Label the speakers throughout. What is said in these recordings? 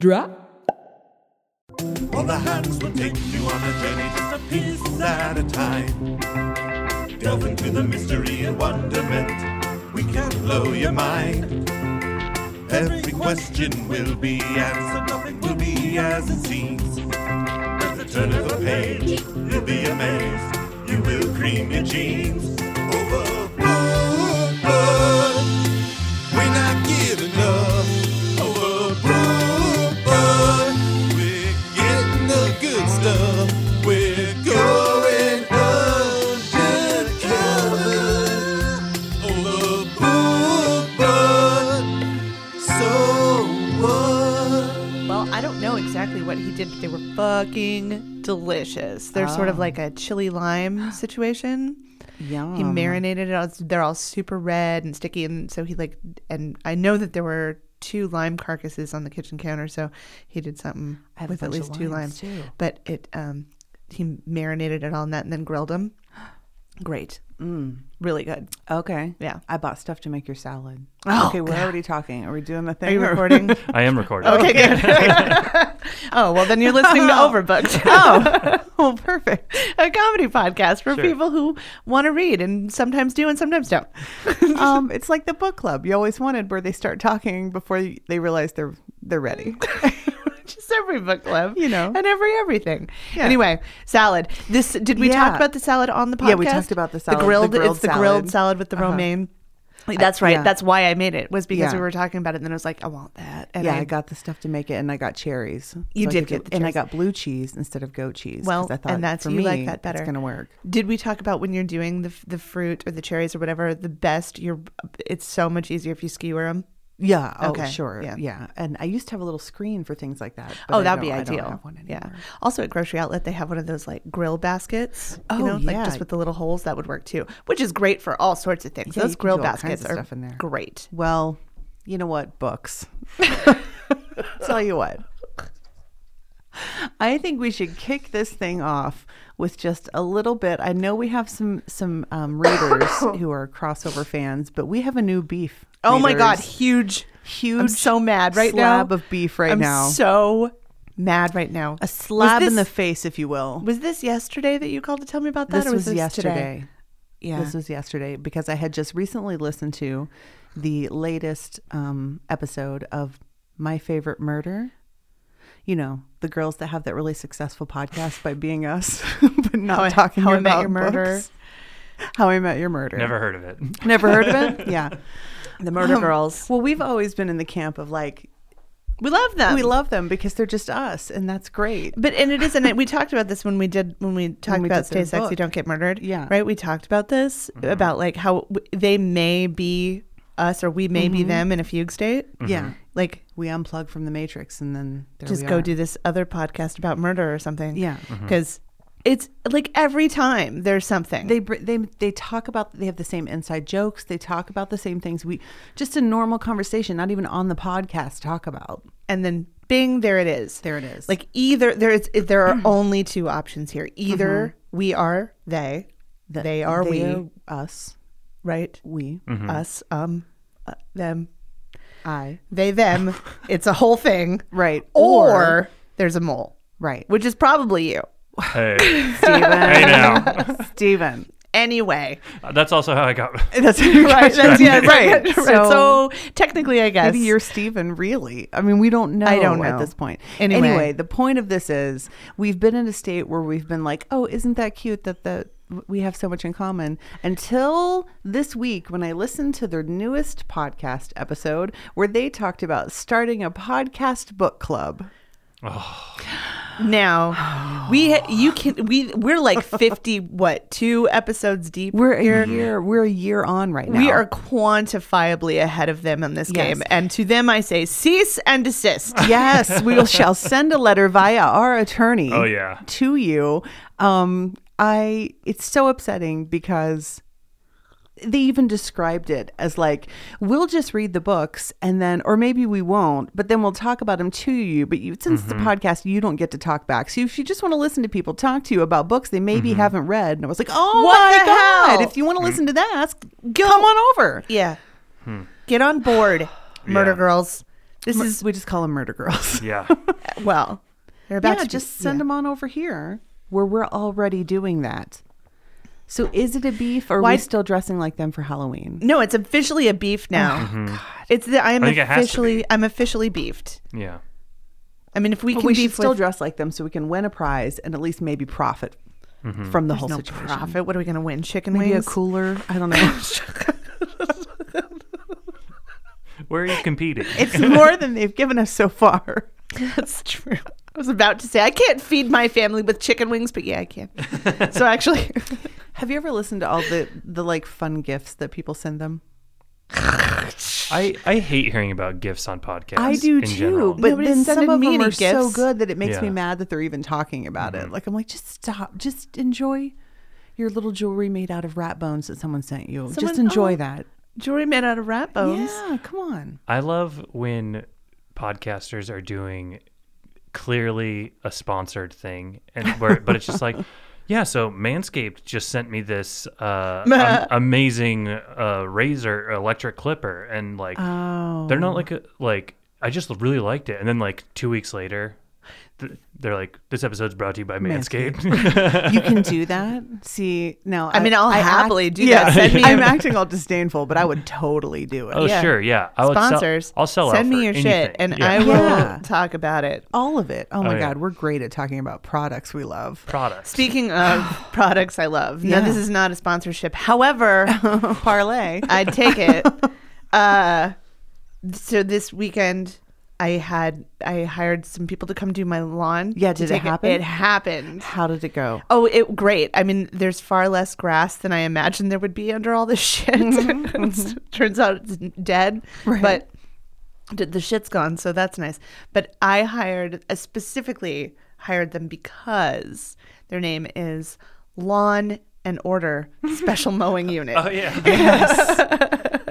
Speaker 1: drop.
Speaker 2: All the hands will take you on a journey just a piece at a time. Delve into the mystery and wonderment. We can blow your mind. Every question will be answered, nothing will be as it seems. At the turn of a page, you'll be amazed. You will cream your jeans. Overboard, we're not giving up. Oh, Overboard, uh. we're getting the good stuff. We're going undercover. Oh, uh, Overboard, so what?
Speaker 3: Well, I don't know exactly what he did, but they were fucking delicious. They're sort
Speaker 4: Oh.
Speaker 3: of like a chili lime situation.
Speaker 4: Yum.
Speaker 3: He marinated it. all- They're all super red and sticky, and so he like. And I know that there were two lime carcasses on the kitchen counter, so he did something
Speaker 4: I have a
Speaker 3: with at
Speaker 4: bunch of
Speaker 3: least two limes.
Speaker 4: limes, too.
Speaker 3: But it, um, he marinated it all in that, and then grilled them. Great,
Speaker 4: Mm.
Speaker 3: really good.
Speaker 4: Okay.
Speaker 3: Yeah.
Speaker 4: I bought stuff to make your salad.
Speaker 3: Oh,
Speaker 4: okay, we're
Speaker 3: God.
Speaker 4: already talking. Are we doing the thing?
Speaker 3: Are you
Speaker 4: or-
Speaker 3: recording?
Speaker 5: I am recording.
Speaker 3: Okay, good. oh, well, then you're listening to Overbooked. Oh, well, perfect. A comedy podcast for people who want to read and sometimes do and sometimes don't.
Speaker 4: um, it's like the book club you always wanted, where they start talking before you- they realize they're they're ready.
Speaker 3: Just every book club,
Speaker 4: You know.
Speaker 3: and every everything. Anyway, salad. This did we talk
Speaker 4: Yeah.
Speaker 3: about the salad on the podcast?
Speaker 4: Yeah, we talked about the salad,
Speaker 3: The
Speaker 4: the
Speaker 3: grilled,
Speaker 4: grilled
Speaker 3: it's the grilled
Speaker 4: salad. Uh-huh. Uh,
Speaker 3: salad with the romaine. That's right.
Speaker 4: yeah.
Speaker 3: That's why I made it was because
Speaker 4: Yeah.
Speaker 3: we were talking about it, and then I was like, I want that. And
Speaker 4: yeah, I got the stuff to make it, and I got cherries.
Speaker 3: You
Speaker 4: I
Speaker 3: did
Speaker 4: could do-
Speaker 3: get the
Speaker 4: and I
Speaker 3: cherries.
Speaker 4: got blue cheese instead of goat cheese. 'cause
Speaker 3: Well,
Speaker 4: I thought
Speaker 3: and that's-
Speaker 4: for
Speaker 3: you
Speaker 4: me,
Speaker 3: like that better.
Speaker 4: It's gonna work.
Speaker 3: Did we talk about when you're doing the the fruit or the cherries or whatever? The best, you're. It's so much easier if you skewer them.
Speaker 4: Yeah. Oh,
Speaker 3: Okay,
Speaker 4: sure.
Speaker 3: yeah.
Speaker 4: Yeah. And I used to have a little screen for things like that. but
Speaker 3: Oh,
Speaker 4: I
Speaker 3: that'd be
Speaker 4: don't- I don't
Speaker 3: ideal.
Speaker 4: have one
Speaker 3: yeah.
Speaker 4: anymore.
Speaker 3: Also, at grocery outlet, they have one of those like grill baskets. you
Speaker 4: Oh,
Speaker 3: know, like
Speaker 4: yeah.
Speaker 3: just with the little holes. That would work too, which is great for all sorts of things.
Speaker 4: Yeah,
Speaker 3: those
Speaker 4: you can
Speaker 3: grill
Speaker 4: do all kinds
Speaker 3: baskets
Speaker 4: of
Speaker 3: are
Speaker 4: stuff in there.
Speaker 3: great.
Speaker 4: Well, you know what? Books. Tell you what. I think we should kick this thing off with just a little bit. I know we have some some um, readers who are crossover fans, but we have a new beef.
Speaker 3: Oh my god,
Speaker 4: readers.
Speaker 3: huge, huge! I'm so mad right
Speaker 4: slab
Speaker 3: now.
Speaker 4: of beef right
Speaker 3: I'm
Speaker 4: now.
Speaker 3: so mad right now.
Speaker 4: a slab
Speaker 3: was
Speaker 4: in the
Speaker 3: this-
Speaker 4: face, if you will.
Speaker 3: Was this yesterday that you called to tell me about that?
Speaker 4: this
Speaker 3: or was,
Speaker 4: was,
Speaker 3: this
Speaker 4: yesterday.
Speaker 3: Today? Yeah.
Speaker 4: This was yesterday because I had just recently listened to the latest um, episode of My Favorite Murder. You know, the girls that have that really successful podcast by being us, but not
Speaker 3: How I-
Speaker 4: talking
Speaker 3: How I
Speaker 4: about
Speaker 3: Met Your Murder.
Speaker 4: books. How I Met Your Murder.
Speaker 5: Never heard of it.
Speaker 4: Never heard of it? Um, Yeah. The
Speaker 3: Murder Girls.
Speaker 4: Well, we've always been in the camp of like,
Speaker 3: We love them.
Speaker 4: we love them because they're just us, and that's great.
Speaker 3: But and it is, and it- we talked about this when we did when we talked
Speaker 4: we
Speaker 3: about
Speaker 4: did
Speaker 3: "Stay
Speaker 4: their
Speaker 3: Sexy,
Speaker 4: book.
Speaker 3: Don't Get Murdered."
Speaker 4: Yeah.
Speaker 3: right. We talked about this about like how w- they may be us or we may be
Speaker 4: Mm-hmm.
Speaker 3: them in a fugue state.
Speaker 4: Yeah.
Speaker 3: Like
Speaker 4: We unplug from the Matrix and then there
Speaker 3: just
Speaker 4: we
Speaker 3: go
Speaker 4: are.
Speaker 3: do this other podcast about murder or something.
Speaker 4: Yeah.
Speaker 3: because it's like every time there's something.
Speaker 4: they br- they they talk about they have the same inside jokes they talk about the same things we just a normal conversation not even on the podcast talk about
Speaker 3: and then bing there it is
Speaker 4: There it is. Mm-hmm.
Speaker 3: like either there is there are only two options here either we are they they are we
Speaker 4: us
Speaker 3: right
Speaker 4: we
Speaker 3: us um uh, them
Speaker 4: i
Speaker 3: they them it's a whole thing
Speaker 4: Right.
Speaker 3: or,
Speaker 4: Or-
Speaker 3: there's a mole
Speaker 4: right
Speaker 3: which is probably you
Speaker 5: Hey,
Speaker 4: steven
Speaker 5: hey now.
Speaker 4: steven
Speaker 3: anyway
Speaker 5: That's also how I got.
Speaker 4: that's right
Speaker 3: that's yeah right, right.
Speaker 4: so,
Speaker 3: so technically i guess
Speaker 4: Maybe you're Steven, really. I mean, we don't know,
Speaker 3: I don't know.
Speaker 4: at this point.
Speaker 3: Anyway.
Speaker 4: the point of this is we've been in a state where we've been like, oh, isn't that cute that the we have so much in common until this week when I listened to their newest podcast episode where they talked about starting a podcast book club.
Speaker 3: now we ha- you can we we're like 50 what two episodes deep
Speaker 4: We're a year we're a year on right now.
Speaker 3: We are quantifiably ahead of them in this
Speaker 4: Yes.
Speaker 3: game. And to them, I say cease and desist.
Speaker 4: Yes, we will- shall send a letter via our attorney.
Speaker 5: Oh, yeah.
Speaker 4: to you. Um, I it's so upsetting because they even described it as like we'll just read the books and then or maybe we won't but then we'll talk about them to you but you since
Speaker 5: Mm-hmm.
Speaker 4: it's a podcast you don't get to talk back so if you just want to listen to people talk to you about books they maybe
Speaker 5: Mm-hmm.
Speaker 4: haven't read and i was like oh
Speaker 3: What
Speaker 4: my
Speaker 3: the
Speaker 4: god
Speaker 3: hell?
Speaker 4: if you want to listen to that come on over
Speaker 3: Yeah. Get on board, Murder
Speaker 5: Yeah.
Speaker 3: Girls. This is
Speaker 4: we just call them murder girls.
Speaker 5: Yeah.
Speaker 3: well. They're about
Speaker 4: yeah,
Speaker 3: to be-
Speaker 4: just send
Speaker 3: yeah.
Speaker 4: them on over here where we're already doing that. So is it a beef or
Speaker 3: Why-
Speaker 4: are we still dressing like them for Halloween?
Speaker 3: No, it's officially a beef now. It's the I am
Speaker 5: Oh I think it has to
Speaker 3: officially
Speaker 5: be.
Speaker 3: I'm officially beefed.
Speaker 5: Yeah.
Speaker 3: I mean, if we
Speaker 4: But
Speaker 3: can
Speaker 4: we
Speaker 3: beef
Speaker 4: should still
Speaker 3: with
Speaker 4: dress like them so we can win a prize and at least maybe profit from the whole
Speaker 3: no
Speaker 4: situation.
Speaker 3: profit, what are we going to win? Chicken
Speaker 4: Maybe
Speaker 3: wings?
Speaker 4: a cooler. I don't know.
Speaker 5: Where are you competing?
Speaker 4: it's more than they've given us so far.
Speaker 3: That's true. I was about to say I can't feed my family with chicken wings, but yeah, I can. so actually,
Speaker 4: Have you ever listened to all the the like fun gifts that people send them?
Speaker 5: I, I hate hearing about gifts on podcasts.
Speaker 4: I do
Speaker 5: in
Speaker 4: too,
Speaker 5: general.
Speaker 4: but
Speaker 3: Nobody's
Speaker 4: then some
Speaker 3: sending
Speaker 4: of
Speaker 3: me
Speaker 4: them
Speaker 3: any
Speaker 4: are so
Speaker 3: gifts.
Speaker 4: good that it makes me
Speaker 5: Yeah. Mm-hmm.
Speaker 4: mad that they're even talking about it. Like I'm like, just stop, just enjoy your little jewelry made out of rat bones that someone sent you.
Speaker 3: Someone-
Speaker 4: just enjoy
Speaker 3: oh,
Speaker 4: that.
Speaker 3: jewelry made out of rat bones.
Speaker 4: Yeah, come on.
Speaker 5: I love when podcasters are doing clearly a sponsored thing, and where, but it's just like, yeah. So Manscaped just sent me this uh, am- amazing uh, razor electric clipper, and like they're
Speaker 3: Oh.
Speaker 5: not like a, like I just really liked it, and then like two weeks later. th- They're like, this episode's brought to you by Manscaped.
Speaker 4: You can do that. See, now
Speaker 3: I mean, I'll happily do
Speaker 4: yeah,
Speaker 3: that. Send me
Speaker 4: I'm
Speaker 3: your-
Speaker 4: acting all disdainful, but I would totally do it.
Speaker 5: oh,
Speaker 3: Yeah.
Speaker 5: sure, yeah. I would sell-
Speaker 3: Sponsors,
Speaker 5: I'll sell out
Speaker 3: Send
Speaker 5: for
Speaker 3: me your shit,
Speaker 5: anything.
Speaker 3: and
Speaker 5: Yeah.
Speaker 3: I will
Speaker 4: Yeah.
Speaker 3: talk about it.
Speaker 4: All of it. Oh my
Speaker 5: yeah.
Speaker 4: god, we're great at talking about products we love.
Speaker 5: products.
Speaker 3: Speaking of products I love, now
Speaker 4: Yeah. Oh.
Speaker 3: this is not a sponsorship. However,
Speaker 4: Parlay.
Speaker 3: I'd take it. Uh, so this weekend, I had I hired some people to come do my lawn.
Speaker 4: Yeah,
Speaker 3: to
Speaker 4: did it
Speaker 3: take
Speaker 4: happen?
Speaker 3: It happened.
Speaker 4: How did it go?
Speaker 3: Oh, it great. I mean, there's far less grass than I imagined there would be under all this shit.
Speaker 4: Mm-hmm,
Speaker 3: It's- Turns out it's dead, but d- the shit's gone, so that's nice. But I hired I specifically hired them because their name is Lawn and Order Special Mowing Unit.
Speaker 5: oh yeah,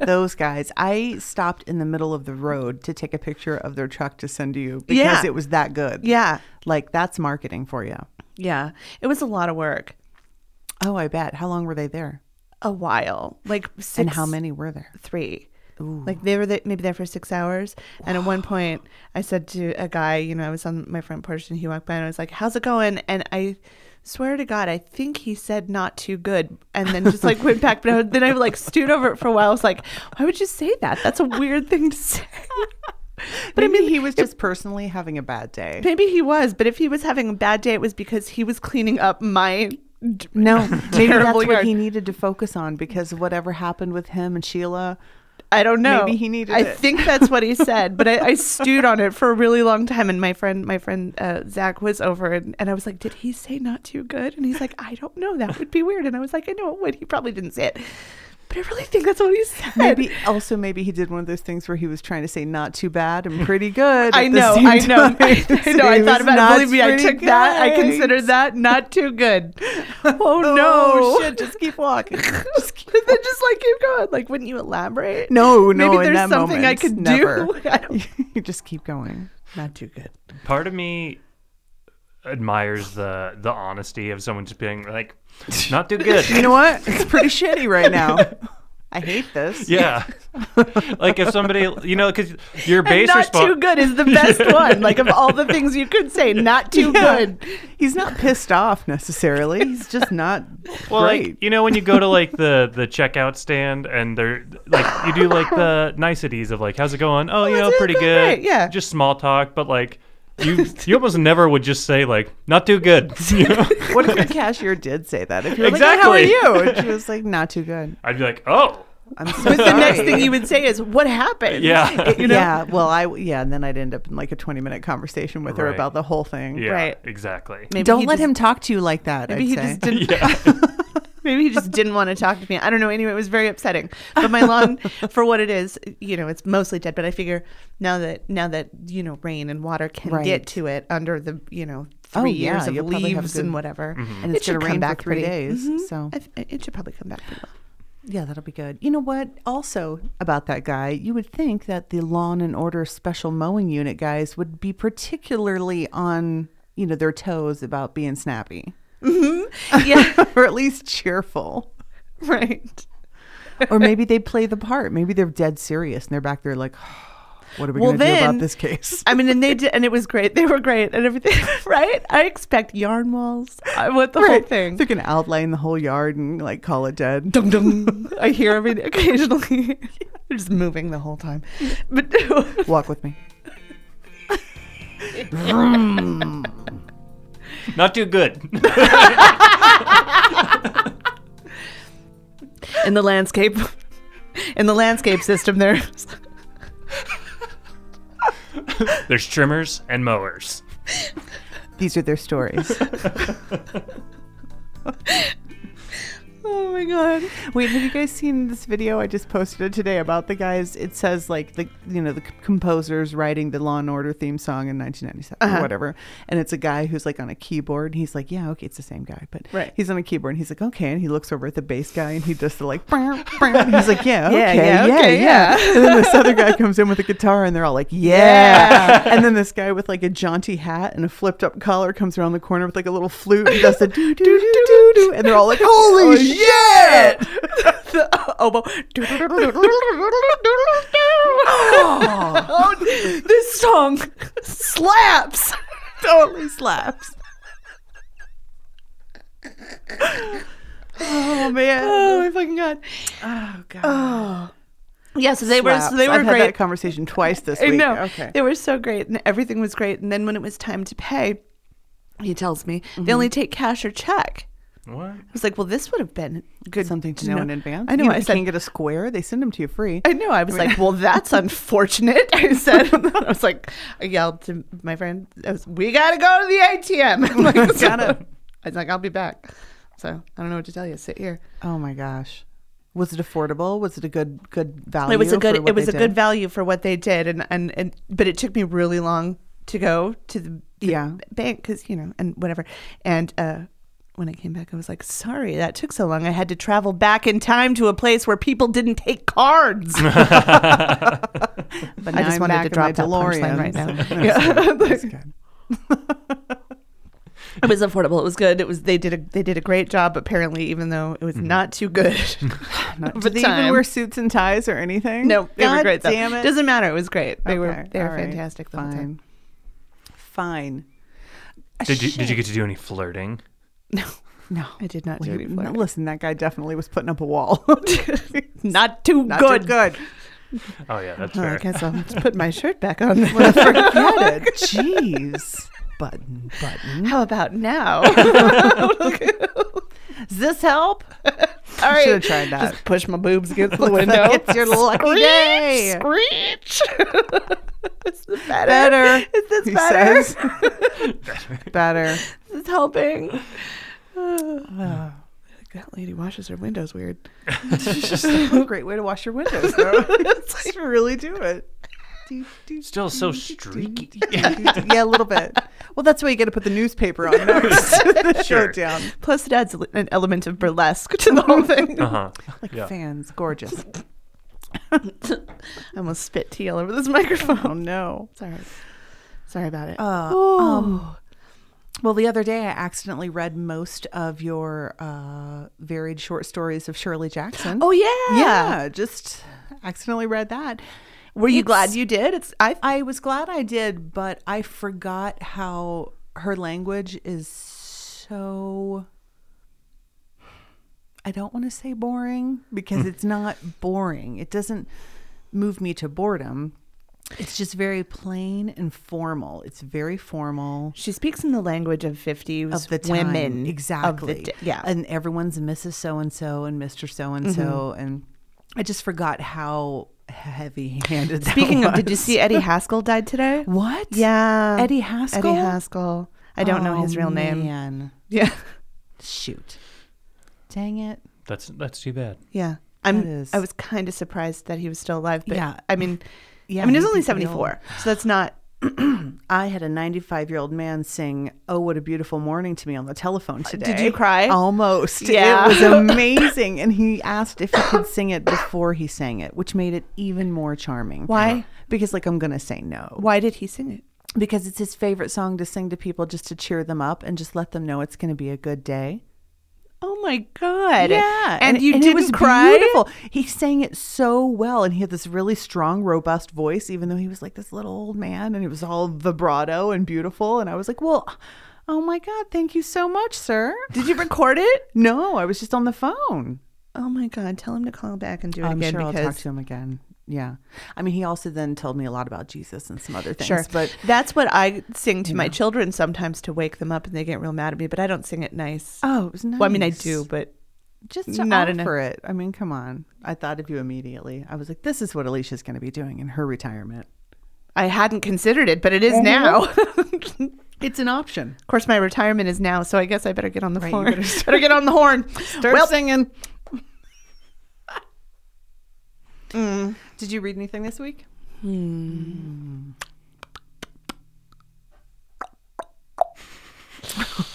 Speaker 4: those guys. I stopped in the middle of the road to take a picture of their truck to send to you because
Speaker 3: Yeah.
Speaker 4: it was that good.
Speaker 3: Yeah,
Speaker 4: Like that's marketing for you.
Speaker 3: yeah. It was a lot of work.
Speaker 4: Oh, I bet. How long were they there?
Speaker 3: A while, like six,
Speaker 4: And how many were there?
Speaker 3: three. Like they were there, maybe there for six hours. And at one point, I said to a guy, you know, I was on my front porch and he walked by and I was like, "How's it going?" And I swear to God, I think he said not too good, and then just like went back. But I, then I like stewed over it for a while. I was like, "Why would you say that? That's a weird thing to say."
Speaker 4: But I mean, he was just personally having a bad day.
Speaker 3: Maybe he was, but if he was having a bad day, it was because he was cleaning up my.
Speaker 4: No, maybe that's
Speaker 3: Terrible
Speaker 4: what
Speaker 3: yard.
Speaker 4: he needed to focus on because of whatever happened with him and Sheila.
Speaker 3: I don't know.
Speaker 4: Maybe he needed
Speaker 3: I
Speaker 4: it.
Speaker 3: think that's what he said, but I, I stewed on it for a really long time. And my friend, my friend uh, Zach was over, and, and I was like, "Did he say not too good?" And he's like, "I don't know. That would be weird." And I was like, "I know it would. He probably didn't say it, but I really think that's what he said."
Speaker 4: Maybe also maybe he did one of those things where he was trying to say not too bad and pretty good.
Speaker 3: I
Speaker 4: at the
Speaker 3: know,
Speaker 4: same
Speaker 3: I know,
Speaker 4: time.
Speaker 3: I
Speaker 4: So
Speaker 3: know. I
Speaker 4: he
Speaker 3: thought
Speaker 4: was
Speaker 3: about
Speaker 4: not
Speaker 3: it. Believe me, I
Speaker 4: pretty
Speaker 3: took that. I
Speaker 4: good.
Speaker 3: considered that not too good. Oh
Speaker 4: Oh,
Speaker 3: no!
Speaker 4: shit! Just keep walking.
Speaker 3: just keep, then just like keep going. Like, wouldn't you elaborate?
Speaker 4: No, no.
Speaker 3: Maybe
Speaker 4: in
Speaker 3: there's
Speaker 4: that
Speaker 3: something I
Speaker 4: moment,
Speaker 3: could
Speaker 4: never.
Speaker 3: do. I don't-
Speaker 4: you just keep going. Not too good.
Speaker 5: part of me admires the the honesty of someone just being like not too good
Speaker 4: You know what? It's pretty shitty right now. I hate this.
Speaker 5: yeah like if somebody you know because your base
Speaker 3: not
Speaker 5: response
Speaker 3: too good is the best one. Like of all the things you could say, not too
Speaker 4: Yeah.
Speaker 3: good.
Speaker 4: He's not pissed off necessarily. He's just not
Speaker 5: well
Speaker 4: great.
Speaker 5: like you know when you go to like the the checkout stand and they're like you do like the niceties of like how's it going oh, you
Speaker 3: it's
Speaker 5: know
Speaker 3: going
Speaker 5: pretty good
Speaker 3: great, yeah.
Speaker 5: just small talk but like you you almost never would just say like not too good you know?
Speaker 4: what if the cashier did say that? If you're like, hey, how
Speaker 5: Exactly.
Speaker 4: are you? And she was like, not too good.
Speaker 5: i'd be like oh
Speaker 4: I'm so
Speaker 3: But the
Speaker 4: sorry."
Speaker 3: next thing you would say is, "What happened?"
Speaker 5: yeah
Speaker 3: you know?
Speaker 4: Yeah, well, I yeah, and then I'd end up in like a 20 minute conversation with her
Speaker 5: Right.
Speaker 4: about the whole thing.
Speaker 5: yeah
Speaker 3: Right.
Speaker 5: exactly
Speaker 3: Maybe
Speaker 4: Don't
Speaker 3: he
Speaker 4: let
Speaker 3: just-
Speaker 4: him talk to you like that.
Speaker 3: Maybe
Speaker 4: I'd
Speaker 3: he
Speaker 4: say.
Speaker 3: just didn't.
Speaker 5: yeah
Speaker 3: Maybe he just didn't want to talk to me. I don't know. Anyway, it was very upsetting. But my lawn, for what it is, you know, it's mostly dead. But I figure now that now that you know rain and water can
Speaker 4: Right.
Speaker 3: get to it under the you know
Speaker 4: Oh,
Speaker 3: three
Speaker 4: yeah,
Speaker 3: years
Speaker 4: you'll
Speaker 3: of
Speaker 4: probably have
Speaker 3: leaves
Speaker 4: good-
Speaker 3: and whatever,
Speaker 5: Mm-hmm.
Speaker 4: and it's
Speaker 3: it should
Speaker 4: going to
Speaker 3: come
Speaker 4: rain
Speaker 3: back
Speaker 4: back for three
Speaker 3: pretty- Mm-hmm.
Speaker 4: days. So
Speaker 3: I th- it should probably come back pretty well.
Speaker 4: Yeah, that'll be good. You know what? Also, about that guy, you would think that the Lawn and Order special mowing unit guys would be particularly on, you know, their toes about being snappy
Speaker 3: Yeah,
Speaker 4: or at least cheerful.
Speaker 3: right.
Speaker 4: or maybe they play the part. Maybe they're dead serious and they're back there like, What are we
Speaker 3: Well,
Speaker 4: going to do
Speaker 3: then-
Speaker 4: about this case?
Speaker 3: I mean, and they did, and it was great. They were great and everything, right? I expect yarn walls. I want the whole thing.
Speaker 4: They're going to outline the whole yard and like call it dead.
Speaker 3: dung dung. I hear every occasionally. They're just moving the whole time. But
Speaker 4: Walk with me.
Speaker 5: Not too good.
Speaker 3: in the landscape, in the landscape system, there's
Speaker 5: There's trimmers and mowers.
Speaker 4: These are their stories.
Speaker 3: oh my god.
Speaker 4: Wait, have you guys seen this video? I just posted it today about the guys. It says like the you know the c- composers writing the Law and Order theme song in 1997
Speaker 3: Uh-huh.
Speaker 4: or whatever, and it's a guy who's like on a keyboard. And he's like, yeah, okay, it's the same guy, but
Speaker 3: Right.
Speaker 4: he's on a keyboard. and He's like, okay, and he looks over at the bass guy and he does the like, "Brr, brr," and he's like, yeah, okay,
Speaker 3: Yeah,
Speaker 4: yeah,
Speaker 3: yeah,
Speaker 4: yeah,
Speaker 3: okay, yeah.
Speaker 4: And then this other guy comes in with a guitar and they're all like, yeah, and then this guy with like a jaunty hat and a flipped up collar comes around the corner with like a little flute and does the do do do do do, and they're all like, "Oh, holy shit.
Speaker 3: the oboe. oh, this song slaps.
Speaker 4: totally slaps. oh man.
Speaker 3: Oh my fucking god.
Speaker 4: Oh god.
Speaker 3: Yeah, so they were so they were
Speaker 4: I've
Speaker 3: great.
Speaker 4: had that conversation twice this
Speaker 3: I
Speaker 4: week.
Speaker 3: know.
Speaker 4: Okay.
Speaker 3: They were so great and everything was great. And then when it was time to pay, he tells me they only take cash or check.
Speaker 5: What?
Speaker 3: I was like, well, this would have been good.
Speaker 4: Something to
Speaker 3: to
Speaker 4: know
Speaker 3: know.
Speaker 4: in advance.
Speaker 3: I know,
Speaker 4: You
Speaker 3: I said-
Speaker 4: can't get a square. They send them to you free.
Speaker 3: I know. I was like, well, that's unfortunate. I said, I was like, I yelled to my friend, I was, we got to go to the ATM. I'm like, gotta. I was like, I'll be back. So I don't know what to tell you. Sit here.
Speaker 4: Oh my gosh. Was it affordable? Was it a good good value?
Speaker 3: It was a
Speaker 4: for
Speaker 3: good.
Speaker 4: what
Speaker 3: It was
Speaker 4: they
Speaker 3: a good
Speaker 4: did?
Speaker 3: value for what they did, and and and but it took me really long to go to the, the
Speaker 4: Yeah.
Speaker 3: bank because you know and whatever. And uh, when I came back, I was like, sorry, that took so long. I had to travel back in time to a place where people didn't take cards.
Speaker 4: But
Speaker 3: I
Speaker 4: now
Speaker 3: just
Speaker 4: I'm
Speaker 3: wanted
Speaker 4: back
Speaker 3: to
Speaker 4: in my
Speaker 3: drop that punchline right
Speaker 4: DeLorean,
Speaker 3: now.
Speaker 4: so-
Speaker 3: Yeah.
Speaker 4: That's good.
Speaker 3: it was affordable. It was good. It was they did a they did a great job apparently, even though it was not too good.
Speaker 4: Not,
Speaker 3: Of the
Speaker 4: did they even
Speaker 3: time.
Speaker 4: wear suits and ties or anything?
Speaker 3: no, they
Speaker 4: God
Speaker 3: were great. Though.
Speaker 4: Damn it.
Speaker 3: Doesn't matter. It was great. They were
Speaker 4: Okay,
Speaker 3: they were
Speaker 4: all right,
Speaker 3: fantastic. The whole time.
Speaker 4: Fine. Fine. Ah,
Speaker 5: Did you
Speaker 4: shit.
Speaker 5: did you get to do any flirting?
Speaker 4: No,
Speaker 3: I did not
Speaker 4: Well,
Speaker 3: do
Speaker 4: you-
Speaker 3: any flirting.
Speaker 4: Listen, that guy definitely was putting up a wall.
Speaker 3: Not too
Speaker 4: Not
Speaker 3: good.
Speaker 4: too good.
Speaker 5: Oh yeah, that's
Speaker 3: Oh, I
Speaker 5: fair.
Speaker 3: guess I'll just put my shirt back on.
Speaker 4: Well, forget it. Jeez. Button, button.
Speaker 3: How about now? Does this help? All right.
Speaker 4: Should've tried that.
Speaker 3: Just push my boobs against the
Speaker 4: Looks like
Speaker 3: window.
Speaker 4: it's your lucky
Speaker 3: Screech,
Speaker 4: day.
Speaker 3: Screech. Is this better?
Speaker 4: Better.
Speaker 3: Is this
Speaker 4: He
Speaker 3: better?
Speaker 4: says. Better.
Speaker 3: Is this helping? Uh, that lady washes her windows weird.
Speaker 4: Great way to wash your windows, though. Just really do it. Do, do,
Speaker 5: Still so streaky.
Speaker 4: yeah, a little bit. Well, that's why you got to put the newspaper on next. the
Speaker 5: Sure.
Speaker 4: showdown.
Speaker 3: Plus, it adds an element of burlesque to the whole thing.
Speaker 5: Uh huh. Yeah.
Speaker 4: Fans, gorgeous.
Speaker 3: I almost spit tea all over this microphone.
Speaker 4: Oh no.
Speaker 3: Sorry. Sorry about it.
Speaker 4: Uh, um, well, the other day I accidentally read most of your uh, varied short stories of Shirley Jackson.
Speaker 3: oh yeah.
Speaker 4: yeah, just accidentally read that.
Speaker 3: Were you
Speaker 4: It's-
Speaker 3: glad you did? It's I
Speaker 4: I was glad I did, but I forgot how her language is so. I don't want to say boring
Speaker 3: Hmm.
Speaker 4: because it's not boring. It doesn't move me to boredom. It's just very plain and formal. It's very formal
Speaker 3: she speaks in the language of 50s
Speaker 4: of the time.
Speaker 3: women of the
Speaker 4: exactly
Speaker 3: di- yeah.
Speaker 4: and everyone's mrs so and so and mr so and
Speaker 3: Mm-hmm.
Speaker 4: so and i just forgot how heavy handed
Speaker 3: Speaking of, did you see Eddie Haskell died today?
Speaker 4: what
Speaker 3: Yeah.
Speaker 4: Eddie Haskell?
Speaker 3: Eddie Haskell. I don't know
Speaker 4: Oh,
Speaker 3: his real name.
Speaker 4: man.
Speaker 3: Yeah.
Speaker 4: shoot dang it
Speaker 5: That's that's too bad.
Speaker 3: Yeah. I'm
Speaker 4: is-
Speaker 3: I was kind of surprised that he was still alive, but
Speaker 4: Yeah.
Speaker 3: I mean
Speaker 4: Yeah,
Speaker 3: I mean he was
Speaker 4: he's
Speaker 3: only
Speaker 4: pretty
Speaker 3: 74. So that's not
Speaker 4: i had a 95 year old man sing oh what a beautiful morning to me on the telephone today
Speaker 3: Uh, you cry?
Speaker 4: almost
Speaker 3: Yeah.
Speaker 4: it was amazing and he asked if he could sing it before he sang it which made it even more charming
Speaker 3: Why?
Speaker 4: because like i'm gonna say no
Speaker 3: why did he sing it?
Speaker 4: because it's his favorite song to sing to people just to cheer them up and just let them know it's going to be a good day.
Speaker 3: Oh my god!
Speaker 4: Yeah,
Speaker 3: and, you
Speaker 4: and
Speaker 3: didn't
Speaker 4: it was
Speaker 3: cry.
Speaker 4: Beautiful. He sang it so well, and he had this really strong, robust voice, even though he was like this little old man, and it was all vibrato and beautiful. And I was like, "Well, oh my god, thank you so much, sir."
Speaker 3: Did you record it?
Speaker 4: No, I was just on the phone.
Speaker 3: Oh my god! Tell him to call back and do it
Speaker 4: I'm
Speaker 3: again
Speaker 4: sure I'll talk
Speaker 3: because
Speaker 4: to him again. Yeah, I mean, he also then told me a lot about Jesus and some other things.
Speaker 3: sure.
Speaker 4: but
Speaker 3: that's what I sing to my children sometimes to wake them up, and they get real mad at me. But I don't sing it nice.
Speaker 4: oh, it was nice.
Speaker 3: Well, I mean, I do, but
Speaker 4: just to
Speaker 3: Not
Speaker 4: not
Speaker 3: enough.
Speaker 4: offer it. I mean, come on. I thought of you immediately. I was like, this is what Alicia's going to be doing in her retirement.
Speaker 3: I hadn't considered it. But it is now. of
Speaker 4: It's an option.
Speaker 3: course, my retirement is now, so I guess I better get on the horn. Better, get on the horn.
Speaker 4: Start
Speaker 3: Well-
Speaker 4: singing.
Speaker 3: Mm.
Speaker 4: Did you read anything this week?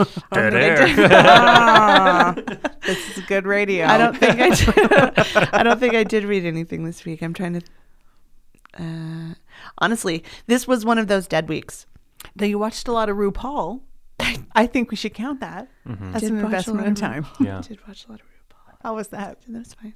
Speaker 3: Oh,
Speaker 5: Dead air.
Speaker 4: This is good radio.
Speaker 3: I don't think I. Did, I don't think I did read anything this week. I'm trying to. Uh, honestly, this was one of those dead weeks.
Speaker 4: Though you watched a lot of RuPaul. I think we should count that as
Speaker 3: Did
Speaker 4: an
Speaker 3: watch a
Speaker 4: investment
Speaker 3: lot
Speaker 4: in
Speaker 3: of
Speaker 4: time.
Speaker 5: yeah.
Speaker 3: I did watch a lot of RuPaul.
Speaker 4: How was that?
Speaker 3: and That's fine.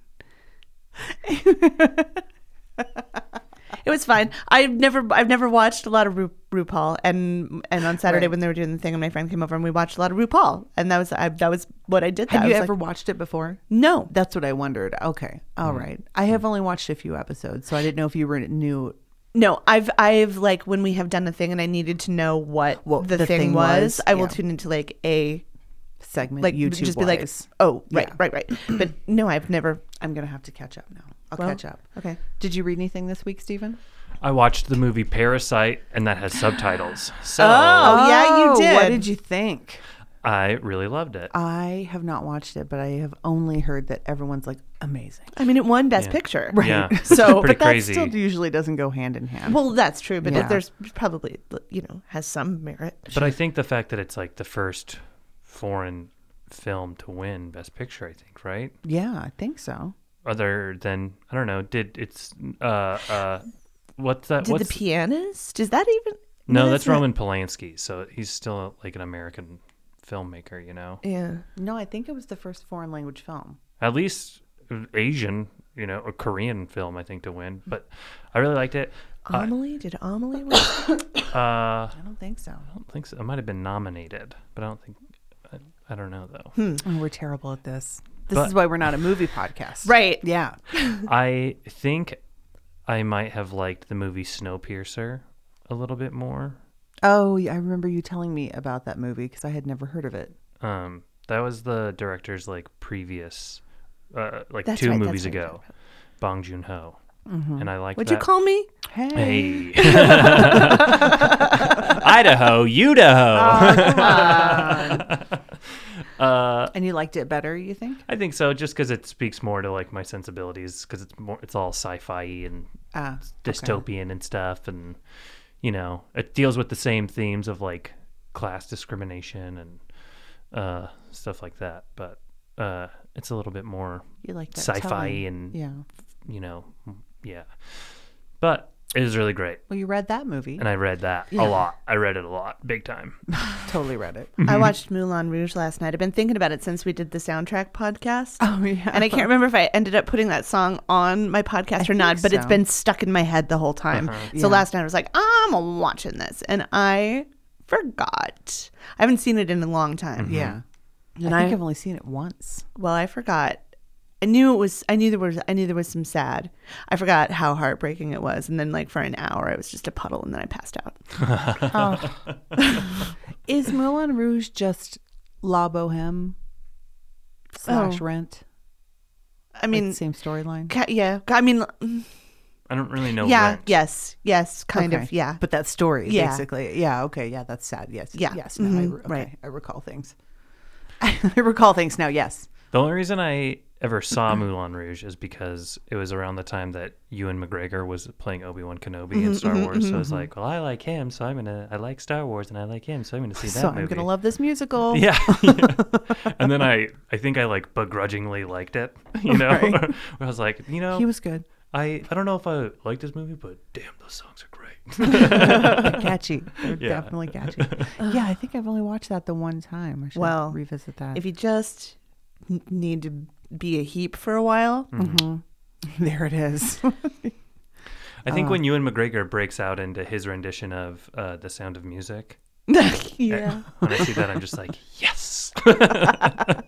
Speaker 3: it was fine. I've never I've never watched a lot of Ru- RuPaul, and and on Saturday
Speaker 4: Right.
Speaker 3: when they were doing the thing, and my friend came over and we watched a lot of RuPaul, and that was I, that was what I did. That.
Speaker 4: Have
Speaker 3: I
Speaker 4: you
Speaker 3: was
Speaker 4: ever
Speaker 3: like,
Speaker 4: watched it before?
Speaker 3: no,
Speaker 4: That's what I wondered. Okay. all right. I have only watched a few episodes, so I didn't know if you were new.
Speaker 3: no. I've I've like when we have done a thing and I needed to know what
Speaker 4: What
Speaker 3: the, thing, was, I will
Speaker 4: yeah.
Speaker 3: tune into like a
Speaker 4: segment
Speaker 3: like
Speaker 4: YouTube
Speaker 3: just be like
Speaker 4: wise.
Speaker 3: oh right
Speaker 4: Yeah.
Speaker 3: right right. But no, I've never.
Speaker 4: I'm gonna have to catch up now. I'll
Speaker 3: Well,
Speaker 4: catch up.
Speaker 3: okay.
Speaker 4: Did you read anything this week, Stephen?
Speaker 5: I watched the movie Parasite, and that has subtitles. So
Speaker 3: Oh, yeah, you
Speaker 4: What
Speaker 3: did.
Speaker 4: did you think?
Speaker 5: I really loved it.
Speaker 4: I have not watched it, but I have only heard that everyone's like amazing.
Speaker 3: I mean, it won Best
Speaker 5: Yeah.
Speaker 3: Picture.
Speaker 5: Yeah.
Speaker 3: So-
Speaker 5: pretty
Speaker 4: but that
Speaker 5: crazy.
Speaker 4: still usually doesn't go hand in hand.
Speaker 3: Well, that's true, but
Speaker 4: Yeah.
Speaker 3: there's probably you know has some merit.
Speaker 5: But I think the fact that it's like the first foreign film to win Best Picture, I think, right?
Speaker 4: yeah, I think so.
Speaker 5: Other than I don't know, did it's uh uh what's that?
Speaker 3: Did
Speaker 5: what's
Speaker 3: the pianist? Is that even?
Speaker 5: no, that's
Speaker 3: not-
Speaker 5: Roman Polanski, so he's still like an American filmmaker, you know.
Speaker 3: Yeah.
Speaker 4: No, I think it was the first foreign language film.
Speaker 5: At least Asian, you know, a Korean film, I think, to win. But I really liked it. I
Speaker 3: Amelie? Did Amelie win?
Speaker 5: uh,
Speaker 4: I don't think so.
Speaker 3: Uh-huh.
Speaker 5: I don't think so. It might have been nominated, but I don't think. I, I don't know though.
Speaker 3: Hmm.
Speaker 4: Oh, we're terrible at this. This
Speaker 5: But-
Speaker 4: is why we're not a movie podcast.
Speaker 3: right.
Speaker 4: Yeah.
Speaker 5: I think I might have liked the movie Snowpiercer a little bit more.
Speaker 4: Oh, yeah, I remember you telling me about that movie because I had never heard of it.
Speaker 5: Um, that was the director's like previous, uh, like
Speaker 3: That's
Speaker 5: two
Speaker 3: right,
Speaker 5: movies
Speaker 3: that's what I'm
Speaker 5: ago, Bong Joon Ho, and I
Speaker 3: Mm-hmm.
Speaker 5: liked.
Speaker 3: Would
Speaker 5: that.
Speaker 3: you call me?
Speaker 5: Hey, Idaho,
Speaker 4: Uh,
Speaker 5: Idaho.
Speaker 4: And you liked it better, you think?
Speaker 5: I think so, just because it speaks more to like my sensibilities, because it's more, it's all sci-fi and
Speaker 4: Ah,
Speaker 5: dystopian and stuff, and you know, it deals with the same themes of like class discrimination and uh, stuff like that. But uh, it's a little bit more
Speaker 4: You like that
Speaker 5: sci-fi
Speaker 4: tone.
Speaker 5: and
Speaker 4: Yeah.
Speaker 5: you know, yeah. But it was really great,
Speaker 4: Well, you read that movie.
Speaker 5: and I read that a lot. I read it a lot, big time.
Speaker 4: totally read it.
Speaker 3: I watched Moulin Rouge last night. I've been thinking about it since we did the soundtrack podcast.
Speaker 4: Oh, yeah.
Speaker 3: And I can't remember if I ended up putting that song on my podcast or not,
Speaker 4: think
Speaker 3: but it's
Speaker 4: so.
Speaker 3: been stuck in my head the whole time. So last night I was like, I'm watching this. And I forgot. I haven't seen it in a long time.
Speaker 4: Yeah.
Speaker 3: And
Speaker 4: I
Speaker 3: I-
Speaker 4: think I, have only seen it once.
Speaker 3: Well, I forgot. I knew it was. I knew there was. I knew there was some sad. I forgot how heartbreaking it was, and then like for an hour, it was just a puddle, and then I passed out.
Speaker 4: Is Moulin Rouge just La Boheme slash Rent?
Speaker 3: Oh. I mean,
Speaker 4: same storyline.
Speaker 3: ca- yeah. I mean, mm,
Speaker 5: I don't really know.
Speaker 3: yeah.
Speaker 5: Rent.
Speaker 3: Yes. Yes. Kind of.
Speaker 4: Okay.
Speaker 3: Yeah.
Speaker 4: but that story
Speaker 3: Yeah.
Speaker 4: basically. Yeah, okay, yeah, that's sad. Yes,
Speaker 3: Yeah.
Speaker 4: yes. Now I,
Speaker 3: Mhm,
Speaker 4: re- okay,
Speaker 3: right.
Speaker 4: I recall things. I recall things now. Yes.
Speaker 5: The only reason I ever saw Moulin Rouge is because it was around the time that Ewan McGregor was playing Obi Wan Kenobi
Speaker 4: Mm-hmm,
Speaker 5: in Star Wars. so I was like, well, I like him, so I'm gonna. I like Star Wars, and I like him, so I'm gonna see that
Speaker 4: so
Speaker 5: movie.
Speaker 4: I'm gonna love this musical.
Speaker 5: Yeah, and then I, I think I like begrudgingly liked it. You know,
Speaker 4: Right.
Speaker 5: Where I was like, you know,
Speaker 4: He was good,
Speaker 5: I, I don't know if I like this movie, but damn, those songs are great.
Speaker 4: catchy. They're
Speaker 5: Yeah.
Speaker 4: definitely catchy. yeah, I think I've only watched that the one time. I should
Speaker 3: Well,
Speaker 4: revisit that.
Speaker 3: If you just n- need to be a heap for a while.
Speaker 4: There it is.
Speaker 5: I think
Speaker 4: Uh.
Speaker 5: when Ewan McGregor breaks out into his rendition of uh, The Sound of Music,
Speaker 3: yeah.
Speaker 5: when I see that, I'm just like, yes.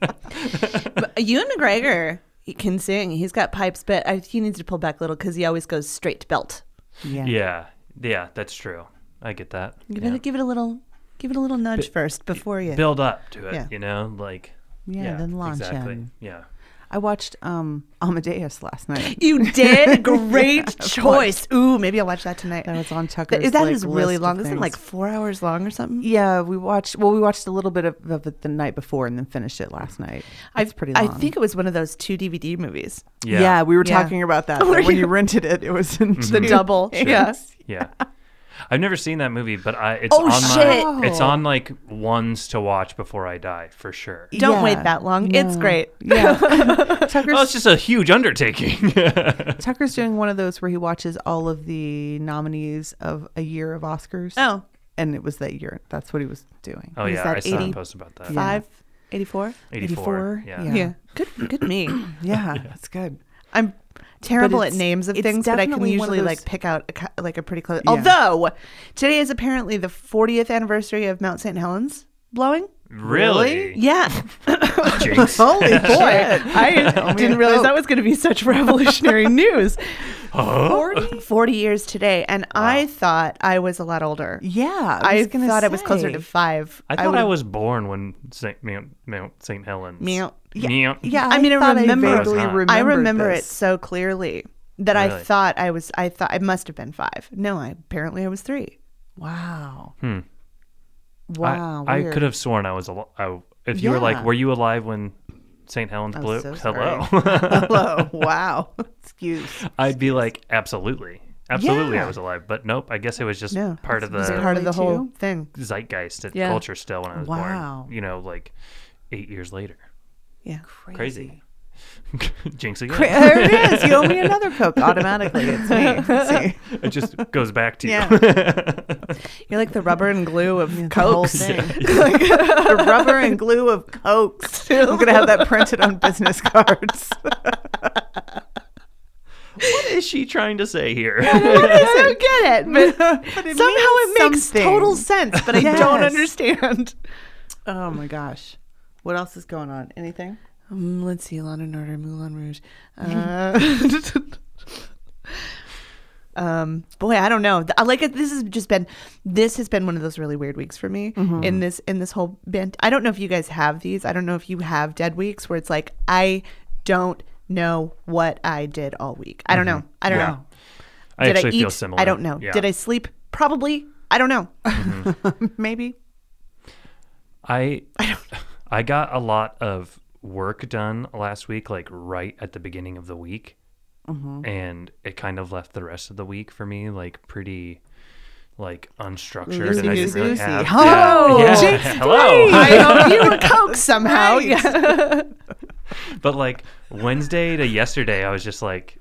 Speaker 3: But Ewan McGregor he can sing. He's got pipes, but I, he needs to pull back a little because he always goes straight to belt.
Speaker 4: Yeah.
Speaker 5: yeah. Yeah, that's true. I get that.
Speaker 3: You
Speaker 5: Yeah.
Speaker 3: gotta give it a little, give it a little nudge first before you.
Speaker 5: Build up to it,
Speaker 3: Yeah.
Speaker 5: you know? Like,
Speaker 4: Yeah, then launch
Speaker 5: exactly.
Speaker 4: in.
Speaker 5: Yeah.
Speaker 4: I watched um Amadeus last night.
Speaker 3: you did great choice. Ooh, maybe I'll watch that tonight.
Speaker 4: That was on Tucker's.
Speaker 3: That is that
Speaker 4: like,
Speaker 3: is really
Speaker 4: list of
Speaker 3: long. Isn't it
Speaker 4: things.
Speaker 3: like four hours long or something?
Speaker 4: Yeah, we watched. Well, we watched a little bit of, of it the night before, and then finished it last night. It's
Speaker 3: I've-
Speaker 4: pretty.
Speaker 3: I
Speaker 4: Long.
Speaker 3: think it was one of those two DVD movies.
Speaker 4: Yeah,
Speaker 5: Yeah. Mm-hmm.
Speaker 4: we were
Speaker 3: Yeah.
Speaker 4: talking about that,
Speaker 3: Were
Speaker 4: that when you
Speaker 3: you?
Speaker 4: rented it. It was in
Speaker 3: The
Speaker 4: two
Speaker 3: double.
Speaker 4: things.
Speaker 3: Yeah.
Speaker 5: Yeah. I've never seen that movie, but I it's
Speaker 3: Oh,
Speaker 5: on my
Speaker 4: shit.
Speaker 5: it's on like ones to watch before I die for sure.
Speaker 3: Don't
Speaker 4: Yeah.
Speaker 3: wait that long. It's
Speaker 4: No.
Speaker 3: great.
Speaker 4: Yeah,
Speaker 5: Oh,
Speaker 4: Tucker's
Speaker 5: it's just a huge undertaking.
Speaker 4: Tucker's doing one of those where he watches all of the nominees of a year of Oscars.
Speaker 3: Oh,
Speaker 4: and it was that year. That's what he was doing.
Speaker 5: oh
Speaker 3: Is
Speaker 5: yeah,
Speaker 3: that
Speaker 5: I saw a
Speaker 3: 80?
Speaker 5: post about that.
Speaker 3: five eighty four.
Speaker 5: 84.
Speaker 4: 84,
Speaker 5: Yeah.
Speaker 4: yeah.
Speaker 3: Yeah. Good. Good me.
Speaker 4: Yeah, that's good.
Speaker 3: I'm terrible
Speaker 4: But
Speaker 3: at
Speaker 4: it's-
Speaker 3: names of
Speaker 4: it's
Speaker 3: things, but I can
Speaker 4: definitely one of
Speaker 3: usually
Speaker 4: those-
Speaker 3: like pick out a, co- like a pretty close. Although today is apparently the 40th anniversary of Mount St. Helens blowing.
Speaker 5: Really?
Speaker 3: Yeah.
Speaker 5: Jinx.
Speaker 3: Holy boy. I didn't realize that was going to be such revolutionary news. 40? 40 years today. And I thought I was a lot older.
Speaker 4: Yeah,
Speaker 3: I,
Speaker 4: was gonna
Speaker 3: thought I was closer
Speaker 4: say.
Speaker 3: to five.
Speaker 5: I thought I,
Speaker 3: would've-
Speaker 5: was born when Saint Mount, Mount St. Helens.
Speaker 3: Mount.
Speaker 5: Yeah.
Speaker 4: Yeah,
Speaker 3: I mean, I
Speaker 4: thought
Speaker 3: remember-
Speaker 5: I was
Speaker 4: vaguely
Speaker 5: not. I
Speaker 3: I
Speaker 4: remembered
Speaker 3: remember it
Speaker 4: this.
Speaker 3: so clearly that I
Speaker 5: Really?
Speaker 3: thought I was, I thought I must have been five. No, I apparently I was three.
Speaker 4: Wow.
Speaker 5: Hmm.
Speaker 4: Wow.
Speaker 5: I, I
Speaker 4: weird.
Speaker 5: could have sworn I was al- I, if you were like,
Speaker 4: Yeah.
Speaker 5: were you alive when St. Helens blew?
Speaker 4: so sorry.
Speaker 5: Hello.
Speaker 4: Hello. wow. Excuse.
Speaker 5: I'd be like, absolutely. Absolutely
Speaker 4: Yeah.
Speaker 5: I was alive. But nope, I guess it was just
Speaker 3: No,
Speaker 5: part of
Speaker 3: It was
Speaker 5: the
Speaker 3: part of
Speaker 4: Really
Speaker 3: the whole
Speaker 4: too?
Speaker 3: thing.
Speaker 5: zeitgeist and
Speaker 3: Yeah.
Speaker 5: culture still when I was
Speaker 4: Wow.
Speaker 5: born. You know, like eight years later.
Speaker 3: Yeah.
Speaker 5: Crazy. Jinx again.
Speaker 4: There it is. You owe me another Coke automatically. It's me. See?
Speaker 5: It just goes back to you.
Speaker 3: You're like the rubber and glue of
Speaker 4: The whole
Speaker 3: Cokes.
Speaker 4: thing. the rubber and glue of Cokes. I'm going to have that printed on business cards.
Speaker 5: What is she trying to say here?
Speaker 3: I don't get it, but,
Speaker 4: it
Speaker 3: somehow it
Speaker 4: means
Speaker 3: makes
Speaker 4: something.
Speaker 3: total sense, but I don't
Speaker 4: Yes.
Speaker 3: understand.
Speaker 4: Oh my gosh. What else is going on? Anything?
Speaker 3: Um, let's see, Law and Order, Moulin Rouge. Uh, um, boy, I don't know. Th- I Like it- this has just been, this has been one of those really weird weeks for me in this in this whole band. I don't know if you guys have these. I don't know if you have dead weeks where it's like I don't know what I did all week. I don't know. I don't
Speaker 5: Yeah.
Speaker 3: know.
Speaker 5: I
Speaker 3: Did
Speaker 5: actually
Speaker 3: I eat?
Speaker 5: feel similar.
Speaker 3: I don't know.
Speaker 5: Yeah. Mm-hmm.
Speaker 3: Did I sleep? Probably. I don't know.
Speaker 4: Maybe.
Speaker 5: I I got a lot of work done last week, like right at the beginning of the week, and it kind of left the rest of the week for me like pretty like unstructured, and I didn't
Speaker 4: Loosey-goosey.
Speaker 5: really have.
Speaker 4: Oh,
Speaker 5: yeah. yeah.
Speaker 4: Jinx
Speaker 5: hello.
Speaker 3: I hope you were coke somehow.
Speaker 4: Right.
Speaker 3: Yeah.
Speaker 5: But like Wednesday to yesterday, I was just like,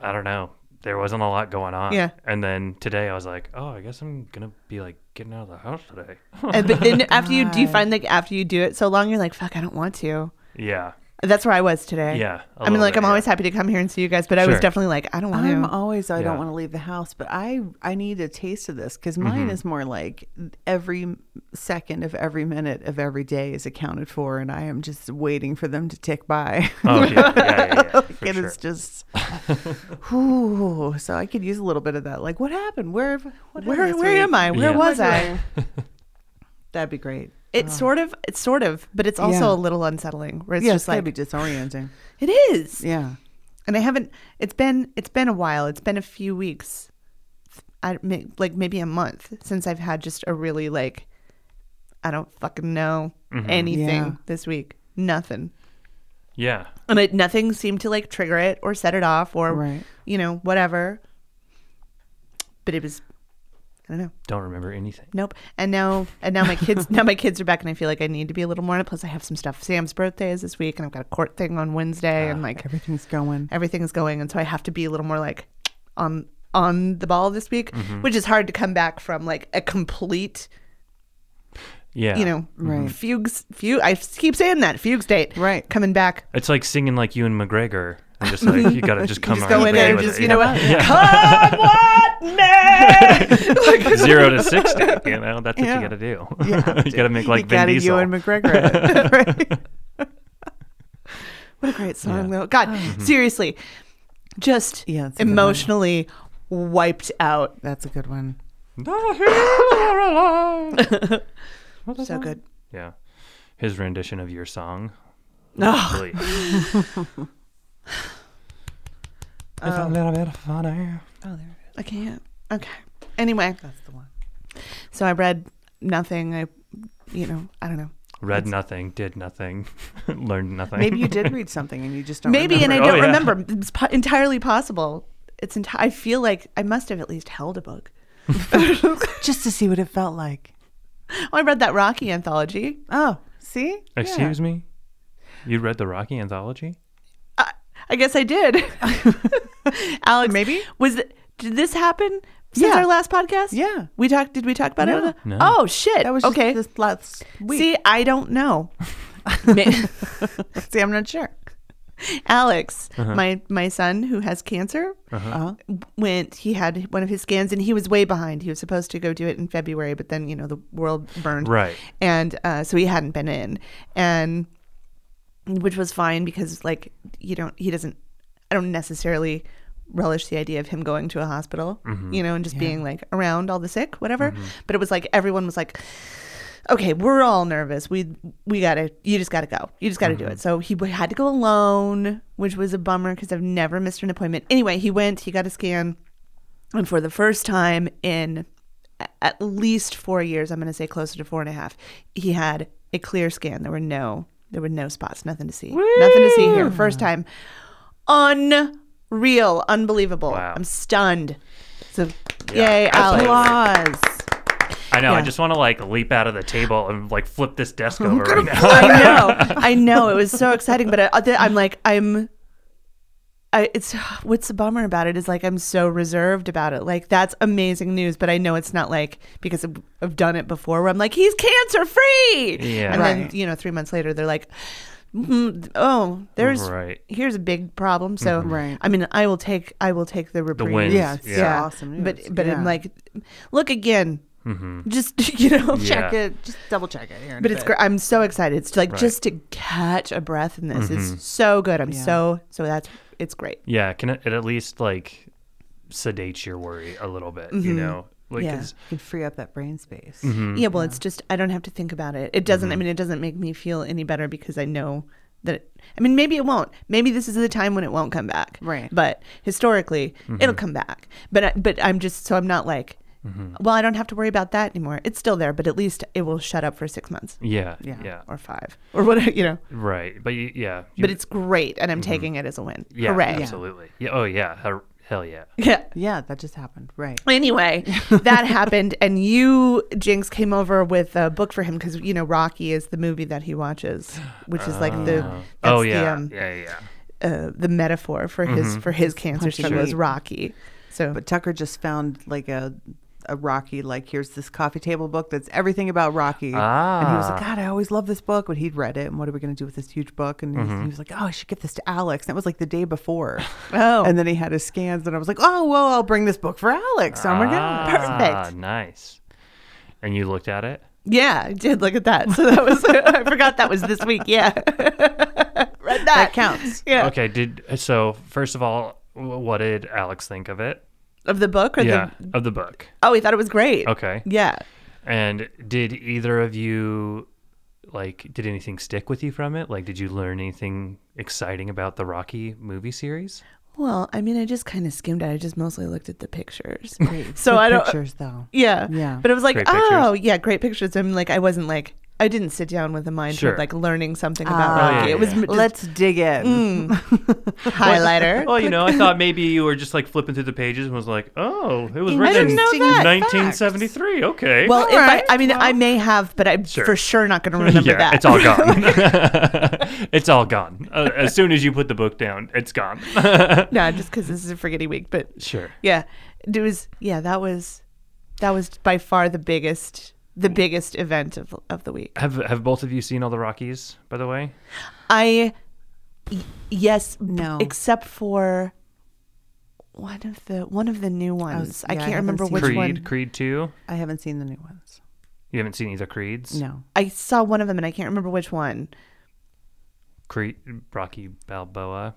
Speaker 5: I don't know. There wasn't a lot going on.
Speaker 3: Yeah.
Speaker 5: And then today, I was like, oh, I guess I'm gonna be like getting out of the house today.
Speaker 3: And- but then after you do you find like after you do it so long, you're like, fuck, I don't want to.
Speaker 5: yeah.
Speaker 3: That's where I was today.
Speaker 5: Yeah, a
Speaker 3: I mean,
Speaker 5: little
Speaker 3: like,
Speaker 5: bit,
Speaker 3: I'm always
Speaker 5: yeah.
Speaker 3: happy to come here and see you guys, but I was
Speaker 5: Sure.
Speaker 3: definitely like, I don't want
Speaker 4: I'm
Speaker 3: to.
Speaker 4: always I
Speaker 5: Yeah.
Speaker 4: don't want to leave the house, but I I need a taste of this because
Speaker 5: Mm-hmm.
Speaker 4: mine is more like every second of every minute of every day is accounted for, and I am just waiting for them to tick by.
Speaker 5: Oh yeah, yeah, yeah. yeah for
Speaker 4: and
Speaker 5: sure.
Speaker 4: it's just, whew, so I could use a little bit of that. Like, what happened? Where? What
Speaker 3: Where where am I? Where
Speaker 5: Yeah.
Speaker 3: was I?
Speaker 4: That'd be great.
Speaker 3: It's sort of, it's sort of, but it's also
Speaker 4: Yeah.
Speaker 3: a little unsettling. Where it's
Speaker 4: yeah,
Speaker 3: just
Speaker 4: it's gotta
Speaker 3: like
Speaker 4: be disorienting.
Speaker 3: it is,
Speaker 4: Yeah.
Speaker 3: and I haven't. It's been, it's been a while. It's been a few weeks, I may, like maybe a month since I've had just a really like, I don't fucking know
Speaker 5: Mm-hmm.
Speaker 3: anything
Speaker 4: Yeah.
Speaker 3: this week. Nothing.
Speaker 5: yeah.
Speaker 3: and it, nothing seemed to like trigger it or set it off or
Speaker 4: Right.
Speaker 3: you know whatever but it was i don't know
Speaker 5: Don't remember anything.
Speaker 3: nope and now and now my kids now my kids are back and i feel like i need to be a little more on it plus i have some stuff sam's birthday is this week and i've got a court thing on wednesday
Speaker 4: Ah,
Speaker 3: and like
Speaker 4: Everything's going.
Speaker 3: everything's going and so i have to be a little more like on
Speaker 5: Mm-hmm.
Speaker 3: on the ball this week which is hard to come back from like a complete
Speaker 5: Yeah.
Speaker 3: you know,
Speaker 4: Right.
Speaker 3: fugues, fugue. I keep saying that fugue state.
Speaker 4: Right.
Speaker 3: Coming back.
Speaker 5: It's like singing like Ewan McGregor. I'm just like, you gotta just come
Speaker 3: Just
Speaker 5: on
Speaker 3: go in
Speaker 5: and play
Speaker 3: there and
Speaker 5: with
Speaker 3: just,
Speaker 5: it.
Speaker 3: you know
Speaker 5: Yeah.
Speaker 3: what?
Speaker 5: Yeah.
Speaker 3: Come
Speaker 4: Ah,
Speaker 3: what me? Like,
Speaker 5: Zero to sixty. You know, that's what you gotta do. you gotta make like
Speaker 4: you
Speaker 5: Vin
Speaker 4: got a
Speaker 5: Diesel.
Speaker 4: Ewan McGregor. it. right?
Speaker 3: What a great song, though. God, seriously, just
Speaker 4: Oh. Mm-hmm. Yeah, that's a good one.
Speaker 3: emotionally wiped out.
Speaker 4: That's a good one.
Speaker 3: So good.
Speaker 5: yeah, his rendition of your song.
Speaker 3: Oh,
Speaker 5: Really. it's a
Speaker 3: Um,
Speaker 5: little bit funny.
Speaker 4: Oh, there it
Speaker 3: I can't. Okay. Anyway,
Speaker 4: is. That's the one.
Speaker 3: so I read nothing. I, you know, I don't know.
Speaker 5: Read nothing, did nothing, learned nothing.
Speaker 4: Maybe you did read something and you just don't.
Speaker 3: Maybe, and I
Speaker 5: remember.
Speaker 3: don't
Speaker 5: Oh, yeah.
Speaker 3: remember. It's po- entirely possible. It's enti- I feel like I must have at least held a book.
Speaker 4: and just to see what it felt like.
Speaker 3: Oh, I read that Rocky anthology.
Speaker 4: Oh, see?
Speaker 5: Excuse me. You read the Rocky anthology?
Speaker 3: I, I guess I did. Alex, maybe was th- did this happen since
Speaker 4: Yeah.
Speaker 3: our last podcast?
Speaker 4: Yeah.
Speaker 3: we talked. Did we talk about
Speaker 4: No.
Speaker 3: it?
Speaker 5: No.
Speaker 3: Oh shit!
Speaker 4: That was just
Speaker 3: okay.
Speaker 4: this last week.
Speaker 3: See, I don't know. Ma-
Speaker 4: See, I'm not sure.
Speaker 3: Alex, my my son who has cancer, uh,
Speaker 4: Uh-huh.
Speaker 3: went. He had one of his scans, and he was way behind. He was supposed to go do it in February, but then you know the world burned,
Speaker 5: Right.
Speaker 3: And uh, so he hadn't been in, and which was fine because like you don't he doesn't I don't necessarily relish the idea of him going to a hospital,
Speaker 4: Mm-hmm.
Speaker 3: you know, and just being like around all the sick, whatever. But it was like everyone was like okay, we're all nervous. We we gotta. You just gotta go. You just gotta
Speaker 5: Mm-hmm.
Speaker 3: do it. So he w- had to go alone, which was a bummer because I've never missed an appointment. Anyway, he went. He got a scan, and for the first time in a- at least four years, I'm gonna say closer to four and a half, he had a clear scan. There were no there were no spots, nothing to see, nothing to see here. First time, unreal, unbelievable.
Speaker 5: Wow.
Speaker 3: I'm stunned. So
Speaker 5: Yeah.
Speaker 3: yay, Alex.
Speaker 4: Applause.
Speaker 5: I know. I
Speaker 3: Yeah.
Speaker 5: just want to like leap out of the table and like flip this desk over right now.
Speaker 3: I know, I know. It was so exciting, but I, I'm like, I'm. I, it's what's the bummer about it is like I'm so reserved about it. Like that's amazing news, but I know it's not like because I've, I've done it before where I'm like he's cancer free,
Speaker 5: Yeah.
Speaker 3: and then
Speaker 4: Right.
Speaker 3: you know three months later they're like, mm, oh, there's
Speaker 5: Right. Mm-hmm.
Speaker 3: here's a big problem. So
Speaker 4: Right.
Speaker 3: I mean, I will take I will take the reprieve.
Speaker 5: win.
Speaker 4: Yeah,
Speaker 5: Yeah.
Speaker 4: yeah. awesome. news.
Speaker 3: But but I'm
Speaker 4: Yeah.
Speaker 3: like, look again, just you know
Speaker 5: Mm-hmm. Yeah.
Speaker 4: check it. uh, Just double check it here. in a
Speaker 3: but it's
Speaker 4: bit.
Speaker 3: great. I'm so excited. It's like
Speaker 5: Right. Mm-hmm.
Speaker 3: just to catch a breath in this is so good. I'm
Speaker 4: Yeah.
Speaker 3: so so that's it's great.
Speaker 5: Yeah, can it it at least like sedates your worry a little bit? You know, like
Speaker 3: Mm-hmm. Yeah.
Speaker 5: 'cause-
Speaker 4: You can free up that brain space.
Speaker 5: Mm-hmm.
Speaker 3: Yeah, well, it's just I don't have to think about it. It doesn't. I mean, it doesn't make me feel any better because I know that. It, I mean, maybe it won't. Maybe this is the time when it won't come back.
Speaker 4: Right.
Speaker 3: But historically,
Speaker 5: Mm-hmm.
Speaker 3: it'll come back. But I, but I'm just so I'm not like.
Speaker 5: Mm-hmm.
Speaker 3: Well, I don't have to worry about that anymore. It's still there, but at least it will shut up for six months
Speaker 5: yeah, yeah,
Speaker 4: Yeah.
Speaker 3: or five or whatever, you know.
Speaker 5: right. But you, yeah, you- Mm-hmm.
Speaker 3: But it's great, and I'm taking it as a win.
Speaker 5: yeah,
Speaker 3: Hooray!
Speaker 5: absolutely. Yeah. Oh yeah, Hell- hell yeah.
Speaker 3: yeah.
Speaker 4: Yeah, that just happened. Right.
Speaker 3: Anyway, that happened, and you, Jinx, came over with a book for him because you know Rocky is the movie that he watches, which is like the that's
Speaker 5: oh yeah, Mm-hmm.
Speaker 3: the, um,
Speaker 5: yeah, yeah.
Speaker 3: uh, the metaphor for his for his cancer
Speaker 4: Punching
Speaker 3: struggle is
Speaker 4: bag.
Speaker 3: Rocky. So
Speaker 4: But Tucker just found like a a Rocky like here's this coffee table book that's everything about Rocky. And he was like,
Speaker 5: Ah.
Speaker 4: God, I always love this book. But he'd read it, and what are we going to do with this huge book? And he was-
Speaker 3: Mm-hmm.
Speaker 4: he was like, Oh, I should give this to Alex. And that was like the day before.
Speaker 3: Oh.
Speaker 4: and then he had his scans, and I was like, Oh, well, I'll bring this book for Alex. Oh my god,
Speaker 5: Ah,
Speaker 3: perfect.
Speaker 5: Nice. And you looked at it.
Speaker 3: yeah, I did look at that. So that was I forgot that was this week. Yeah, read that.
Speaker 4: that counts.
Speaker 3: Yeah,
Speaker 5: Okay. Did so? First of all, wh- what did Alex think of it?
Speaker 3: of the book or
Speaker 5: yeah,
Speaker 3: the
Speaker 5: of the book.
Speaker 3: oh, he thought it was great.
Speaker 5: Okay.
Speaker 3: Yeah.
Speaker 5: And did either of you like did anything stick with you from it? Like did you learn anything exciting about the Rocky movie series?
Speaker 3: Well, I mean, I just kind of skimmed it. I just mostly looked at the pictures.
Speaker 4: Great.
Speaker 3: So
Speaker 4: Good
Speaker 3: I don't-
Speaker 4: pictures though.
Speaker 3: Yeah.
Speaker 4: Yeah.
Speaker 3: But it was like,
Speaker 5: Great pictures.
Speaker 3: oh, yeah, great pictures. I'm like, I wasn't like, I didn't sit down with a mind
Speaker 5: Sure.
Speaker 3: of like learning something
Speaker 4: Ah.
Speaker 3: about
Speaker 5: Oh,
Speaker 3: Rocky.
Speaker 5: yeah,
Speaker 3: it was
Speaker 5: yeah.
Speaker 3: m- just Mm.
Speaker 4: Let's dig in.
Speaker 3: highlighter.
Speaker 5: Well, Oh, you know, I thought maybe you were just like flipping through the pages and was like, "Oh, it was
Speaker 4: I
Speaker 5: written in
Speaker 4: didn't know that.
Speaker 5: 1973." Okay.
Speaker 3: Well, if
Speaker 4: Alright,
Speaker 3: I, I mean, I may have, but I'm
Speaker 5: Sure.
Speaker 3: for sure not going to remember
Speaker 5: yeah,
Speaker 3: that.
Speaker 5: it's all gone. it's all gone. Uh, as soon as you put the book down, it's gone.
Speaker 3: no, just because this is a forgetty week. But
Speaker 5: sure.
Speaker 3: yeah, it was, yeah, that was, that was by far the biggest the
Speaker 5: Mm.
Speaker 3: biggest event of, of the week.
Speaker 5: Have have both of you seen all the Rockies? By the way,
Speaker 3: I, y- yes, b-
Speaker 4: No.
Speaker 3: except for one of the one of the new ones. I,
Speaker 4: Oh,
Speaker 3: can't
Speaker 4: yeah, I haven't
Speaker 3: remember
Speaker 4: seen
Speaker 3: which
Speaker 5: Creed,
Speaker 3: one.
Speaker 5: Creed Two.
Speaker 4: I haven't seen the new ones.
Speaker 5: You haven't seen either Creeds.
Speaker 4: No.
Speaker 3: I saw one of them and I can't remember which one.
Speaker 5: Creed, Rocky Balboa.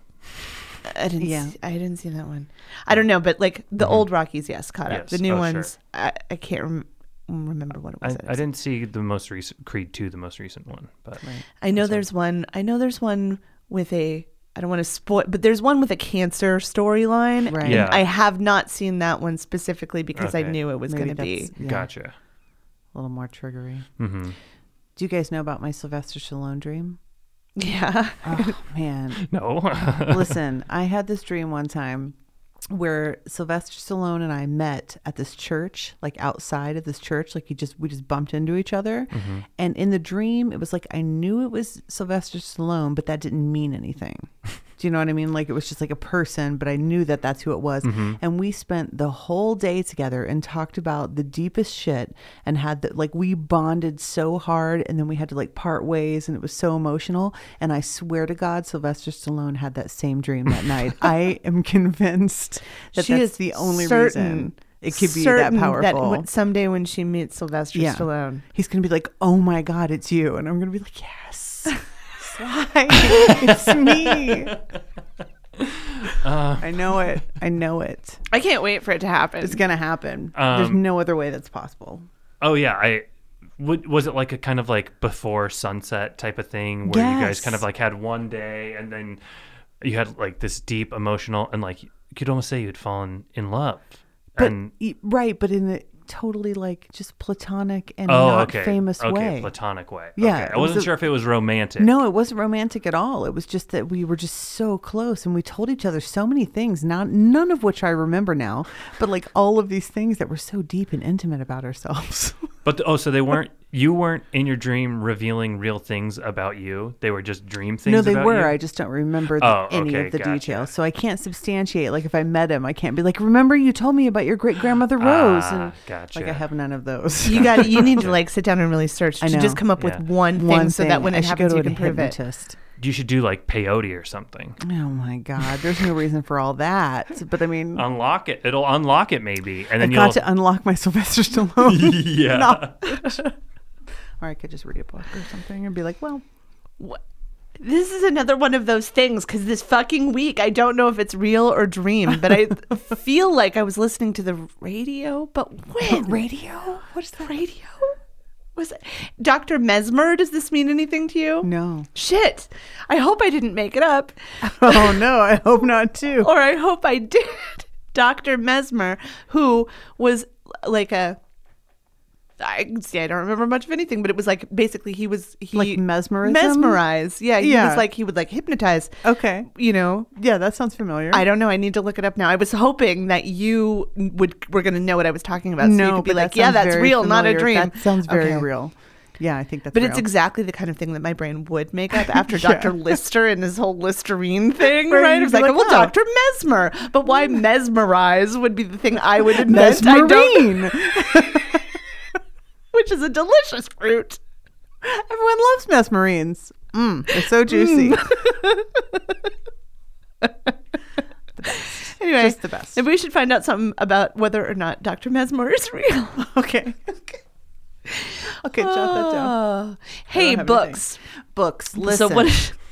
Speaker 3: I didn't.
Speaker 4: Yeah.
Speaker 3: See, I didn't see that one. I don't know, but like the old Rockies, yes, caught up.
Speaker 5: Mm-hmm. Yes.
Speaker 3: The new
Speaker 5: Oh, sure.
Speaker 3: ones, I, I can't rem- remember what it
Speaker 5: I,
Speaker 3: was.
Speaker 5: I didn't see the most recent Creed Two, the most recent one, but
Speaker 3: I know there's one. I know there's one with a. I don't want to spoil, but there's one with a cancer storyline.
Speaker 4: Right.
Speaker 3: and
Speaker 5: Yeah.
Speaker 3: I have not seen that one specifically because I
Speaker 5: Okay.
Speaker 3: knew it was
Speaker 4: Maybe
Speaker 3: going to be.
Speaker 4: that's- yeah,
Speaker 5: gotcha.
Speaker 4: A little more triggery.
Speaker 5: Mm-hmm.
Speaker 4: Do you guys know about my Sylvester Stallone dream?
Speaker 3: Yeah.
Speaker 4: Oh, man.
Speaker 5: No,
Speaker 4: Listen, I had this dream one time where Sylvester Stallone and I met at this church, like outside of this church, like he just we just bumped into each other. And in the dream, it was like I knew it was Sylvester Stallone, but that didn't mean anything. Do you know what I mean? Like it was just like a person, but I knew that that's who it was. And we spent the whole day together and talked about the deepest shit and had the, like we bonded so hard and then we had to like part ways and it was so emotional. And I swear to God, Sylvester Stallone had that same dream that night. I am convinced that
Speaker 3: She
Speaker 4: that's
Speaker 3: is
Speaker 4: the only
Speaker 3: certain-
Speaker 4: reason it could be that
Speaker 3: certain
Speaker 4: powerful.
Speaker 3: when- someday when she meets Sylvester Stallone,
Speaker 4: He's gonna be like, "Oh my god, it's you," and I'm gonna be like, "Yes, Sly, it's me." I know it. I know it.
Speaker 3: I can't wait for it to happen.
Speaker 4: It's gonna happen. There's
Speaker 5: Um,
Speaker 4: no other way that's possible.
Speaker 5: Oh yeah, I would. Was it like a kind of like before sunset type of thing where you guys
Speaker 4: Yes.
Speaker 5: kind of like had one day and then you had like this deep emotional and like you could almost say you had fallen in love.
Speaker 4: But
Speaker 5: and
Speaker 4: y- right, but in a totally like just platonic and
Speaker 5: oh,
Speaker 4: not
Speaker 5: okay,
Speaker 4: famous
Speaker 5: okay,
Speaker 4: way.
Speaker 5: platonic way.
Speaker 4: Yeah,
Speaker 5: okay.
Speaker 4: it
Speaker 5: I
Speaker 4: was
Speaker 5: wasn't
Speaker 4: a-
Speaker 5: sure if it was romantic.
Speaker 4: no, it wasn't romantic at all. It was just that we were just so close and we told each other so many things, not none of which I remember now, but like all of these things that were so deep and intimate about ourselves.
Speaker 5: but oh, so they weren't. You weren't in your dream revealing real things about you. They were just dream things.
Speaker 4: No, they
Speaker 5: about
Speaker 4: were.
Speaker 5: you?
Speaker 4: I just don't remember the,
Speaker 5: Oh,
Speaker 4: any
Speaker 5: okay,
Speaker 4: of the
Speaker 5: gotcha.
Speaker 4: details. So I can't substantiate. Like, if I met him, I can't be like, remember you told me about your great grandmother Rose.
Speaker 5: Ah,
Speaker 4: and
Speaker 5: gotcha.
Speaker 4: Like, I have none of those.
Speaker 3: you got. You need to like sit down and really search.
Speaker 4: I
Speaker 3: to
Speaker 4: know.
Speaker 3: Just come up
Speaker 5: Yeah.
Speaker 3: with one thing so that when
Speaker 4: I
Speaker 3: it
Speaker 4: should
Speaker 3: happens,
Speaker 4: go
Speaker 3: you
Speaker 4: to
Speaker 3: can
Speaker 4: a
Speaker 3: prove it.
Speaker 4: hypnotist.
Speaker 5: You should do like peyote or something.
Speaker 4: Oh, my God. There's no reason for all that. But I mean,
Speaker 5: Unlock it. It'll unlock it maybe, Um, and
Speaker 4: I
Speaker 5: then
Speaker 4: got
Speaker 5: you'll.
Speaker 4: to unlock my Sylvester Stallone.
Speaker 5: yeah.
Speaker 4: or I could just read a book or something and be like, well,
Speaker 3: Wha- This is another one of those things because this fucking week, I don't know if it's real or dream, but I feel like I was listening to the radio. But when?
Speaker 4: radio? What is that?
Speaker 3: radio? Was it Dr. Mesmer? Does this mean anything to you?
Speaker 4: No.
Speaker 3: Shit. I hope I didn't make it up,
Speaker 4: Oh, no. I hope not, too.
Speaker 3: or I hope I did. Dr. Mesmer, who was like a. I see. I don't remember much of anything, but it was like basically he was he
Speaker 4: Like mesmerism?
Speaker 3: mesmerize. Yeah, he
Speaker 4: Yeah.
Speaker 3: was like he would like hypnotize.
Speaker 4: Okay.
Speaker 3: you know
Speaker 4: Yeah, that sounds familiar.
Speaker 3: i don't know i need to look it up now i was hoping that you would were going to know what i was talking about so you could be
Speaker 4: but that
Speaker 3: like yeah
Speaker 4: sounds
Speaker 3: that's
Speaker 4: very
Speaker 3: real not a
Speaker 4: familiar.
Speaker 3: dream
Speaker 4: That sounds very
Speaker 3: Okay.
Speaker 4: real. Yeah, I think that's
Speaker 3: but
Speaker 4: real.
Speaker 3: it's exactly the kind of thing that my brain would make up after
Speaker 4: Yeah.
Speaker 3: Dr. Lister and his whole Listerine thing,
Speaker 4: Right,
Speaker 3: right?
Speaker 4: you'd
Speaker 3: It was
Speaker 4: be
Speaker 3: like,
Speaker 4: like,
Speaker 3: well,
Speaker 4: oh. Mm.
Speaker 3: Dr. Mesmer. But why mesmerize would be the thing I would invent. I don't,
Speaker 4: mesmerine.
Speaker 3: which is a delicious fruit.
Speaker 4: Everyone loves mesmerines. Mm, they're so juicy.
Speaker 3: Anyway,
Speaker 4: Just the best.
Speaker 3: Maybe we should find out something about whether or not Dr. Mesmer is real.
Speaker 4: okay. Okay, jot that down.
Speaker 3: Oh. Hey,
Speaker 4: have anything.
Speaker 3: books.
Speaker 4: Books. Listen.
Speaker 3: So what?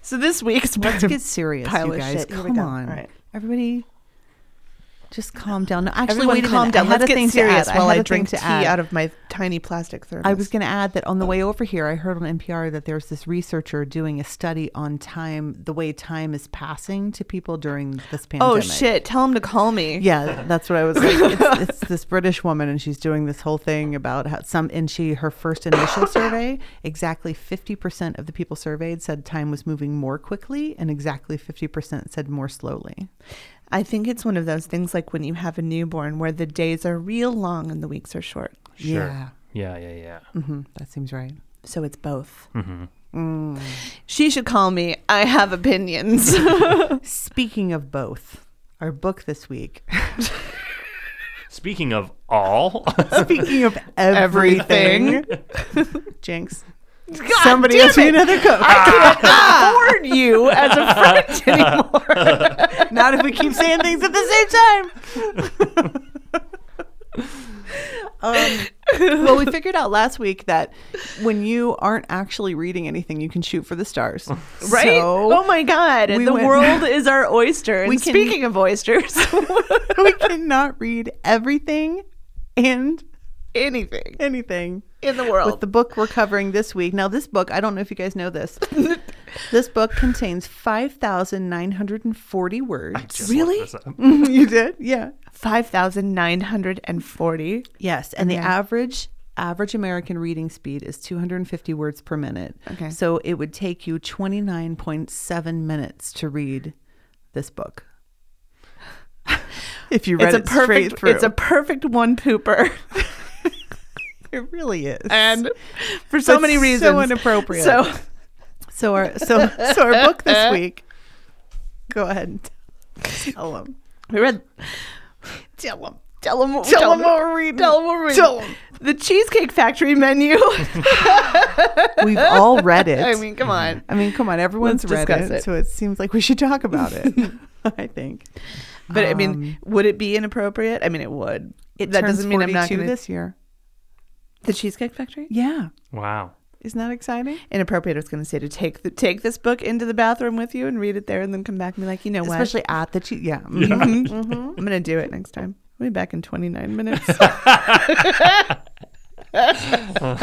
Speaker 3: So this week's
Speaker 4: Let's get serious,
Speaker 3: pile
Speaker 4: you
Speaker 3: of
Speaker 4: guys.
Speaker 3: shit. Here we
Speaker 4: Come
Speaker 3: go.
Speaker 4: on,
Speaker 3: All right.
Speaker 4: everybody. Just calm down. No, actually,
Speaker 3: Everyone,
Speaker 4: wait a
Speaker 3: calm
Speaker 4: minute.
Speaker 3: down.
Speaker 4: I had
Speaker 3: Let's
Speaker 4: a
Speaker 3: get
Speaker 4: thing to
Speaker 3: serious
Speaker 4: add. I
Speaker 3: while
Speaker 4: had
Speaker 3: I
Speaker 4: a thing
Speaker 3: drink tea
Speaker 4: to add.
Speaker 3: out of my tiny plastic thermos.
Speaker 4: I was going to add that on the way over here, I heard on NPR that there's this researcher doing a study on time, the way time is passing to people during this pandemic.
Speaker 3: Oh shit! Tell him to call me.
Speaker 4: Yeah, that's what I was like. It's, it's this British woman, and she's doing this whole thing about how some, and she, her first initial survey, exactly 50% of the people surveyed said time was moving more quickly, and exactly 50% said more slowly.
Speaker 3: I think it's one of those things like when you have a newborn, where the days are real long and the weeks are short.
Speaker 5: Sure.
Speaker 4: Yeah.
Speaker 5: Yeah. Yeah. Yeah.
Speaker 4: hmm that seems right.
Speaker 3: So it's both.
Speaker 5: Mm-hmm.
Speaker 3: She should call me. I have opinions.
Speaker 4: Speaking of both, our book this week
Speaker 5: Speaking of all,
Speaker 4: Speaking of
Speaker 3: Everything.
Speaker 4: everything, Jinx.
Speaker 3: God
Speaker 4: Somebody
Speaker 3: damn
Speaker 4: else
Speaker 3: it.
Speaker 4: need another coat.
Speaker 3: I can't afford you as a friend anymore.
Speaker 4: Not if we keep saying things at the same time. um, well, we figured out last week that when you aren't actually reading anything, you can shoot for the stars.
Speaker 3: right?
Speaker 4: So
Speaker 3: oh my god,
Speaker 4: we
Speaker 3: the
Speaker 4: went-
Speaker 3: world is our oyster. And
Speaker 4: We can-
Speaker 3: speaking of oysters,
Speaker 4: we cannot read everything and
Speaker 3: anything
Speaker 4: anything.
Speaker 3: in the world.
Speaker 4: With the book we're covering this week. Now, this book, I don't know if you guys know this. this book contains 5,940 words.
Speaker 5: Just
Speaker 3: Really?
Speaker 5: looked this up.
Speaker 4: you did? Yeah.
Speaker 3: 5,940.
Speaker 4: Yes, and
Speaker 3: Okay.
Speaker 4: the average average American reading speed is 250 words per minute.
Speaker 3: Okay.
Speaker 4: So it would take you 29.7 minutes to read this book. if you read
Speaker 3: It's a
Speaker 4: it straight
Speaker 3: perfect
Speaker 4: through.
Speaker 3: it's a perfect one pooper.
Speaker 4: it really is.
Speaker 3: And for so
Speaker 4: It's
Speaker 3: many
Speaker 4: so
Speaker 3: reasons.
Speaker 4: inappropriate.
Speaker 3: So
Speaker 4: so our so so our book this week. Go ahead. Tell them.
Speaker 3: we read Tell them. Tell them,
Speaker 4: Tell 'em what we're reading.
Speaker 3: Tell them what we're reading.
Speaker 4: Tell 'em.
Speaker 3: The Cheesecake Factory menu.
Speaker 4: We've all read it.
Speaker 3: I mean, come on.
Speaker 4: I mean, come on, everyone's
Speaker 3: Let's
Speaker 4: read
Speaker 3: discuss
Speaker 4: it,
Speaker 3: it.
Speaker 4: so it seems like we should talk about it. I think.
Speaker 3: But I mean, would it be inappropriate? I mean, um, it would.
Speaker 4: It
Speaker 3: that
Speaker 4: turns
Speaker 3: doesn't mean I'm not
Speaker 4: 42
Speaker 3: going to.
Speaker 4: this year.
Speaker 3: The Cheesecake Factory?
Speaker 4: Yeah.
Speaker 5: Wow.
Speaker 4: Isn't that exciting?
Speaker 3: Inappropriate. I was going to say to take the, take this book into the bathroom with you and read it there, and then come back and be like, you know what?
Speaker 4: Especially at the cheese. Yeah. Mm-hmm.
Speaker 3: Mhm. I'm going to do it next time. We'll be back in 29 minutes.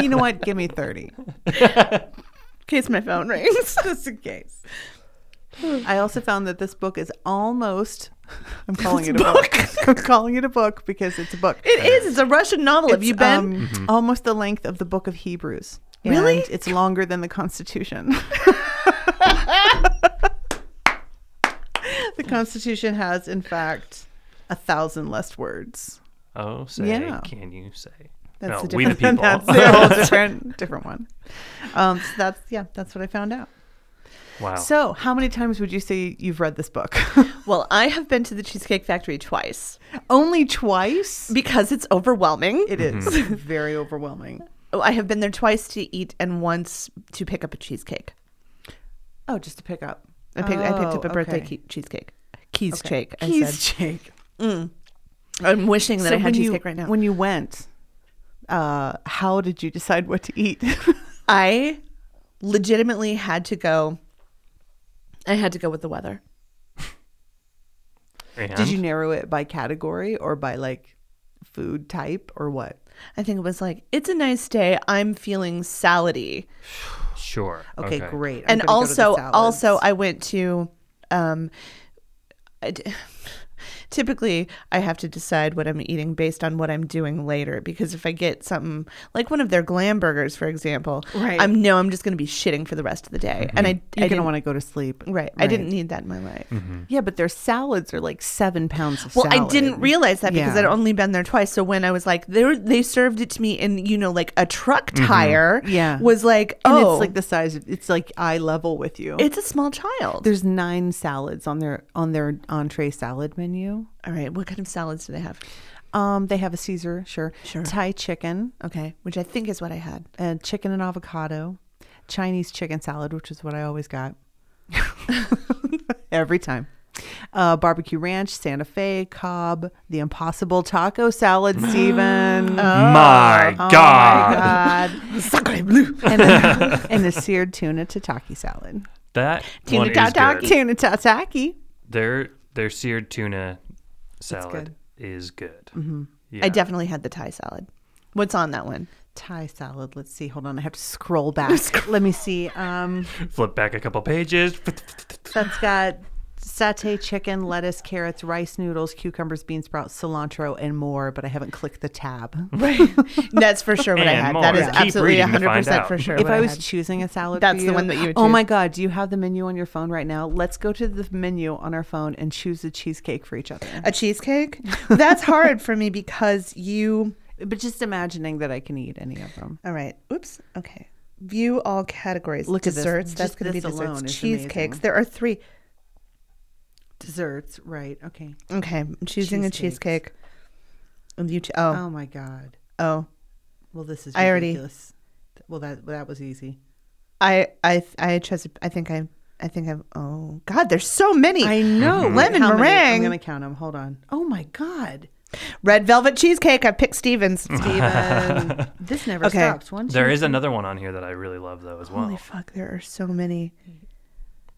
Speaker 4: you know what? Give me 30.
Speaker 3: in case my phone rings.
Speaker 4: Just in case. I also found that this book is almost. I'm calling it a book. I'm calling it a book because it's a book.
Speaker 3: It is. It's a Russian novel. Have
Speaker 4: It's,
Speaker 3: you been?
Speaker 4: um, almost the length of the book of Hebrews?
Speaker 3: Really?
Speaker 4: And it's longer than the Constitution. the Constitution has, in fact, a thousand less words.
Speaker 5: Oh, say,
Speaker 4: Yeah.
Speaker 5: can you say?
Speaker 4: That's
Speaker 5: no,
Speaker 4: the
Speaker 5: we the people.
Speaker 4: different. That's a whole different, different one. Um, so that's yeah, that's what I found out.
Speaker 5: wow.
Speaker 4: So, how many times would you say you've read this book?
Speaker 3: well, I have been to the Cheesecake Factory twice
Speaker 4: Only twice.
Speaker 3: because it's overwhelming.
Speaker 4: It is very overwhelming.
Speaker 3: Oh, I have been there twice to eat and once to pick up a cheesecake.
Speaker 4: Oh, just to pick up.
Speaker 3: I picked, I picked up a
Speaker 4: Oh,
Speaker 3: birthday
Speaker 4: okay.
Speaker 3: ke- cheesecake. Keys cake. I
Speaker 4: Keys
Speaker 3: said.
Speaker 4: shake.
Speaker 3: I'm wishing that I had
Speaker 4: when
Speaker 3: cheesecake
Speaker 4: you,
Speaker 3: right now.
Speaker 4: When you went, uh, how did you decide what to eat?
Speaker 3: I legitimately had to go. I had to go with the weather.
Speaker 5: and
Speaker 4: did you narrow it by category or by like food type or what?
Speaker 3: I think it was like, it's a nice day. I'm feeling salady.
Speaker 5: sure?
Speaker 4: Okay, great. I'm
Speaker 3: and
Speaker 4: gonna go to the
Speaker 3: also
Speaker 4: salads.
Speaker 3: also I went to um I d- typically I have to decide what I'm eating based on what I'm doing later because if I get something like one of their glam burgers for example
Speaker 4: Right. Mm-hmm.
Speaker 3: I'm no I'm just going to be shitting for the rest of the day and I I
Speaker 4: you're gonna Mm-hmm.
Speaker 3: didn't
Speaker 4: want to go to sleep,
Speaker 3: right, I didn't need that in my life
Speaker 4: Yeah, but their salads are like seven pounds of
Speaker 3: well
Speaker 4: salad.
Speaker 3: I didn't realize that because
Speaker 4: Yeah.
Speaker 3: I'd only been there twice so when I was like they were, they served it to me in you know like a truck tire
Speaker 4: Mm-hmm. Yeah.
Speaker 3: was like
Speaker 4: And
Speaker 3: oh
Speaker 4: it's like the size. Of, it's like eye level with you.
Speaker 3: it's a small child
Speaker 4: There's nine salads on their on their entree salad menu.
Speaker 3: all right what kind of salads do they have
Speaker 4: Um, they have a Caesar, sure,
Speaker 3: Sure.
Speaker 4: Thai chicken,
Speaker 3: okay which I think is what I had
Speaker 4: and chicken and avocado, Chinese chicken salad, which is what I always got every time. Uh, barbecue ranch, Santa Fe, Cobb, the Impossible Taco Salad, Steven.
Speaker 5: My
Speaker 4: Oh
Speaker 5: God,
Speaker 4: my God.
Speaker 3: Sacre bleu.
Speaker 4: and, a, and a seared tuna tataki salad.
Speaker 5: that
Speaker 3: Tuna
Speaker 5: one is
Speaker 3: tataki.
Speaker 5: good.
Speaker 4: Tuna tataki.
Speaker 5: Their their seared tuna salad is good.
Speaker 4: Mm-hmm.
Speaker 5: Yeah.
Speaker 3: I definitely had the Thai salad. What's on that one?
Speaker 4: Thai salad. Let's see. Hold on. I have to scroll back. Let me see. Um,
Speaker 5: flip back a couple pages.
Speaker 4: that's got satay chicken, lettuce, carrots, rice noodles, cucumbers, bean sprouts, cilantro, and more. But I haven't clicked the tab.
Speaker 3: Right. That's for sure what I
Speaker 5: And
Speaker 3: had.
Speaker 5: more.
Speaker 3: That is
Speaker 5: Keep
Speaker 3: absolutely
Speaker 5: reading to find
Speaker 3: 100%
Speaker 5: out.
Speaker 3: for sure.
Speaker 4: if
Speaker 3: what
Speaker 4: I was
Speaker 3: had.
Speaker 4: choosing a salad,
Speaker 3: That's
Speaker 4: for
Speaker 3: the
Speaker 4: you-
Speaker 3: one that you would
Speaker 4: Oh my
Speaker 3: choose.
Speaker 4: God! Do you have the menu on your phone right now? Let's go to the menu on our phone and choose a cheesecake for each other.
Speaker 3: a cheesecake, that's hard for me because you.
Speaker 4: But just imagining that I can eat any of them.
Speaker 3: All right. Oops. Okay. View all categories.
Speaker 4: Look at this.
Speaker 3: desserts. That's
Speaker 4: Just
Speaker 3: going to be
Speaker 4: this
Speaker 3: desserts.
Speaker 4: alone is
Speaker 3: Cheesecakes.
Speaker 4: amazing.
Speaker 3: There are three.
Speaker 4: Desserts, right? Okay.
Speaker 3: Okay. I'm choosing a
Speaker 4: Cheesecakes.
Speaker 3: cheesecake. And You too. Oh,
Speaker 4: Oh my god.
Speaker 3: oh.
Speaker 4: Well, this is
Speaker 3: I already-
Speaker 4: ridiculous. Well, that that was easy.
Speaker 3: I I I chose. I think I I think I'm. Oh God, there's so many.
Speaker 4: I know.
Speaker 3: Lemon
Speaker 4: How many?
Speaker 3: meringue.
Speaker 4: I'm gonna count them. Hold on. Oh my god.
Speaker 3: Red velvet cheesecake. I picked Stevens.
Speaker 4: Steven, this never
Speaker 3: Okay.
Speaker 4: stops. One,
Speaker 5: There
Speaker 4: two,
Speaker 5: is another one on here that I really love though
Speaker 4: Oh,
Speaker 5: as well.
Speaker 3: Holy fuck, there are so many.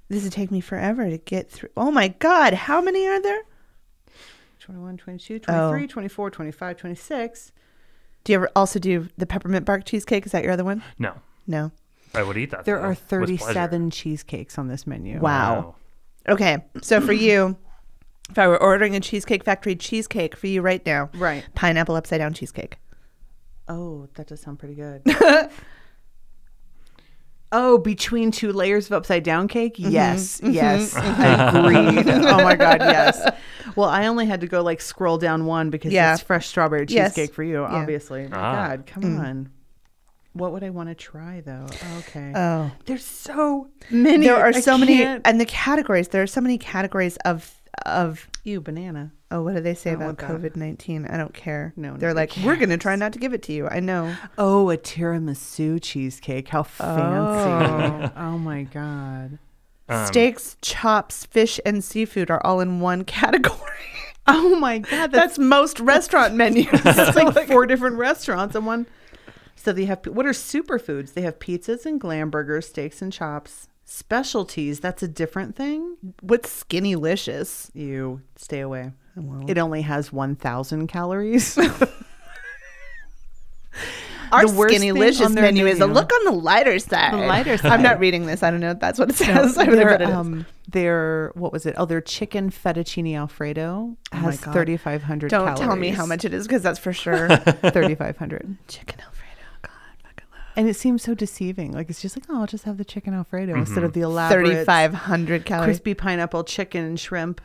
Speaker 3: This would take me forever to get through. Oh my God, how many are there?
Speaker 4: 21, 22,
Speaker 3: Oh.
Speaker 4: 23, 24, 25, 26.
Speaker 3: Do you ever also do the peppermint bark cheesecake? Is that your other one?
Speaker 5: No,
Speaker 3: No.
Speaker 5: I would eat that.
Speaker 4: There
Speaker 5: though,
Speaker 4: are
Speaker 5: with pleasure.
Speaker 4: 37 cheesecakes on this menu.
Speaker 3: Wow. Okay, so for you, if I were ordering a Cheesecake Factory cheesecake for you right now,
Speaker 4: Right.
Speaker 3: Pineapple upside down cheesecake.
Speaker 4: Oh, that does sound pretty good. oh, between two layers of upside down cake?
Speaker 3: Mm-hmm.
Speaker 4: Yes. Yes. Agreed. oh my god, yes. Well, I only had to go like scroll down one because
Speaker 3: Yeah.
Speaker 4: it's fresh strawberry
Speaker 3: Yes.
Speaker 4: cheesecake for you,
Speaker 3: Yeah. Mm.
Speaker 4: obviously. My
Speaker 5: Ah.
Speaker 4: god, come on. What would I want to try though? Okay.
Speaker 3: Oh.
Speaker 4: There's so many.
Speaker 3: There are
Speaker 4: I
Speaker 3: so many,
Speaker 4: can't-
Speaker 3: and the categories. There are so many categories of of.
Speaker 4: Ew, banana.
Speaker 3: Oh, what do they say
Speaker 4: I
Speaker 3: about
Speaker 4: want that.
Speaker 3: COVID nineteen? I don't care.
Speaker 4: No,
Speaker 3: they're
Speaker 4: nobody
Speaker 3: like, we're going to try not to give it to you. I know.
Speaker 4: Oh, a tiramisu cheesecake. How fancy. Oh, my God. Um,
Speaker 3: Steaks, chops, fish, and seafood are all in one category.
Speaker 4: Oh my God. That's,
Speaker 3: That's most restaurant menus.
Speaker 4: that's like, four different restaurants and one. So they have, what are superfoods? They have pizzas and glam burgers, steaks and chops. Specialties, that's a different thing.
Speaker 3: What's skinny licious?
Speaker 4: You stay away.
Speaker 3: won't.
Speaker 4: It only has 1,000 calories.
Speaker 3: Our
Speaker 4: The worst
Speaker 3: skinny
Speaker 4: thing
Speaker 3: licious
Speaker 4: on their
Speaker 3: menu is a
Speaker 4: menu-
Speaker 3: look on the lighter side.
Speaker 4: lighter
Speaker 3: I'm
Speaker 4: side.
Speaker 3: not reading this. I don't know if that's what it says. I don't know what it
Speaker 4: their,
Speaker 3: is.
Speaker 4: um, their, what was it? Oh, their chicken fettuccine alfredo
Speaker 3: Oh my
Speaker 4: has
Speaker 3: God.
Speaker 4: 3,500
Speaker 3: don't
Speaker 4: calories.
Speaker 3: tell me how much it is because that's for sure.
Speaker 4: 3,500.
Speaker 3: Chicken Alfredo. God, fucking love.
Speaker 4: And it seems so deceiving. Like it's just like, oh, I'll just have the chicken alfredo instead of the elaborate
Speaker 3: Thirty-five hundred calories.
Speaker 4: crispy pineapple chicken shrimp,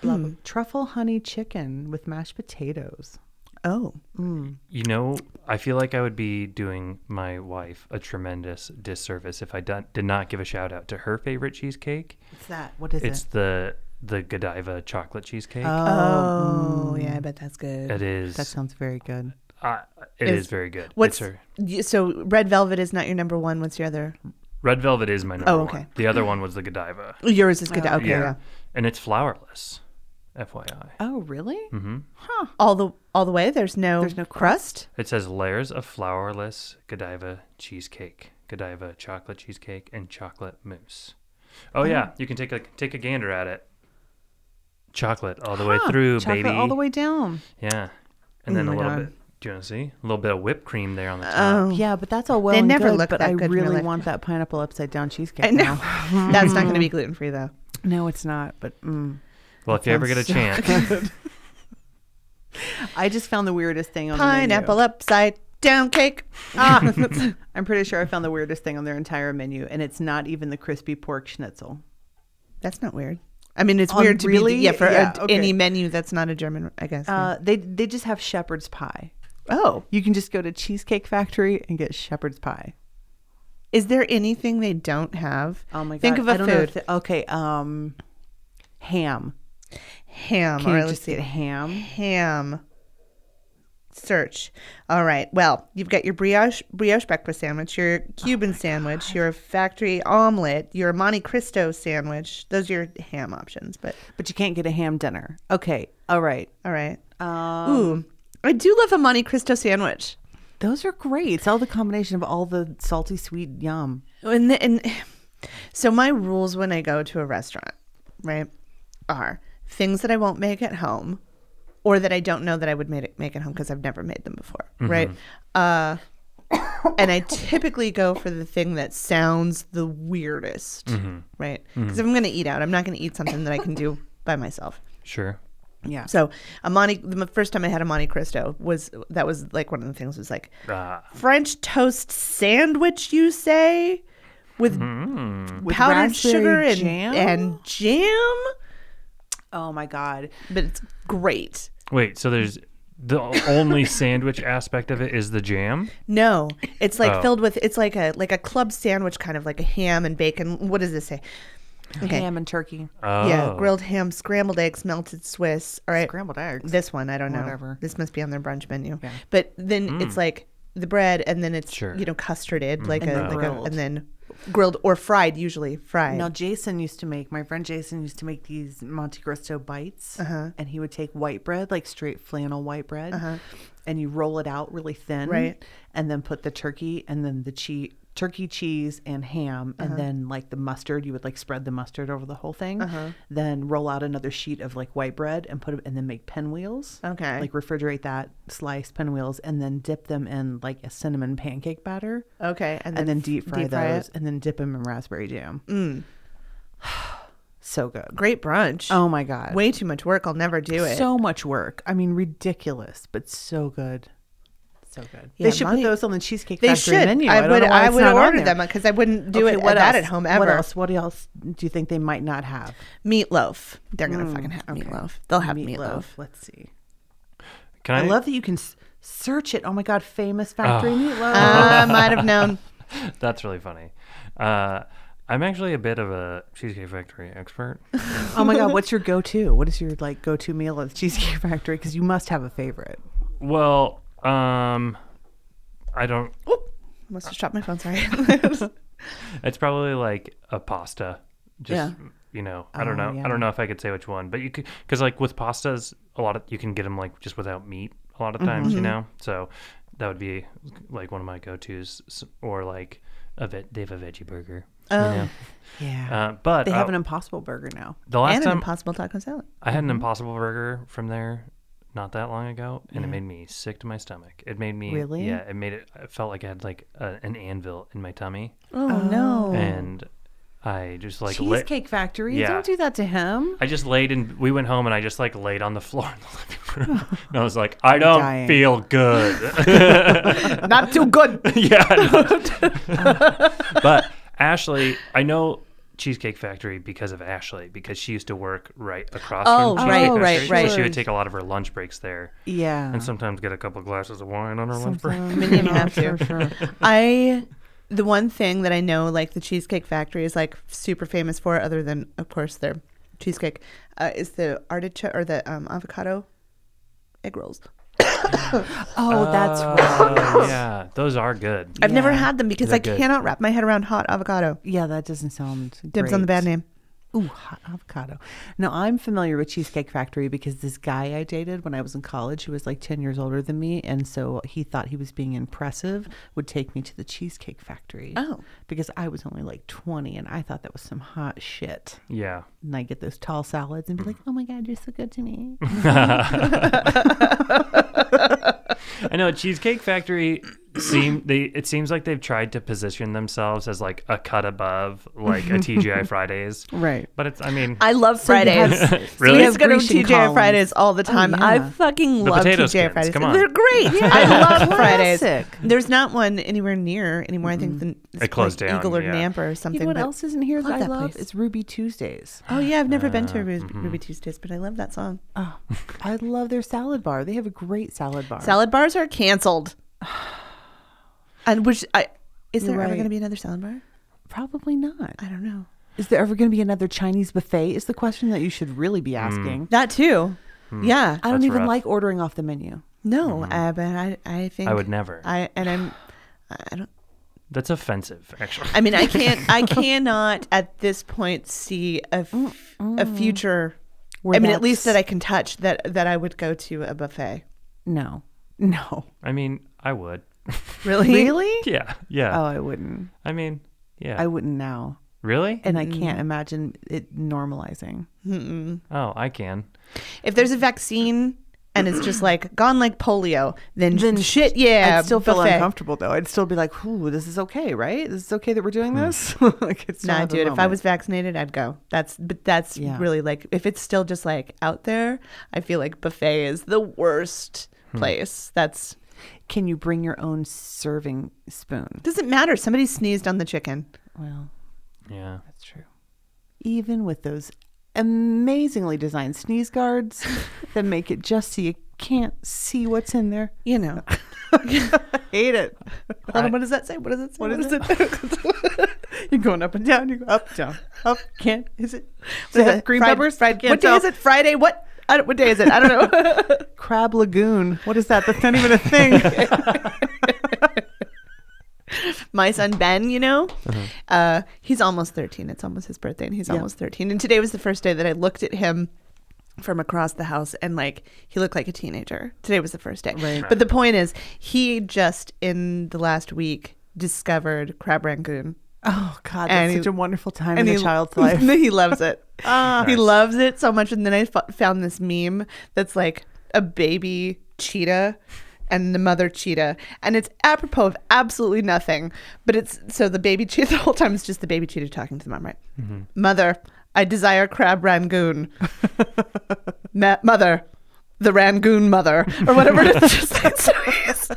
Speaker 4: blah, blah. truffle honey chicken with mashed potatoes.
Speaker 3: Oh,
Speaker 5: You know, I feel like I would be doing my wife a tremendous disservice if I done, did not give a shout out to her favorite cheesecake.
Speaker 4: What's that? What is
Speaker 5: It's
Speaker 4: it?
Speaker 5: the the Godiva chocolate cheesecake.
Speaker 3: oh, yeah. I bet that's good.
Speaker 5: it is.
Speaker 4: That sounds very good.
Speaker 5: uh, it
Speaker 3: is-
Speaker 5: is, very good.
Speaker 3: What's
Speaker 5: it's her,
Speaker 3: y- so red velvet is not your number one. What's your other?
Speaker 5: red velvet is my number
Speaker 3: Oh, okay.
Speaker 5: one. The other one was the Godiva.
Speaker 3: Yours is
Speaker 4: Uh,
Speaker 3: good. okay, yeah.
Speaker 5: and it's flourless. FYI,
Speaker 4: Oh, really?
Speaker 5: Mm-hmm.
Speaker 3: All the all the way. There's no.
Speaker 4: There's no crust.
Speaker 5: it says layers of flourless Godiva cheesecake, Godiva chocolate cheesecake, and chocolate mousse. Oh yeah, you can take a take a gander at it. Chocolate all the way
Speaker 4: Huh.
Speaker 5: through,
Speaker 4: Chocolate
Speaker 5: baby.
Speaker 4: all the way down.
Speaker 5: Yeah, and then a
Speaker 4: my
Speaker 5: little
Speaker 4: God. Oh,
Speaker 5: bit. Do you want to see a little bit of whipped cream there on the top?
Speaker 4: Yeah, but that's all well
Speaker 3: They
Speaker 4: and
Speaker 3: never
Speaker 4: good,
Speaker 3: look
Speaker 4: but
Speaker 3: that
Speaker 4: I
Speaker 3: good in real
Speaker 4: really
Speaker 3: life.
Speaker 4: want that pineapple upside down cheesecake.
Speaker 3: I know.
Speaker 4: now.
Speaker 3: That's not going to be gluten free though.
Speaker 4: No, it's not, but mm.
Speaker 5: well, if you ever get a
Speaker 4: sounds so
Speaker 5: chance,
Speaker 4: I just found the weirdest thing on the menu.
Speaker 3: Pineapple upside down cake.
Speaker 4: Ah, I'm pretty sure I found the weirdest thing on their entire menu, and it's not even the crispy pork schnitzel.
Speaker 3: That's not weird. I mean, it's
Speaker 4: Um,
Speaker 3: weird to
Speaker 4: really?
Speaker 3: be yeah for a-
Speaker 4: Yeah, okay.
Speaker 3: any menu that's not a German. I guess. yeah.
Speaker 4: Uh, they they just have shepherd's pie.
Speaker 3: oh,
Speaker 4: You can just go to Cheesecake Factory and get shepherd's pie.
Speaker 3: is there anything they don't have?
Speaker 4: Oh my god!
Speaker 3: Think of
Speaker 4: I
Speaker 3: a
Speaker 4: don't know
Speaker 3: food.
Speaker 4: if they- okay, um, ham.
Speaker 3: ham.
Speaker 4: Can
Speaker 3: or
Speaker 4: you
Speaker 3: let's
Speaker 4: just
Speaker 3: see.
Speaker 4: get ham?
Speaker 3: ham. Search. All right. Well, you've got your brioche brioche breakfast sandwich, your Cuban
Speaker 4: Oh
Speaker 3: sandwich, your factory omelet, your Monte Cristo sandwich. Those are your ham options. But
Speaker 4: But you can't get a ham dinner. Okay, all right.
Speaker 3: all right.
Speaker 4: Um,
Speaker 3: Ooh, I do love a Monte Cristo sandwich.
Speaker 4: Those are great. It's all the combination of all the salty, sweet, yum.
Speaker 3: And, the, and so my rules when I go to a restaurant, right, are things that I won't make at home, or that I don't know that I would make it, make at home because I've never made them before, right? Uh, and I typically go for the thing that sounds the weirdest, right? Because if I'm going to eat out, I'm not going to eat something that I can do by myself.
Speaker 5: sure.
Speaker 4: Yeah.
Speaker 3: So a Monte, the first time I had a Monte Cristo was that was like one of the things was like
Speaker 5: Uh,
Speaker 3: French toast sandwich, you say, with
Speaker 5: Mm.
Speaker 4: With
Speaker 3: powdered
Speaker 4: raspberry
Speaker 3: sugar and
Speaker 4: jam?
Speaker 3: and jam,
Speaker 4: oh my god.
Speaker 3: but it's great.
Speaker 5: wait, so there's the only sandwich aspect of it is the jam.
Speaker 3: No, it's like
Speaker 5: Oh.
Speaker 3: filled with it's like a like a club sandwich, kind of like a ham and bacon. What does this say? Okay.
Speaker 4: ham and turkey,
Speaker 5: Oh.
Speaker 3: Yeah, grilled ham, scrambled eggs, melted Swiss. All right.
Speaker 4: scrambled eggs.
Speaker 3: This one, I don't know.
Speaker 4: Whatever.
Speaker 3: This must be on their brunch menu. But then it's like the bread, and then it's
Speaker 5: Mm. Sure. Mm.
Speaker 3: you know custarded like a
Speaker 4: And
Speaker 3: like a,
Speaker 4: grilled.
Speaker 3: and then grilled or fried usually fried.
Speaker 4: Now Jason used to make my friend Jason used to make these Monte Cristo bites,
Speaker 3: Uh-huh.
Speaker 4: and he would take white bread, like straight flannel white bread, and you roll it out really thin,
Speaker 3: Right.
Speaker 4: And then put the turkey and then the cheese, turkey cheese and ham,
Speaker 3: Uh-huh.
Speaker 4: and then like the mustard. You would like spread the mustard over the whole thing,
Speaker 3: Uh-huh.
Speaker 4: then roll out another sheet of like white bread and put it, and then make pinwheels.
Speaker 3: Okay.
Speaker 4: like refrigerate that, slice pinwheels, and then dip them in like a cinnamon pancake batter
Speaker 3: okay, and then,
Speaker 4: and then deep
Speaker 3: f-
Speaker 4: fry
Speaker 3: it.
Speaker 4: those, and then dip them in raspberry jam. so good.
Speaker 3: Great brunch.
Speaker 4: Oh my god.
Speaker 3: way too much work. I'll never do it.
Speaker 4: so much work. I mean, ridiculous, but so good. So good.
Speaker 3: Yeah,
Speaker 4: they should
Speaker 3: Monty-
Speaker 4: put those on the cheesecake
Speaker 3: they
Speaker 4: Factory
Speaker 3: should.
Speaker 4: menu.
Speaker 3: I
Speaker 4: don't
Speaker 3: would.
Speaker 4: know why
Speaker 3: I
Speaker 4: it's
Speaker 3: would
Speaker 4: not on
Speaker 3: order
Speaker 4: there.
Speaker 3: them because I wouldn't do
Speaker 4: Okay,
Speaker 3: it
Speaker 4: what
Speaker 3: that
Speaker 4: else?
Speaker 3: at home
Speaker 4: What
Speaker 3: ever.
Speaker 4: else? What else do you think they might not have?
Speaker 3: Meatloaf. They're gonna fucking have Mm, meatloaf. They'll have meatloaf.
Speaker 4: Let's see.
Speaker 5: Can
Speaker 4: I,
Speaker 5: I,
Speaker 4: love that you can s- search it. Oh my god, famous
Speaker 5: Ah.
Speaker 4: factory meatloaf.
Speaker 3: Ah, I might have known.
Speaker 5: That's really funny. Uh, I'm actually a bit of a Cheesecake Factory expert.
Speaker 4: oh my god, what's your go-to? What is your like go-to meal at the Cheesecake Factory? Because you must have a favorite.
Speaker 5: well, um, I don't.
Speaker 3: Must have dropped my phone. Sorry.
Speaker 5: It's probably like a pasta. Just
Speaker 4: Yeah.
Speaker 5: you know, I don't
Speaker 4: Oh,
Speaker 5: know.
Speaker 4: yeah.
Speaker 5: I don't know if I could say which one, but you could because like with pastas, a lot of you can get them like just without meat a
Speaker 4: Mm-hmm.
Speaker 5: lot of times. You know, so that would be like one of my go tos, or like a ve- they have a veggie burger. you know?
Speaker 4: Yeah.
Speaker 5: uh, but
Speaker 4: Oh. They
Speaker 5: uh,
Speaker 4: have an Impossible Burger now.
Speaker 5: the last
Speaker 3: and an
Speaker 5: time
Speaker 3: impossible taco salad.
Speaker 5: I had an Impossible Burger from there not that long ago, and it made me sick to my stomach. It made me
Speaker 4: Really?
Speaker 5: yeah. It made it. I felt like I had like a, an anvil in my tummy,
Speaker 3: Oh, no.
Speaker 5: and I just like lay-
Speaker 4: Cheesecake Factory.
Speaker 5: Yeah.
Speaker 4: Don't do that to him.
Speaker 5: I just laid and we went home, and I just like laid on the floor in the living room, and I was like, I don't
Speaker 4: dying.
Speaker 5: feel good.
Speaker 3: Oh.
Speaker 4: Not too good.
Speaker 5: yeah, I know. but Ashley, I know. Cheesecake Factory because of Ashley because she used to work right across
Speaker 3: Oh,
Speaker 5: from
Speaker 3: right,
Speaker 5: Cheesecake
Speaker 3: right,
Speaker 5: Factory,
Speaker 3: right.
Speaker 5: so she would take a lot of her lunch breaks there.
Speaker 4: Yeah.
Speaker 5: and sometimes get a couple glasses of wine on her lunch break.
Speaker 4: Sometimes.
Speaker 3: Many of them have
Speaker 4: Sure,
Speaker 3: to.
Speaker 4: sure.
Speaker 3: I the one thing that I know like the Cheesecake Factory is like super famous for other than of course their cheesecake uh, is the artichoke or the um, avocado egg rolls.
Speaker 4: Oh, that's
Speaker 3: Uh,
Speaker 4: right.
Speaker 5: Oh, yeah, those are good.
Speaker 3: I've never
Speaker 4: Yeah.
Speaker 3: had them because
Speaker 5: They're
Speaker 3: I
Speaker 5: good.
Speaker 3: cannot wrap my head around hot avocado.
Speaker 4: Yeah, that doesn't sound
Speaker 3: Dibs on the
Speaker 4: great.
Speaker 3: bad name.
Speaker 4: Ooh, hot avocado. Now I'm familiar with Cheesecake Factory because this guy I dated when I was in college, who was like ten years older than me, and so he thought he was being impressive, would take me to the Cheesecake Factory.
Speaker 3: Oh.
Speaker 4: because I was only like twenty, and I thought that was some hot shit.
Speaker 5: Yeah,
Speaker 4: And I get those tall salads and be like, "Oh my god, you're so good to me."
Speaker 5: I know. Cheesecake Factory seem they. It seems like they've tried to position themselves as like a cut above, like a TGI Fridays.
Speaker 4: Right.
Speaker 5: But it's. I mean,
Speaker 3: I love
Speaker 4: you
Speaker 3: Fridays.
Speaker 4: have- so
Speaker 5: Really?
Speaker 3: You
Speaker 5: you
Speaker 3: just
Speaker 4: have
Speaker 3: go to
Speaker 4: Grecian
Speaker 3: TJ
Speaker 4: columns. Oh,
Speaker 3: Fridays all the time.
Speaker 4: yeah.
Speaker 3: I fucking
Speaker 5: The
Speaker 3: love
Speaker 5: potato
Speaker 3: TJ
Speaker 5: skins,
Speaker 3: Fridays.
Speaker 5: come on.
Speaker 3: They're great. I love Fridays.
Speaker 4: Classic.
Speaker 3: There's not one anywhere near anymore. I think the, it's
Speaker 5: Mm-hmm. It closed
Speaker 3: like
Speaker 5: down,
Speaker 3: Eagle or
Speaker 5: yeah.
Speaker 3: Nampa or
Speaker 4: You
Speaker 3: something.
Speaker 4: know what
Speaker 3: but-
Speaker 4: else isn't here
Speaker 3: Love
Speaker 4: that I
Speaker 3: that
Speaker 4: love?
Speaker 3: place.
Speaker 4: It's Ruby Tuesdays.
Speaker 3: Oh yeah, I've never been
Speaker 5: Uh,
Speaker 3: to a Ruby,
Speaker 5: mm-hmm.
Speaker 3: Ruby Tuesdays, but I love that song.
Speaker 4: Oh, I love their salad bar. They have a great salad bar.
Speaker 3: Salad bars are canceled. And which I is there ever
Speaker 4: Right.
Speaker 3: going to be another salad bar?
Speaker 4: Probably not.
Speaker 3: I don't know.
Speaker 4: Is there ever going to be another Chinese buffet? Is the question that you should really be asking.
Speaker 3: That too. Yeah.
Speaker 4: I don't
Speaker 5: Hmm. That's
Speaker 4: even
Speaker 5: rough.
Speaker 4: like ordering off the menu.
Speaker 3: No,
Speaker 4: Mm-hmm.
Speaker 3: uh, but I I think
Speaker 5: I would never.
Speaker 3: I and I'm I don't
Speaker 5: that's offensive, actually.
Speaker 3: I mean I can't I cannot at this point see a, f- a future
Speaker 4: Where
Speaker 3: I mean at least that
Speaker 4: that's-
Speaker 3: I can touch that that I would go to a buffet.
Speaker 4: No, no,
Speaker 5: I mean, I would.
Speaker 3: Really?
Speaker 4: really?
Speaker 5: Yeah, yeah.
Speaker 4: Oh, I wouldn't.
Speaker 5: I mean, yeah.
Speaker 4: I wouldn't now,
Speaker 5: really?
Speaker 4: and I can't imagine it normalizing.
Speaker 5: oh, I can.
Speaker 3: If there's a vaccine and it's just like gone like polio, then, shit yeah.
Speaker 4: I'd still feel
Speaker 3: buffet.
Speaker 4: uncomfortable though. I'd still be like, "Ooh, this is okay, right? This is okay that we're
Speaker 5: Hmm.
Speaker 4: doing this." like, it's
Speaker 3: Nah, dude. If I was vaccinated, I'd go. That's but that's
Speaker 4: Yeah.
Speaker 3: really like if it's still just like out there, I feel like buffet is the worst
Speaker 4: Hmm.
Speaker 3: place. That's
Speaker 4: can you bring your own serving spoon?
Speaker 3: doesn't matter. Somebody sneezed on the chicken.
Speaker 4: Well,
Speaker 5: Yeah.
Speaker 4: That's true. Even with those amazingly designed sneeze guards that make it just so you can't see what's in there.
Speaker 3: You know.
Speaker 4: Hate it.
Speaker 3: Hold on, what does that say? What does it say? What, does it?
Speaker 4: You're going up and down. You go up, down, up. Can't is it?
Speaker 3: What
Speaker 4: Does it
Speaker 3: is
Speaker 4: have
Speaker 3: it?
Speaker 4: green
Speaker 3: Fried-
Speaker 4: peppers?
Speaker 3: fried-
Speaker 4: Can't
Speaker 3: what day
Speaker 4: tell.
Speaker 3: is it? Friday? What? I don't, what day is it? I don't know.
Speaker 4: Crab Lagoon. What is that? That's not even a thing.
Speaker 3: My son Ben, you know, uh, he's almost 13. It's almost his birthday, and he's almost 13. And today was the first day that I looked at him from across the house, and like he looked like a teenager. Today was the first day.
Speaker 4: Right.
Speaker 3: But the point is, he just in the last week discovered Crab Rangoon.
Speaker 4: oh God, that's
Speaker 3: And he-
Speaker 4: such a wonderful time
Speaker 3: and
Speaker 4: in a
Speaker 3: he-
Speaker 4: child's life. Ah.
Speaker 3: he loves it. He
Speaker 5: Nice.
Speaker 3: loves it so much. And then I fo- found this meme that's like a baby cheetah and the mother cheetah, and it's apropos of absolutely nothing. But it's so the baby cheetah the whole time is just the baby cheetah talking to the mom, right? Mother, I desire crab rangoon. Ma- mother. The Rangoon mother, or whatever it is. Just like, so, it's-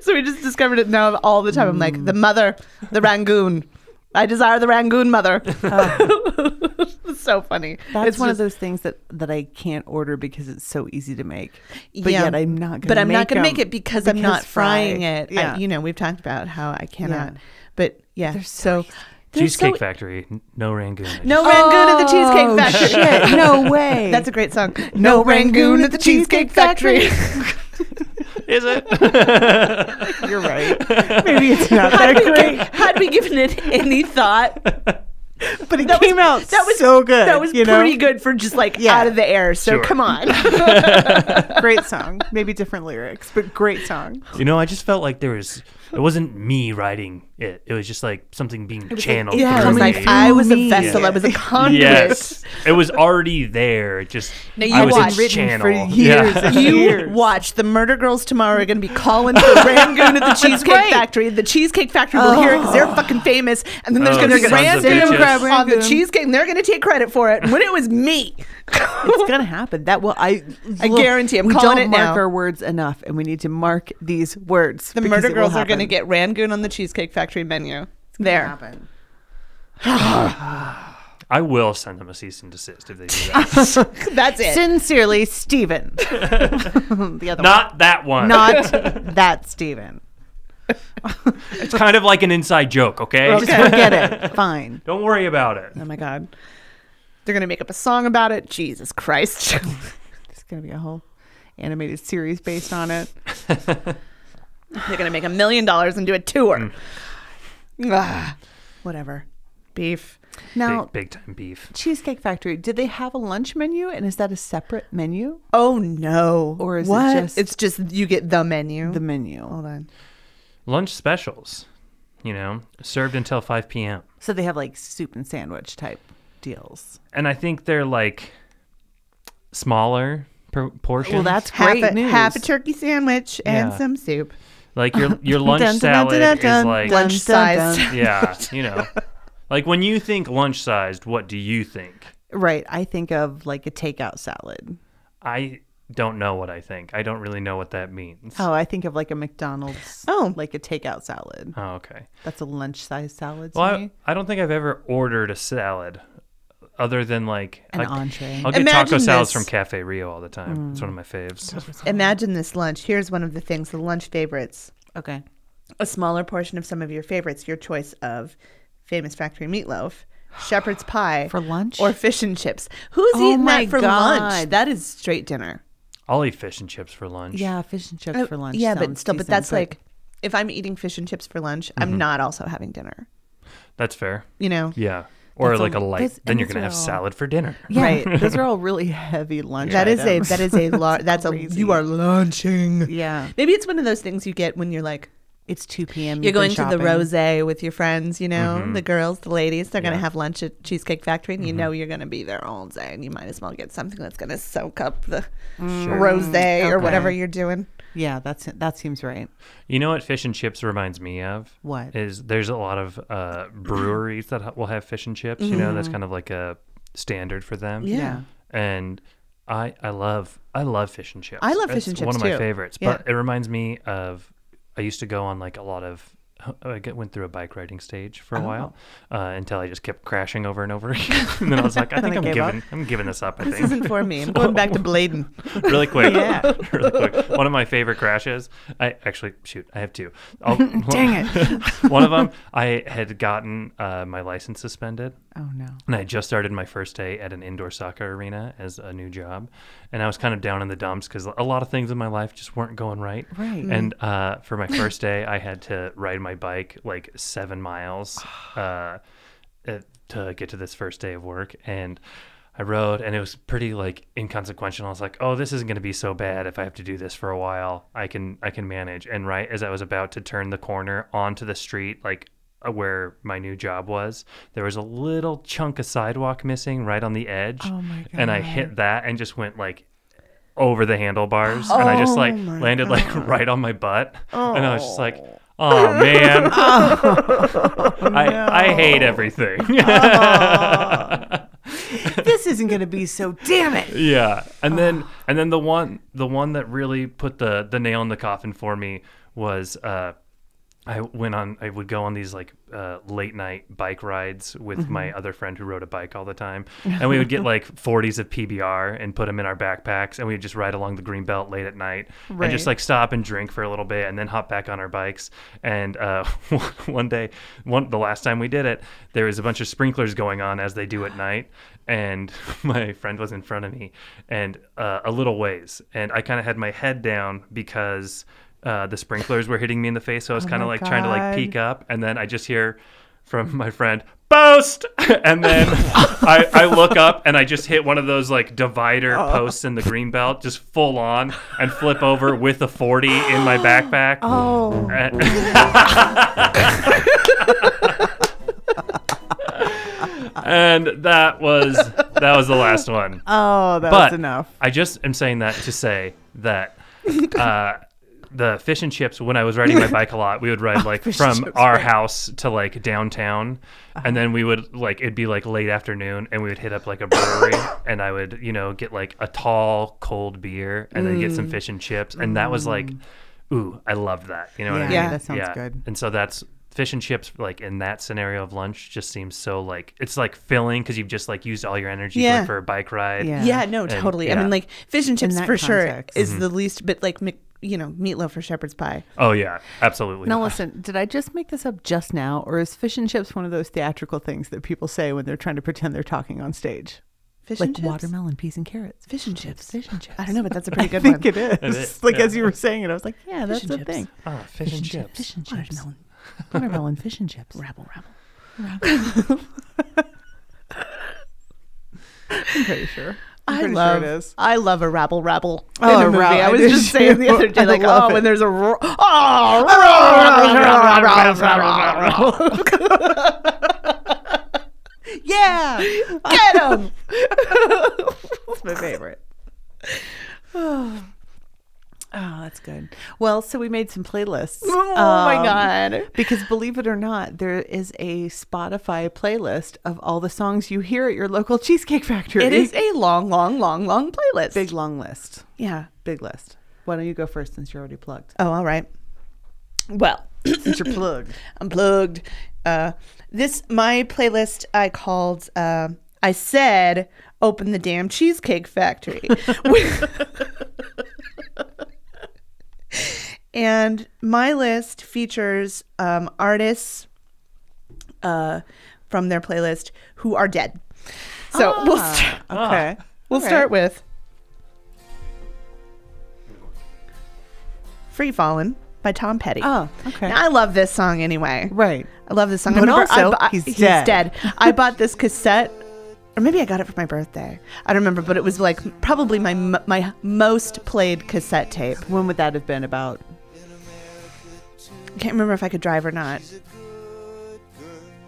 Speaker 3: so we just discovered it now all the time. I'm like, the mother, the Rangoon. I desire the Rangoon mother. It's so funny.
Speaker 4: That's
Speaker 3: it's
Speaker 4: one
Speaker 3: just-
Speaker 4: of those things that that I can't order because it's so easy to make. But
Speaker 3: Yeah.
Speaker 4: yet I'm not. Gonna
Speaker 3: but I'm not
Speaker 4: going to
Speaker 3: make it because, I'm not frying it. I-
Speaker 4: Yeah.
Speaker 3: you know, we've talked about how I cannot.
Speaker 4: Yeah.
Speaker 3: But yeah,
Speaker 4: They're
Speaker 3: so,
Speaker 4: so
Speaker 3: they're
Speaker 5: Cheesecake
Speaker 3: so-
Speaker 5: Factory, n- no Rangoon. I
Speaker 3: No
Speaker 5: just-
Speaker 3: Rangoon at the Cheesecake
Speaker 4: Oh,
Speaker 3: Factory.
Speaker 4: shit, no way.
Speaker 3: That's a great song. No Rangoon at the Cheesecake Factory.
Speaker 5: is it?
Speaker 4: You're right. Maybe it's not
Speaker 3: had,
Speaker 4: that
Speaker 3: we,
Speaker 4: great.
Speaker 3: had we given it any thought,
Speaker 4: But it
Speaker 3: that
Speaker 4: came
Speaker 3: was,
Speaker 4: out
Speaker 3: that was
Speaker 4: so good.
Speaker 3: That was
Speaker 4: you know?
Speaker 3: pretty good for just like
Speaker 4: Yeah.
Speaker 3: out of the air. So
Speaker 5: Sure.
Speaker 3: come on.
Speaker 4: great song. Maybe different lyrics, but great song.
Speaker 5: You know, I just felt like there was. It wasn't me writing it. It was just like something being channeled
Speaker 4: yeah,
Speaker 5: through
Speaker 4: coming
Speaker 5: me.
Speaker 4: from
Speaker 3: I was a
Speaker 4: me.
Speaker 3: vessel. I was a conduit.
Speaker 5: yes, it was already there. It Just
Speaker 3: No, you
Speaker 5: I was
Speaker 3: watched-
Speaker 5: its
Speaker 4: Written for
Speaker 5: channel.
Speaker 4: years and
Speaker 5: Yeah.
Speaker 3: You
Speaker 4: Years.
Speaker 3: watch the murder girls tomorrow are going to be calling for Rangoon at the Cheesecake
Speaker 4: right.
Speaker 3: Factory. The Cheesecake Factory will hear it because they're fucking famous, and then there's
Speaker 5: Oh,
Speaker 3: going to be
Speaker 5: sons of
Speaker 3: random
Speaker 5: bitches.
Speaker 3: grab on the
Speaker 4: Oh. Rangoon.
Speaker 3: cheesecake, and they're going to take credit for it. When it was me,
Speaker 4: It's gonna happen. That will. I.
Speaker 3: I guarantee I'm
Speaker 4: we
Speaker 3: calling
Speaker 4: don't
Speaker 3: it
Speaker 4: mark
Speaker 3: now.
Speaker 4: our words enough, and we need to mark these words.
Speaker 3: the murder girls are going to get Rangoon on the Cheesecake Factory menu. There,
Speaker 4: happen.
Speaker 5: I will send them a cease and desist if they do that.
Speaker 3: that's it.
Speaker 4: Sincerely, Steven. the other
Speaker 5: Not that
Speaker 4: one.
Speaker 5: one.
Speaker 4: Not that Steven.
Speaker 5: It's kind of like an inside joke. Okay.
Speaker 4: Just forget it. Fine.
Speaker 5: Don't worry about it.
Speaker 3: oh my god, they're going to make up a song about it. Jesus Christ.
Speaker 4: There's gonna be a whole animated series based on it.
Speaker 3: They're gonna make a million dollars and do a tour.
Speaker 4: Mm.
Speaker 3: Ugh. whatever. Beef.
Speaker 4: Now,
Speaker 5: Big, big time beef.
Speaker 4: Cheesecake Factory. Did they have a lunch menu, and is that a separate menu?
Speaker 3: Oh no.
Speaker 4: Or is it
Speaker 3: What?
Speaker 4: just-
Speaker 3: It's just you get the menu.
Speaker 4: The menu.
Speaker 3: Hold on.
Speaker 5: Lunch specials. You know, served until 5 p.m.
Speaker 4: So they have like soup and sandwich type deals.
Speaker 5: and I think they're like smaller per- portions.
Speaker 4: Well, that's
Speaker 3: Half
Speaker 4: great
Speaker 3: a,
Speaker 4: news.
Speaker 3: half a turkey sandwich and
Speaker 5: Yeah.
Speaker 3: some soup.
Speaker 5: like your your lunch
Speaker 4: Dun, dun, dun,
Speaker 5: salad
Speaker 4: dun,
Speaker 5: is
Speaker 4: dun,
Speaker 5: like
Speaker 4: dun,
Speaker 3: Lunch
Speaker 4: dun, dun.
Speaker 3: sized.
Speaker 5: yeah, you know, like when you think lunch sized, what do you think?
Speaker 4: Right. I think of like a takeout salad.
Speaker 5: I don't know what I think. I don't really know what that means.
Speaker 4: Oh, I think of like a McDonald's.
Speaker 3: Oh.
Speaker 4: like a takeout salad.
Speaker 5: Oh, okay.
Speaker 4: That's a lunch size salad to
Speaker 5: Well,
Speaker 4: me.
Speaker 5: I, I don't think I've ever ordered a salad other than like
Speaker 4: An
Speaker 5: I-
Speaker 4: entree. Mm.
Speaker 5: I'll get
Speaker 3: Imagine
Speaker 5: taco salads
Speaker 3: this.
Speaker 5: from Cafe Rio all the time. It's one of my faves.
Speaker 4: Oh.
Speaker 3: Imagine this lunch. Here's one of the things, the lunch favorites.
Speaker 4: Okay.
Speaker 3: A smaller portion of some of your favorites, your choice of famous factory meatloaf, shepherd's pie
Speaker 4: For lunch?
Speaker 3: or fish and chips. Who's
Speaker 4: Oh
Speaker 3: eating
Speaker 4: my
Speaker 3: that for lunch?
Speaker 4: God.
Speaker 3: That is straight dinner.
Speaker 5: I'll eat fish and chips for lunch.
Speaker 4: Yeah, fish and chips
Speaker 3: Uh,
Speaker 4: for lunch.
Speaker 3: Yeah, but
Speaker 4: sounds
Speaker 3: still, but Mm-hmm.
Speaker 4: decent,
Speaker 3: that's like if I'm eating fish and chips for lunch, I'm not also having dinner.
Speaker 5: that's fair.
Speaker 3: You know,
Speaker 5: Yeah, or
Speaker 4: That's a-
Speaker 5: like a light.
Speaker 4: that's-
Speaker 5: Then
Speaker 4: and
Speaker 5: you're
Speaker 4: those
Speaker 5: gonna
Speaker 4: are
Speaker 5: have
Speaker 4: all-
Speaker 5: salad for dinner.
Speaker 4: Yeah,
Speaker 3: Right.
Speaker 4: those are all really heavy lunch.
Speaker 3: that is
Speaker 4: items.
Speaker 3: a that is a large. that's a
Speaker 4: crazy.
Speaker 3: you are lunching.
Speaker 4: yeah.
Speaker 3: Maybe it's one of those things you get when you're like
Speaker 4: It's two p.m.
Speaker 3: you're
Speaker 4: you've been
Speaker 3: going to the
Speaker 4: shopping. Mm-hmm.
Speaker 3: rosé with your friends. You know, the girls, the ladies, they're gonna
Speaker 5: Yeah.
Speaker 3: have lunch at Cheesecake Factory, and you know you're gonna be there all day, and you might as well get something that's gonna soak up the rosé or
Speaker 4: okay.
Speaker 3: whatever you're doing.
Speaker 4: Yeah, that's that seems right.
Speaker 5: You know what fish and chips reminds me of?
Speaker 4: What?
Speaker 5: is there's a lot of uh, breweries that ha- will have fish and chips. You know, that's kind of like a standard for them.
Speaker 3: Yeah.
Speaker 5: And I I love I love fish and chips.
Speaker 3: I love fish and
Speaker 5: It's One
Speaker 3: chips,
Speaker 5: of my
Speaker 3: too.
Speaker 5: favorites. But it reminds me of I used to go on like a lot of I get- went through a bike riding stage for a while uh, until I just kept crashing over and over again. and then I was like, I
Speaker 4: I
Speaker 5: think I'm
Speaker 4: gave up.
Speaker 5: giving, I'm giving this up. I
Speaker 3: This
Speaker 5: think
Speaker 3: isn't for me. I'm going back to Bladen.
Speaker 5: really quick.
Speaker 3: Yeah.
Speaker 5: really quick. One of my favorite crashes. I actually shoot. I have two. I'll, Dang it! one of them, I had gotten uh, my license suspended.
Speaker 4: Oh no.
Speaker 5: And I had just started my first day at an indoor soccer arena as a new job. And I was kind of down in the dumps because a lot of things in my life just weren't going right.
Speaker 4: Right.
Speaker 5: And uh, for my first day, I had to ride my bike like seven miles uh, uh, to get to this first day of work. And I rode, and it was pretty like inconsequential. I was like, "Oh, this isn't going to be so bad if I have to do this for a while. I can, I can manage." And right as I was about to turn the corner onto the street, like uh, where my new job was, there was a little chunk of sidewalk missing right on the edge.
Speaker 4: Oh, my
Speaker 5: And I hit that and just went like over the handlebars and I just like landed like right on my butt. And I was just like, oh man. I, I hate everything.
Speaker 4: This isn't going to be so damn it.
Speaker 5: yeah. And then and then the one the one that really put the the nail in the coffin for me was uh I went on. I would go on these like uh, late night bike rides with my other friend who rode a bike all the time, and we would get like 40s of PBR and put them in our backpacks, and we would just ride along the green belt late at night and
Speaker 4: Right.
Speaker 5: just like stop and drink for a little bit, and then hop back on our bikes. And uh, one day, one the last time we did it, there was a bunch of sprinklers going on as they do at night, and my friend was in front of me and uh, a little ways, and I kind of had my head down because uh, the sprinklers were hitting me in the face, so I was kind of like trying to like
Speaker 4: God.
Speaker 5: peek up, and then I just hear from my friend post, and then I, I look up and I just hit one of those like divider posts in the green belt, just full on, and flip over with a forty in my backpack.
Speaker 4: Oh.
Speaker 5: And- and that was that was the last one.
Speaker 4: Oh, that was
Speaker 5: but
Speaker 4: enough.
Speaker 5: I just am saying that to say that uh, the fish and chips. When I was riding my bike a lot, we would ride like
Speaker 4: Oh, fish and
Speaker 5: from
Speaker 4: chips, Uh-huh.
Speaker 5: our house to like downtown, and then we would like it'd be like late afternoon, and we would hit up like a brewery, and I would you know get like a tall cold beer, and then
Speaker 4: Mm.
Speaker 5: get some fish and chips, and that was like, ooh, I loved that. You know what
Speaker 4: Yeah,
Speaker 5: I mean?
Speaker 4: Mm. Yeah. that sounds good.
Speaker 5: And so that's fish and chips like in that scenario of lunch just seems so like it's like filling because you've just like used all your energy for-
Speaker 3: Yeah.
Speaker 5: for a bike ride
Speaker 4: Yeah.
Speaker 3: Yeah, no,
Speaker 5: And-
Speaker 3: totally. I
Speaker 5: yeah.
Speaker 3: mean, like fish and chips
Speaker 4: that
Speaker 3: for sure
Speaker 4: context. Mm-hmm.
Speaker 3: is the least bit like Mc- you know meatloaf or shepherd's pie.
Speaker 5: Oh yeah, absolutely.
Speaker 4: Now listen, did I just make this up just now, or is fish and chips one of those theatrical things that people say when they're trying to pretend they're talking on stage?
Speaker 3: Fish
Speaker 4: like
Speaker 3: and chips.
Speaker 4: watermelon, peas, and carrots.
Speaker 3: Fish and chips.
Speaker 4: Fish and chips.
Speaker 3: I don't know, but that's a pretty
Speaker 4: I
Speaker 3: good
Speaker 4: think
Speaker 3: one.
Speaker 4: it is.
Speaker 5: is,
Speaker 4: Like
Speaker 5: yeah.
Speaker 4: as you were saying it, I was like, yeah, that's
Speaker 3: and
Speaker 4: the
Speaker 3: chips.
Speaker 4: thing.
Speaker 5: Ah, fish, and, chips.
Speaker 4: Fish and chips. Watermelon. Watermelon fish and chips. Rabble, rabble. I'm pretty sure. I'm
Speaker 3: I
Speaker 4: pretty
Speaker 3: love.
Speaker 4: sure it is.
Speaker 3: I love a rabble rabble.
Speaker 4: Oh,
Speaker 3: in a
Speaker 4: a
Speaker 3: movie.
Speaker 4: rabble.
Speaker 3: I was
Speaker 4: I do
Speaker 3: just saying the
Speaker 4: too.
Speaker 3: other day,
Speaker 4: I
Speaker 3: like,
Speaker 4: love
Speaker 3: oh,
Speaker 4: it.
Speaker 3: when there's a roar. Oh, yeah, get him.
Speaker 4: It's my favorite. oh, that's good. Well, so we made some playlists.
Speaker 3: Oh my
Speaker 4: Um,
Speaker 3: god.
Speaker 4: Because believe it or not, there is a Spotify playlist of all the songs you hear at your local Cheesecake Factory.
Speaker 3: It is a long, long, long, long playlist.
Speaker 4: big long list.
Speaker 3: yeah.
Speaker 4: Big list. Why don't you go first since you're already plugged?
Speaker 3: Oh, all right. Well,
Speaker 4: Since you're plugged.
Speaker 3: unplugged. Uh, this my playlist I called. Uh, I said, "Open the damn cheesecake factory," and my list features um, artists uh, from their playlist who are dead. So
Speaker 4: Ah.
Speaker 3: we'll st-
Speaker 4: Okay.
Speaker 3: we'll start with "Free Fallin'" by Tom Petty.
Speaker 4: Oh, okay.
Speaker 3: Now, I love this song anyway.
Speaker 4: Right.
Speaker 3: I love this song.
Speaker 4: But
Speaker 3: I remember I
Speaker 4: also,
Speaker 3: bu-
Speaker 4: he's dead.
Speaker 3: I bought this cassette, or maybe I got it for my birthday. I don't remember, but it was like probably my m- my most played cassette tape.
Speaker 4: When would that have been about?
Speaker 3: I can't remember if I could drive or not.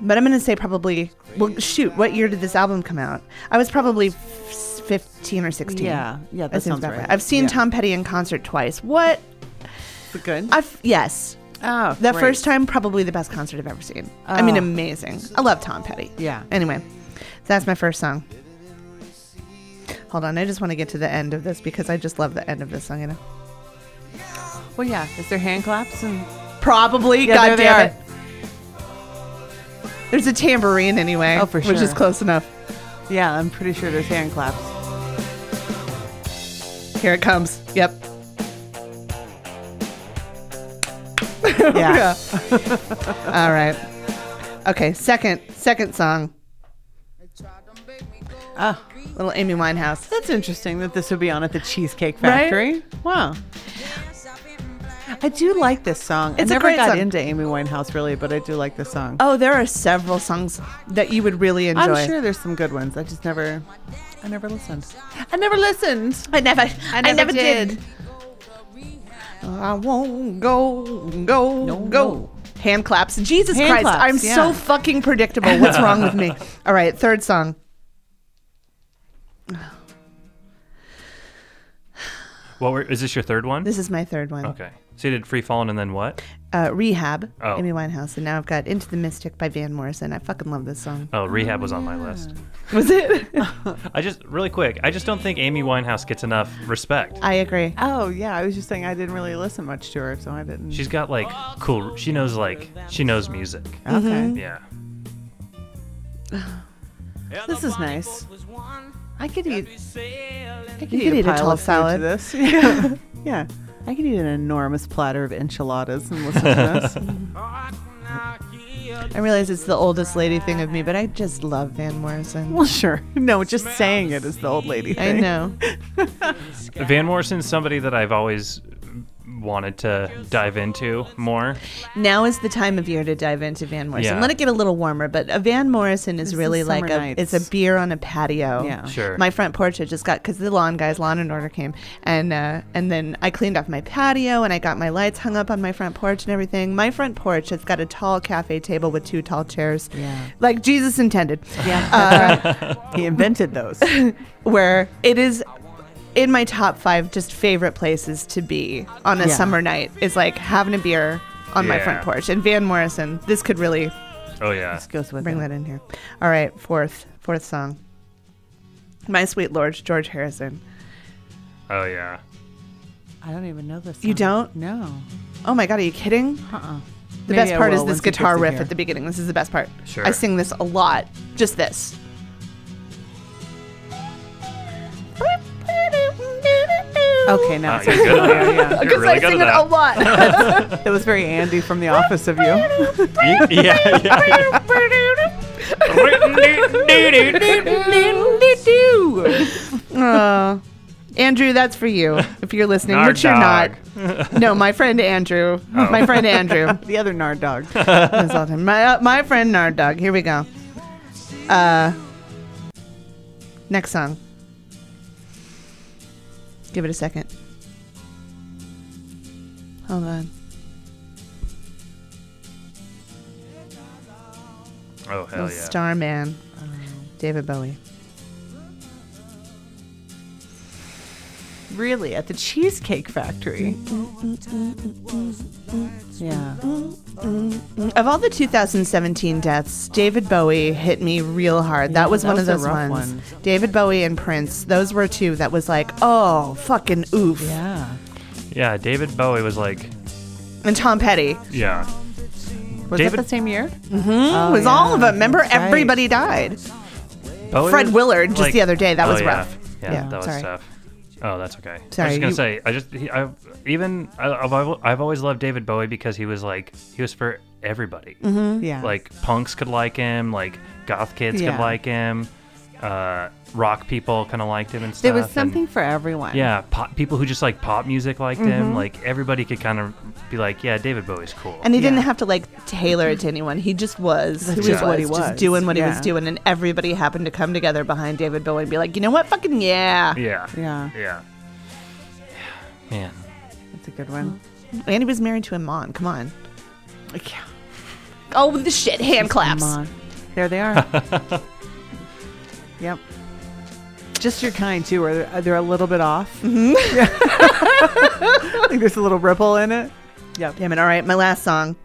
Speaker 3: But I'm gonna say probably. Well, shoot, what year did this album come out? I was probably f- 15 or 16.
Speaker 4: Yeah. Yeah, that
Speaker 3: that seems
Speaker 4: sounds
Speaker 3: about
Speaker 4: right.
Speaker 3: right. I've seen
Speaker 4: Yeah.
Speaker 3: Tom Petty in concert twice. What?
Speaker 4: Is it good?
Speaker 3: I've yes.
Speaker 4: oh,
Speaker 3: That
Speaker 4: great.
Speaker 3: first time, probably the best concert I've ever seen. I mean,
Speaker 4: Ah.
Speaker 3: amazing. I love Tom Petty.
Speaker 4: Yeah.
Speaker 3: Anyway, that's my first song. Hold on, I just want to get to the end of this because I just love the end of this song. You know,
Speaker 4: Well, yeah. Is there hand claps and
Speaker 3: probably.
Speaker 4: Yeah,
Speaker 3: God
Speaker 4: there they
Speaker 3: damn it.
Speaker 4: are.
Speaker 3: There's a tambourine anyway,
Speaker 4: Oh, for
Speaker 3: which is
Speaker 4: sure.
Speaker 3: close enough.
Speaker 4: Yeah, I'm pretty sure there's hand claps.
Speaker 3: Here it comes. Yep.
Speaker 4: Oh, Yeah.
Speaker 3: All right. Okay. Second, second song. Ah.
Speaker 4: Oh,
Speaker 3: Little Amy Winehouse.
Speaker 4: that's interesting that this would be on at the Cheesecake Factory. Wow. I do like this song.
Speaker 3: It's a
Speaker 4: I never
Speaker 3: great
Speaker 4: got
Speaker 3: song.
Speaker 4: into Amy Winehouse really, but I do like this song.
Speaker 3: Oh, there are several songs that you would really enjoy.
Speaker 4: I'm sure there's some good ones. I just never, I never listened. I never listened.
Speaker 3: I never, I never,
Speaker 4: never
Speaker 3: did.
Speaker 4: did.
Speaker 3: I won't go, go,
Speaker 4: No,
Speaker 3: go.
Speaker 4: no.
Speaker 3: Hand claps. Jesus
Speaker 4: Hand
Speaker 3: Christ,
Speaker 4: claps,
Speaker 3: I'm
Speaker 4: yeah.
Speaker 3: so fucking predictable. What's wrong with me? All right, third song.
Speaker 5: What were, is this your third one?
Speaker 3: This is my third one.
Speaker 5: okay. So you did Free Fallen and then what?
Speaker 3: Uh, Rehab,
Speaker 5: Oh.
Speaker 3: Amy Winehouse, and now I've got Into the Mystic by Van Morrison. I fucking love this song.
Speaker 5: Oh, Rehab was on my list.
Speaker 3: Was it?
Speaker 5: I just really quick. I just don't think Amy Winehouse gets enough respect.
Speaker 3: I agree.
Speaker 4: Oh yeah, I was just saying I didn't really listen much to her, so I didn't.
Speaker 5: She's got like cool. She knows like she knows music.
Speaker 4: okay.
Speaker 5: Yeah.
Speaker 4: This is nice. I could eat. I could,
Speaker 3: could eat a tall
Speaker 4: of food to
Speaker 3: salad.
Speaker 4: this. Yeah. yeah. I could eat an enormous platter of enchiladas and listen to this.
Speaker 3: I realize it's the oldest lady thing of me, but I just love Van Morrison.
Speaker 4: well, sure. No, just saying it is the old lady
Speaker 3: I
Speaker 4: thing.
Speaker 3: know.
Speaker 5: Van Morrison's somebody that I've always wanted to dive into more.
Speaker 3: Now is the time of year to dive into Van Morrison.
Speaker 5: Yeah.
Speaker 3: Let it get a little warmer, but a Van Morrison is
Speaker 4: This is
Speaker 3: really like
Speaker 4: summer
Speaker 3: a
Speaker 4: nights.
Speaker 3: it's a beer on a patio.
Speaker 4: Yeah.
Speaker 5: Sure.
Speaker 3: My front porch I just got because the lawn guys, Lawn and Order came, and uh, and then I cleaned off my patio and I got my lights hung up on my front porch and everything. My front porch has got a tall cafe table with two tall chairs,
Speaker 4: Yeah.
Speaker 3: like Jesus intended.
Speaker 4: Yeah. he invented those.
Speaker 3: where it is in my top five just favorite places to be on a
Speaker 4: Yeah.
Speaker 3: summer night is like having a beer on my front
Speaker 5: Yeah.
Speaker 3: porch. And Van Morrison, this could really
Speaker 5: oh yeah.
Speaker 4: Goes with
Speaker 3: bring
Speaker 4: it.
Speaker 3: that in here. All right, fourth, fourth song. My sweet lord, George Harrison.
Speaker 5: Oh yeah.
Speaker 4: I don't even know this.
Speaker 3: You
Speaker 4: song.
Speaker 3: don't?
Speaker 4: No.
Speaker 3: Oh my god, are you kidding?
Speaker 4: Uh. uh
Speaker 3: The best part is this guitar riff at the beginning. This is the best part.
Speaker 5: Sure.
Speaker 3: I sing this a lot. Just this.
Speaker 4: Okay, now
Speaker 5: Uh,
Speaker 4: it's
Speaker 5: you're good at that.
Speaker 4: yeah.
Speaker 5: You're
Speaker 3: I
Speaker 5: really good
Speaker 3: sing
Speaker 5: at
Speaker 3: it
Speaker 5: that.
Speaker 3: a lot.
Speaker 4: It was very Andy from The Office of you.
Speaker 5: Y- yeah, yeah.
Speaker 3: Aw. Oh. Andrew, that's for you. If you're listening,
Speaker 5: Nard
Speaker 3: which you're
Speaker 5: dog.
Speaker 3: not. No, my friend Andrew.
Speaker 4: Oh.
Speaker 3: My friend Andrew.
Speaker 4: The other Nard dog.
Speaker 3: That's all time. My, uh, my friend Nard Dog. Here we go. Uh, next song. Give it a second. Hold on.
Speaker 5: Oh hell yeah.
Speaker 3: Starman. David Bowie.
Speaker 4: Really, at the Cheesecake Factory. Yeah.
Speaker 3: Of all the 2017 deaths, David Bowie hit me real hard. That was
Speaker 4: that
Speaker 3: one
Speaker 4: was a
Speaker 3: of those
Speaker 4: rough
Speaker 3: ones.
Speaker 4: one.
Speaker 3: David Bowie and Prince, those were two that was like, oh, fucking oof.
Speaker 4: Yeah.
Speaker 5: Yeah, David Bowie was like,
Speaker 3: And Tom Petty
Speaker 5: yeah,
Speaker 4: Was
Speaker 5: David-
Speaker 4: that the same year?
Speaker 3: It was all of
Speaker 4: Mm-hmm. Oh, yeah.
Speaker 3: them. Remember,
Speaker 4: That's right.
Speaker 3: everybody died.
Speaker 5: Bowie
Speaker 3: Fred
Speaker 5: was,
Speaker 3: Willard just
Speaker 5: Oh, like-
Speaker 3: the other day. That
Speaker 5: Oh,
Speaker 3: was
Speaker 5: yeah.
Speaker 3: rough.
Speaker 5: Yeah,
Speaker 3: Yeah,
Speaker 5: that was
Speaker 3: sorry.
Speaker 5: tough. Oh, that's okay. I
Speaker 3: Sorry,
Speaker 5: was just gonna
Speaker 3: you-
Speaker 5: say, I just, he, I even, I, I've, al- I've always loved David Bowie because he was like, he was for everybody.
Speaker 3: Mm-hmm.
Speaker 4: Yeah.
Speaker 5: Like punks could like him, like goth kids
Speaker 4: Yeah.
Speaker 5: could like him, uh, rock people kind of liked him and stuff.
Speaker 4: there was
Speaker 5: and-
Speaker 4: something for everyone.
Speaker 5: yeah, pop, people who just like pop music liked him. Like everybody could kind of be like, yeah, David Bowie's cool.
Speaker 3: Mm-hmm. And he didn't
Speaker 4: Yeah.
Speaker 3: have to like tailor it to anyone. He just was. He
Speaker 4: That's
Speaker 3: was
Speaker 4: just what he
Speaker 3: Just
Speaker 4: was.
Speaker 3: doing what he was
Speaker 4: Yeah.
Speaker 3: doing, and everybody happened to come together behind David Bowie and be like, you know what, fucking yeah.
Speaker 5: yeah,
Speaker 4: Yeah.
Speaker 5: yeah, yeah, man.
Speaker 4: That's a good one.
Speaker 3: And he was married to Iman. Come on.
Speaker 4: Yeah.
Speaker 3: Oh, the shit, hand claps.
Speaker 4: Come on. There they are. yep. Just your kind too, where they're, they're a little bit off. Mm-hmm. I think there's a little ripple in it. Yep.
Speaker 3: Damn it. All right, my last song.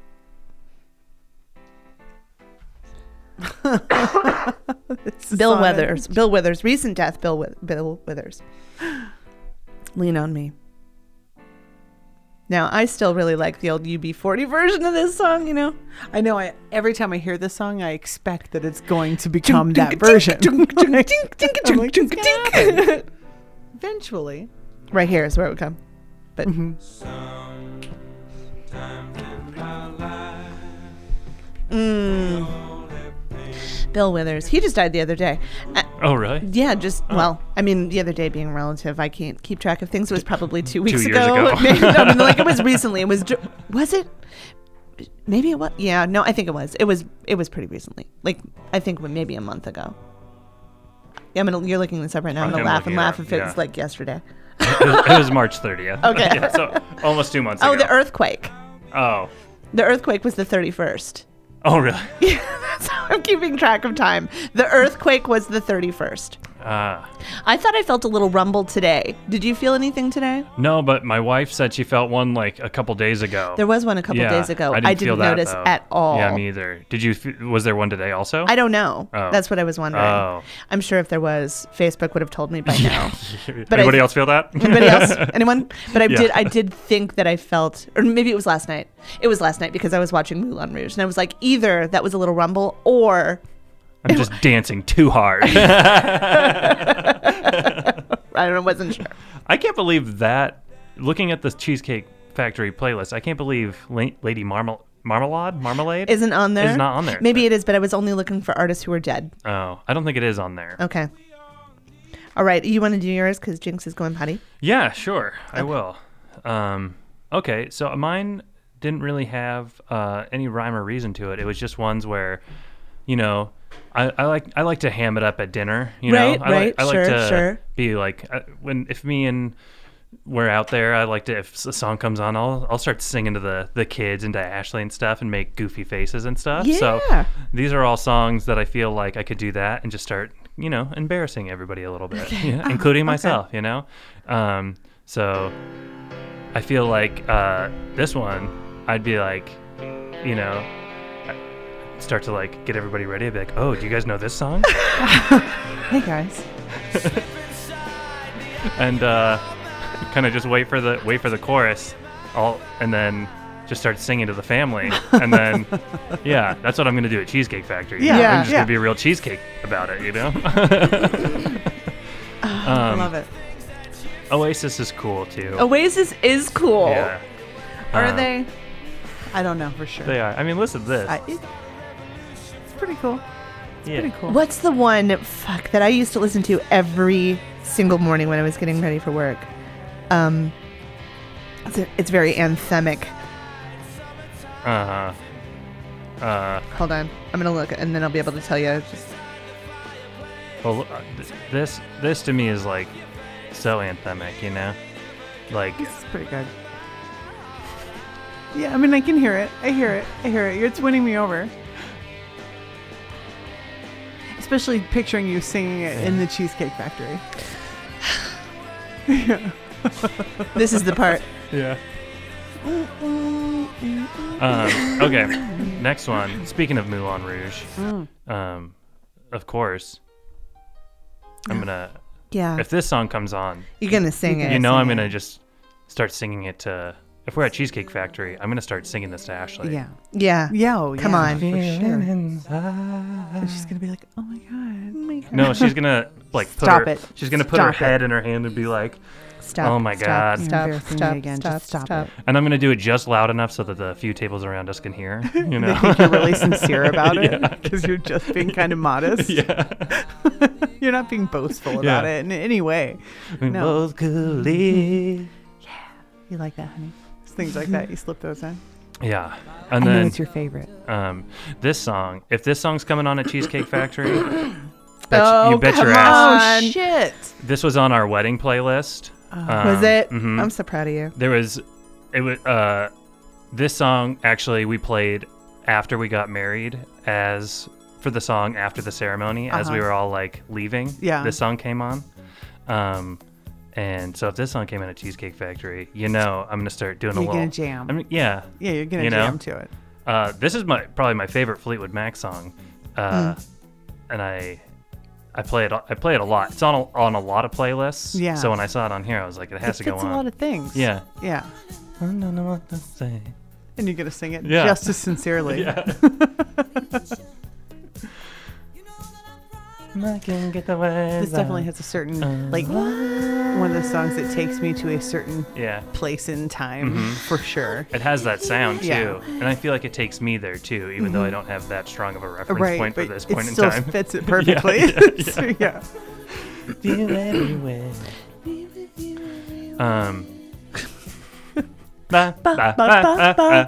Speaker 3: Bill
Speaker 4: Sonic.
Speaker 3: Withers. Bill Withers. Recent death, Bill, Wi- Bill Withers. Lean on me. Now, I still really like the old UB40 version of this song, you know?
Speaker 4: I know. I every time I hear this song, I expect that it's going to become that version. I'm like, "Yeah." Eventually,
Speaker 3: Right here is where it would come. But
Speaker 2: uh.
Speaker 3: Mm. Bill Withers, he just died the other day. Uh,
Speaker 5: Oh, really?
Speaker 3: yeah, just well, I mean, the other day being relative, I can't keep track of things. It was probably two weeks
Speaker 5: years
Speaker 3: ago.
Speaker 5: ago.
Speaker 3: Maybe- no, I mean, like it was recently. It was ju- was it? Maybe it was. Yeah, no, I think it was. It was. It was pretty recently. Like I think maybe a month ago. Yeah, I'm gonna. You're looking this up right now. I'm
Speaker 5: I
Speaker 3: gonna
Speaker 5: am
Speaker 3: laugh and
Speaker 5: looking it
Speaker 3: laugh
Speaker 5: up,
Speaker 3: if it's
Speaker 5: yeah.
Speaker 3: like yesterday.
Speaker 5: It was, it was March 30th.
Speaker 3: Okay.
Speaker 5: Yeah, so almost two months
Speaker 3: Oh,
Speaker 5: ago.
Speaker 3: the earthquake.
Speaker 5: Oh.
Speaker 3: The earthquake was the 31st.
Speaker 5: Oh, really?
Speaker 3: That's how I'm keeping track of time. The earthquake was the 31st.
Speaker 5: Ah.
Speaker 3: I thought I felt a little rumble today. Did you feel anything today?
Speaker 5: No, but my wife said she felt one like a couple days ago.
Speaker 3: There was one a couple
Speaker 5: Yeah,
Speaker 3: days ago.
Speaker 5: I didn't, feel that,
Speaker 3: notice
Speaker 5: though.
Speaker 3: at all.
Speaker 5: Yeah, me either. Did you? f- Was there one today also?
Speaker 3: I don't know.
Speaker 5: Oh.
Speaker 3: That's what I was wondering.
Speaker 5: Oh.
Speaker 3: I'm sure if there was, Facebook would have told me by now.
Speaker 5: don't.
Speaker 3: but I
Speaker 5: Anybody
Speaker 3: th-
Speaker 5: else feel that?
Speaker 3: Anybody else? Anyone? But I
Speaker 5: Yeah.
Speaker 3: did. I did think that I felt, or maybe it was last night. It was last night because I was watching Moulin Rouge, and I was like, either that was a little rumble, or
Speaker 5: I'm just dancing too hard.
Speaker 3: I don't know, wasn't sure.
Speaker 5: I can't believe that. Looking at the Cheesecake Factory playlist, I can't believe La- Lady Marmal- Marmalade Marmalade
Speaker 3: Isn't on there?
Speaker 5: Is not on there.
Speaker 3: Maybe it is, but I was only looking for artists who were dead.
Speaker 5: Oh, I don't think it is on there.
Speaker 3: Okay. All right. You want to do yours because Jinx is going potty.
Speaker 5: Yeah, sure. I will. Um, okay, so mine didn't really have uh, any rhyme or reason to it. It was just ones where, you know, I, I like I like to ham it up at dinner. You
Speaker 3: Right,
Speaker 5: know,
Speaker 3: right,
Speaker 5: I like, I
Speaker 3: sure,
Speaker 5: like to
Speaker 3: sure.
Speaker 5: be like I, when if me and we're out there, I like to if a song comes on, I'll I'll start singing to the the kids and to Ashley and stuff and make goofy faces and stuff.
Speaker 4: Yeah.
Speaker 5: So these are all songs that I feel like I could do that and just start, you know, embarrassing everybody a little bit, you know, including myself, you know? Um, so I feel like uh, this one, I'd be like, you know, I start to like get everybody ready. I'd be like, oh, do you guys know this song?
Speaker 4: hey guys.
Speaker 5: and uh, kind of just wait for the wait for the chorus, all and then just start singing to the family, and then yeah, that's what I'm gonna do at Cheesecake Factory. you know?
Speaker 3: Yeah,
Speaker 5: I'm just
Speaker 4: yeah.
Speaker 5: gonna be a real cheesecake about it, you know.
Speaker 4: I love it.
Speaker 5: Oasis is cool too.
Speaker 3: Oasis is Oh, cool.
Speaker 5: yeah,
Speaker 3: Are
Speaker 5: Uh,
Speaker 3: they?
Speaker 4: I don't know for sure.
Speaker 5: They are. I mean, listen to this.
Speaker 4: I, it, it's pretty cool.
Speaker 5: yeah.
Speaker 4: Pretty cool.
Speaker 3: What's the one fuck that I used to listen to every single morning when I was getting ready for work? Um, it's, a- it's very anthemic.
Speaker 5: Uh huh. Uh,
Speaker 3: Hold on, I'm gonna look and then I'll be able to tell you. Just,
Speaker 5: well, uh, th- this this to me is like so anthemic, you know, like
Speaker 4: This is pretty good. Yeah, I mean, I can hear it. I hear it. I hear it. It's winning me over. Especially picturing you singing it in the Cheesecake Factory.
Speaker 3: this is the part.
Speaker 5: Yeah. Um, okay. Next one. Speaking of Moulin Rouge,
Speaker 4: Hmm.
Speaker 5: um, of course, I'm gonna.
Speaker 3: Yeah,
Speaker 5: If this song comes on,
Speaker 3: you're gonna sing it.
Speaker 5: you know I'm
Speaker 4: sing it.
Speaker 5: gonna just start singing it to. If we're at Cheesecake Factory, I'm gonna start singing this to Ashley.
Speaker 4: Yeah.
Speaker 3: Yeah.
Speaker 4: Yeah. Oh,
Speaker 3: Come
Speaker 4: yeah,
Speaker 3: on.
Speaker 4: For sure.
Speaker 5: Inside.
Speaker 4: And she's going to be like, oh my God.
Speaker 5: No, she's gonna like put
Speaker 4: Stop
Speaker 5: her,
Speaker 4: it.
Speaker 5: She's gonna put her
Speaker 4: Stop it.
Speaker 5: head in her hand and be like,
Speaker 3: Stop.
Speaker 5: Oh my
Speaker 3: stop,
Speaker 5: God. You're
Speaker 3: Stop.
Speaker 4: embarrassing me
Speaker 3: Stop.
Speaker 4: again.
Speaker 3: Stop.
Speaker 4: Just stop
Speaker 3: stop.
Speaker 4: it.
Speaker 5: and I'm gonna do it just loud enough so that the few tables around us can hear. You
Speaker 4: They
Speaker 5: know.
Speaker 4: think you're really sincere about it
Speaker 5: Yeah.
Speaker 4: because you're just being kind of modest.
Speaker 5: yeah.
Speaker 4: You're not being boastful about
Speaker 5: Yeah.
Speaker 4: it in any way.
Speaker 5: We
Speaker 4: No.
Speaker 5: both could leave.
Speaker 4: You like that, honey? Things like that. You slip those in.
Speaker 5: Yeah, and
Speaker 4: I know
Speaker 5: then
Speaker 4: it's your favorite.
Speaker 5: um, this song. If this song's coming on at Cheesecake Factory, bet
Speaker 3: Oh,
Speaker 5: you, you bet
Speaker 3: come
Speaker 5: your ass.
Speaker 3: on.
Speaker 4: shit.
Speaker 5: This was on our wedding playlist. Um,
Speaker 3: Was it?
Speaker 5: mhm.
Speaker 3: I'm so proud of you.
Speaker 5: There was. It was. Uh, this song actually we played after we got married as for the song after the ceremony as we
Speaker 4: Uh-huh.
Speaker 5: were all like leaving.
Speaker 4: Yeah.
Speaker 5: This song came on. Um. And so if this song came in at Cheesecake Factory, you know I'm gonna start doing
Speaker 4: You're
Speaker 5: a little
Speaker 4: gonna jam.
Speaker 5: I mean, yeah,
Speaker 4: Yeah, you're going to
Speaker 5: You know?
Speaker 4: jam to it.
Speaker 5: Uh, this is my probably my favorite Fleetwood Mac song, uh,
Speaker 4: Mm.
Speaker 5: and I I play it I play it a lot. It's on a, on a lot of playlists.
Speaker 4: Yeah.
Speaker 5: So when I saw it on here, I was like, it has
Speaker 4: it
Speaker 5: to go
Speaker 4: fits
Speaker 5: on.
Speaker 4: a lot of things.
Speaker 5: yeah.
Speaker 4: Yeah.
Speaker 5: I don't know what to say.
Speaker 4: And you're gonna sing it
Speaker 5: Yeah.
Speaker 4: just as sincerely.
Speaker 5: Yeah. I can get away.
Speaker 4: This definitely has a certain
Speaker 5: Uh-huh.
Speaker 4: like one of the songs that takes me to a certain
Speaker 5: Yeah.
Speaker 4: place in time
Speaker 5: Mm-hmm.
Speaker 4: for sure.
Speaker 5: It has that sound too,
Speaker 4: Yeah.
Speaker 5: and I feel like it takes me there too, even though I don't have that strong of a reference
Speaker 4: right,
Speaker 5: point
Speaker 4: but
Speaker 5: for this
Speaker 4: it
Speaker 5: point in
Speaker 4: still
Speaker 5: time.
Speaker 4: fits it perfectly. So, Yeah,
Speaker 5: yeah, Feel anyway. Um. Ba, ba, ba, ba, ba.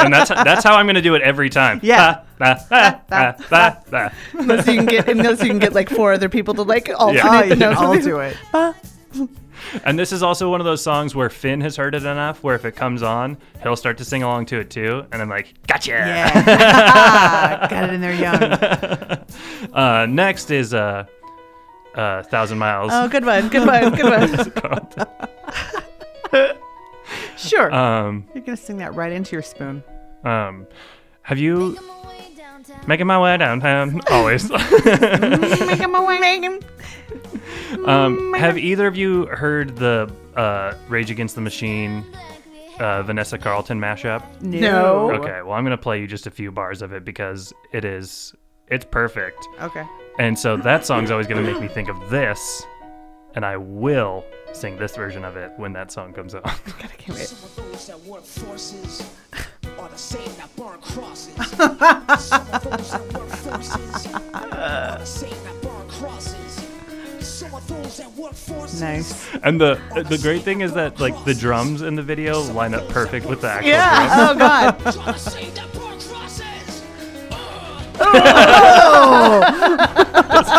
Speaker 5: and that's that's how I'm gonna do it every time.
Speaker 4: Yeah.
Speaker 5: Ba, ba, ba, ba, ba, ba.
Speaker 3: unless you can get unless you can get like four other people to like alternate
Speaker 5: Yeah.
Speaker 4: Oh,
Speaker 3: the notes.
Speaker 4: yeah, I'll do it.
Speaker 5: And this is also one of those songs where Finn has heard it enough, where if it comes on, he'll start to sing along to it too, and I'm like, gotcha.
Speaker 4: Yeah, Ah, got it in there young.
Speaker 5: Uh, next is uh, uh, Thousand Miles.
Speaker 3: Oh, good one, good one, good one.
Speaker 4: Sure,
Speaker 5: um,
Speaker 4: you're gonna sing that right into your spoon.
Speaker 5: um, have you making my way downtown? Always.
Speaker 4: Make 'em a wagon.
Speaker 5: um, have either of you heard the uh, Rage Against the Machine uh, Vanessa Carlton mashup?
Speaker 3: No.
Speaker 5: Okay, well I'm gonna play you just a few bars of it because it is it's perfect.
Speaker 4: Okay.
Speaker 5: And so that song's always going to make me think of this, and I will sing this version of it when that song comes out.
Speaker 4: I can't wait.
Speaker 1: Some of those that work forces are the same that burn crosses. Some of those that work forces are the same that burn crosses. Some of those that work forces.
Speaker 4: Nice.
Speaker 5: and the the great thing is that like the drums in the video line up perfect with the actual
Speaker 3: Yeah.
Speaker 5: drums.
Speaker 3: Oh God.
Speaker 1: are the same that burn crosses. Uh,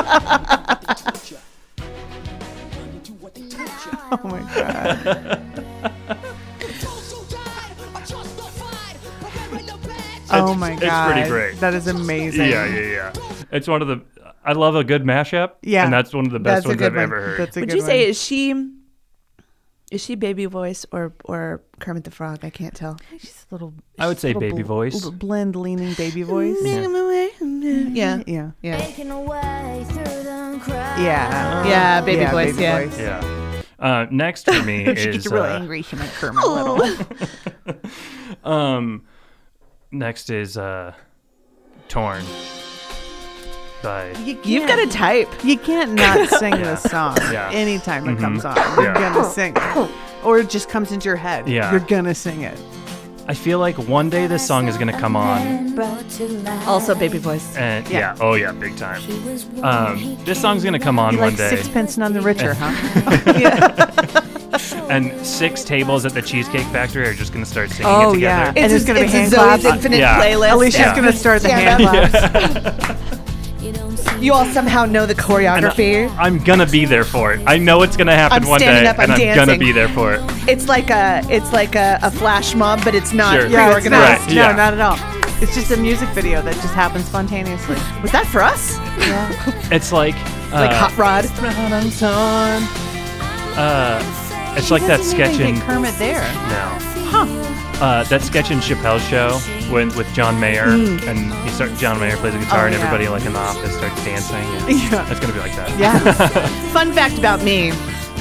Speaker 1: torture. Learn to do what they teach ya.
Speaker 4: Oh my god.
Speaker 1: Those who died are justified for wearing the badge.
Speaker 4: Oh my
Speaker 5: it's
Speaker 4: god.
Speaker 5: pretty great.
Speaker 4: That is amazing.
Speaker 5: Yeah, yeah, yeah. It's one of the I love a good mashup.
Speaker 4: Yeah.
Speaker 5: and that's one of the
Speaker 4: That's
Speaker 5: best
Speaker 4: a
Speaker 5: ones
Speaker 4: good
Speaker 5: I've
Speaker 4: one.
Speaker 5: ever heard.
Speaker 4: That's a
Speaker 3: Would
Speaker 4: good
Speaker 3: you say
Speaker 4: one.
Speaker 3: is she is she baby voice or or Kermit the Frog? I can't tell.
Speaker 4: She's a little?
Speaker 5: I would
Speaker 4: she's a
Speaker 5: say
Speaker 4: little
Speaker 5: baby
Speaker 4: bl-
Speaker 5: voice.
Speaker 4: little blend leaning baby voice.
Speaker 3: Yeah.
Speaker 4: Yeah.
Speaker 3: Yeah.
Speaker 6: Making a way through the crowd.
Speaker 4: Yeah.
Speaker 3: Yeah, baby voice, yeah.
Speaker 5: yeah. Uh, next for me
Speaker 4: She
Speaker 5: is
Speaker 4: gets really
Speaker 5: uh,
Speaker 4: angry. She might curl my little.
Speaker 5: um, next is uh, torn by
Speaker 3: You've got a type.
Speaker 4: You can't not sing this song
Speaker 5: Yeah.
Speaker 4: anytime it comes on. You're
Speaker 5: Mm-hmm. Yeah.
Speaker 4: gonna sing it, or it just comes into your head.
Speaker 5: Yeah.
Speaker 4: You're gonna sing it.
Speaker 5: I feel like one day this song is gonna come on
Speaker 3: Also baby voice.
Speaker 5: And yeah.
Speaker 4: Yeah.
Speaker 5: oh yeah, big time. Um, this song's gonna come on
Speaker 4: You
Speaker 5: one
Speaker 4: like
Speaker 5: day,
Speaker 4: sixpence none the richer, huh?
Speaker 5: and six tables at the Cheesecake Factory are just gonna start singing it
Speaker 4: Oh yeah.
Speaker 5: together.
Speaker 4: And it's, gonna be
Speaker 3: it's
Speaker 4: hand
Speaker 3: a Zoe's
Speaker 4: claps.
Speaker 3: infinite
Speaker 5: Yeah.
Speaker 3: playlist.
Speaker 4: Alicia's
Speaker 3: Yeah.
Speaker 4: gonna start the hand
Speaker 3: that's-
Speaker 4: claps.
Speaker 3: You all somehow know the
Speaker 5: And
Speaker 3: choreography.
Speaker 5: I, am gonna be there for it. I know it's gonna happen
Speaker 3: I'm
Speaker 5: one day,
Speaker 3: standing up, I'm
Speaker 5: and I'm gonna
Speaker 3: dancing.
Speaker 5: be there for it.
Speaker 3: It's like a it's like a, a flash mob, but it's not
Speaker 5: Sure.
Speaker 4: Yeah, it's
Speaker 3: pre-organized.
Speaker 4: not,
Speaker 5: Right,
Speaker 4: no,
Speaker 5: yeah.
Speaker 4: not at all. It's just a music video that just happens spontaneously.
Speaker 3: Was that for us?
Speaker 5: Uh, It's like,
Speaker 3: Like
Speaker 5: uh,
Speaker 3: hot rod.
Speaker 5: I'm torn. Uh, it's like that
Speaker 4: Doesn't even
Speaker 5: sketch in
Speaker 4: get Kermit there.
Speaker 5: now. Uh, that sketch in Chappelle's show when with John Mayer and he start, John Mayer plays a guitar
Speaker 4: Hmm. Oh,
Speaker 5: and
Speaker 4: yeah.
Speaker 5: everybody like in the office starts dancing. And
Speaker 4: Yeah.
Speaker 5: It's gonna be like that.
Speaker 4: Yeah.
Speaker 3: Fun fact about me.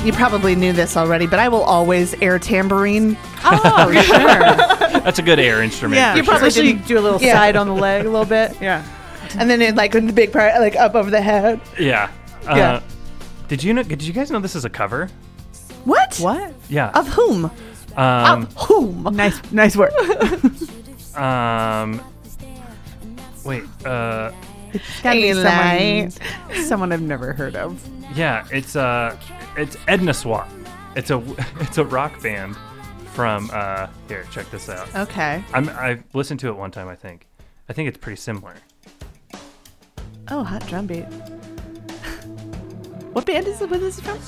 Speaker 3: You probably knew this already, but I will always air tambourine.
Speaker 4: oh, sure.
Speaker 5: That's a good air instrument.
Speaker 4: Yeah.
Speaker 5: for
Speaker 4: You
Speaker 5: sure.
Speaker 4: probably
Speaker 3: Especially-
Speaker 4: should do a little
Speaker 3: Yeah.
Speaker 4: side on the leg a little bit. Yeah.
Speaker 3: And then it like in the big part like up over the head.
Speaker 5: Yeah. Uh,
Speaker 3: Yeah.
Speaker 5: Did you know? Did you guys know this is a cover?
Speaker 3: What?
Speaker 4: What?
Speaker 5: Yeah.
Speaker 3: Of whom?
Speaker 5: um,
Speaker 3: of whom?
Speaker 4: Nice, nice work.
Speaker 5: um. Wait. Uh.
Speaker 4: Gotta be
Speaker 3: Eli.
Speaker 4: someone, someone I've never heard of.
Speaker 5: Yeah. It's uh. It's Edna Swap. It's a. It's a rock band from. Uh. Here, check this out.
Speaker 4: Oh.
Speaker 3: Okay.
Speaker 5: I'm. I've listened to it one time. I think. I think it's pretty similar.
Speaker 3: Oh, hot drum beat. What band is it? What is it from?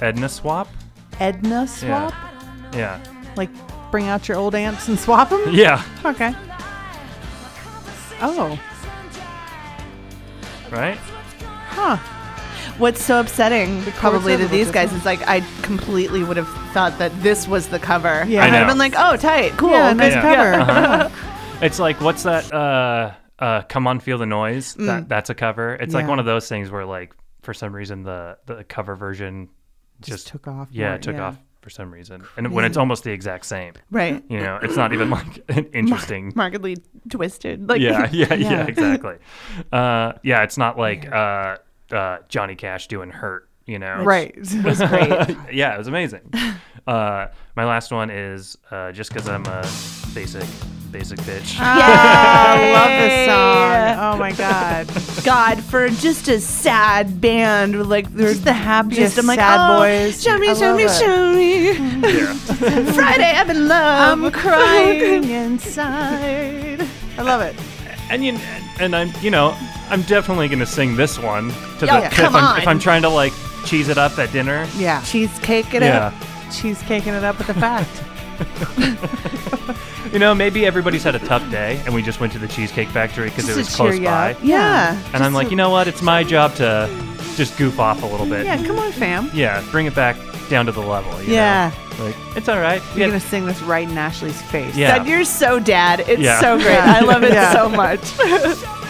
Speaker 5: Edna Swap.
Speaker 4: Edna swap?
Speaker 5: Yeah.
Speaker 4: Like, bring out your old amps and swap them?
Speaker 5: Yeah.
Speaker 4: Okay. Oh,
Speaker 5: Right.
Speaker 4: huh.
Speaker 3: What's so upsetting, probably
Speaker 4: are a
Speaker 3: to
Speaker 4: little
Speaker 3: these guys, is like I completely would have thought that this was the cover.
Speaker 4: Yeah. I
Speaker 3: I'd have
Speaker 5: know.
Speaker 3: been like, oh, tight, cool,
Speaker 4: Yeah,
Speaker 3: good
Speaker 4: nice
Speaker 5: Yeah.
Speaker 4: cover.
Speaker 5: It's like what's that? Uh, uh, come on, feel the noise. That that's a cover. It's like
Speaker 4: Mm. Yeah.
Speaker 5: one of those things where like for some reason the the cover version just,
Speaker 4: took off
Speaker 5: Yeah,
Speaker 4: more,
Speaker 5: it took
Speaker 4: yeah.
Speaker 5: off for some reason, and when it's almost the exact same,
Speaker 3: Right.
Speaker 5: you know, it's not even like interesting.
Speaker 3: Markedly twisted. Like
Speaker 5: yeah, yeah, yeah,
Speaker 4: Yeah.
Speaker 5: exactly. Uh, yeah, it's not like uh, uh, Johnny Cash doing "Hurt," you know.
Speaker 4: Right.
Speaker 3: was great.
Speaker 5: yeah, it was amazing. Uh, my last one is uh, just because I'm a basic, basic bitch.
Speaker 3: Ah.
Speaker 4: I love this song. Oh my god.
Speaker 3: God, for just a sad band, with, like there's the happiest.
Speaker 4: just
Speaker 3: I'm like,
Speaker 4: sad
Speaker 3: oh,
Speaker 4: boys.
Speaker 3: show me,
Speaker 4: I
Speaker 3: show
Speaker 4: love
Speaker 3: me,
Speaker 4: it.
Speaker 3: show me. Friday, I'm in love.
Speaker 4: I'm crying inside. I love it.
Speaker 5: and you, and I'm, you know, I'm definitely gonna sing this one to
Speaker 3: Oh,
Speaker 5: the if
Speaker 3: come
Speaker 5: I'm, if
Speaker 3: on.
Speaker 5: I'm trying to like cheese it up at dinner.
Speaker 4: Yeah.
Speaker 3: Cheesecake it
Speaker 5: Yeah,
Speaker 3: up.
Speaker 4: She's caking it up with the fact.
Speaker 5: you know, maybe everybody's had a tough day, and we just went to the Cheesecake Factory because
Speaker 4: Just
Speaker 5: it
Speaker 4: to
Speaker 5: was close
Speaker 4: cheer you up.
Speaker 5: by.
Speaker 3: Yeah.
Speaker 5: And I'm like, you know what? It's my job to just goof off a little bit.
Speaker 4: Yeah, come on, fam.
Speaker 5: Yeah, bring it back down to the level. you know?
Speaker 4: Yeah.
Speaker 5: like it's all right.
Speaker 4: You're
Speaker 5: Yeah,
Speaker 4: gonna sing this right in Ashley's face.
Speaker 5: Yeah.
Speaker 3: Dad, you're so dad. It's
Speaker 5: Yeah.
Speaker 3: so great. I love it
Speaker 4: Yeah.
Speaker 3: so much.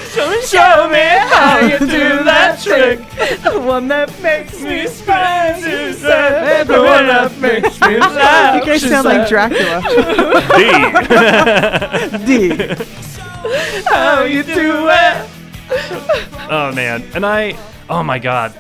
Speaker 3: show me how you do that trick. The one that makes me spaz is the one that makes me laugh.
Speaker 4: You guys sound Oh, like Dracula. D.
Speaker 3: how you do it.
Speaker 5: oh man, and I, oh my god,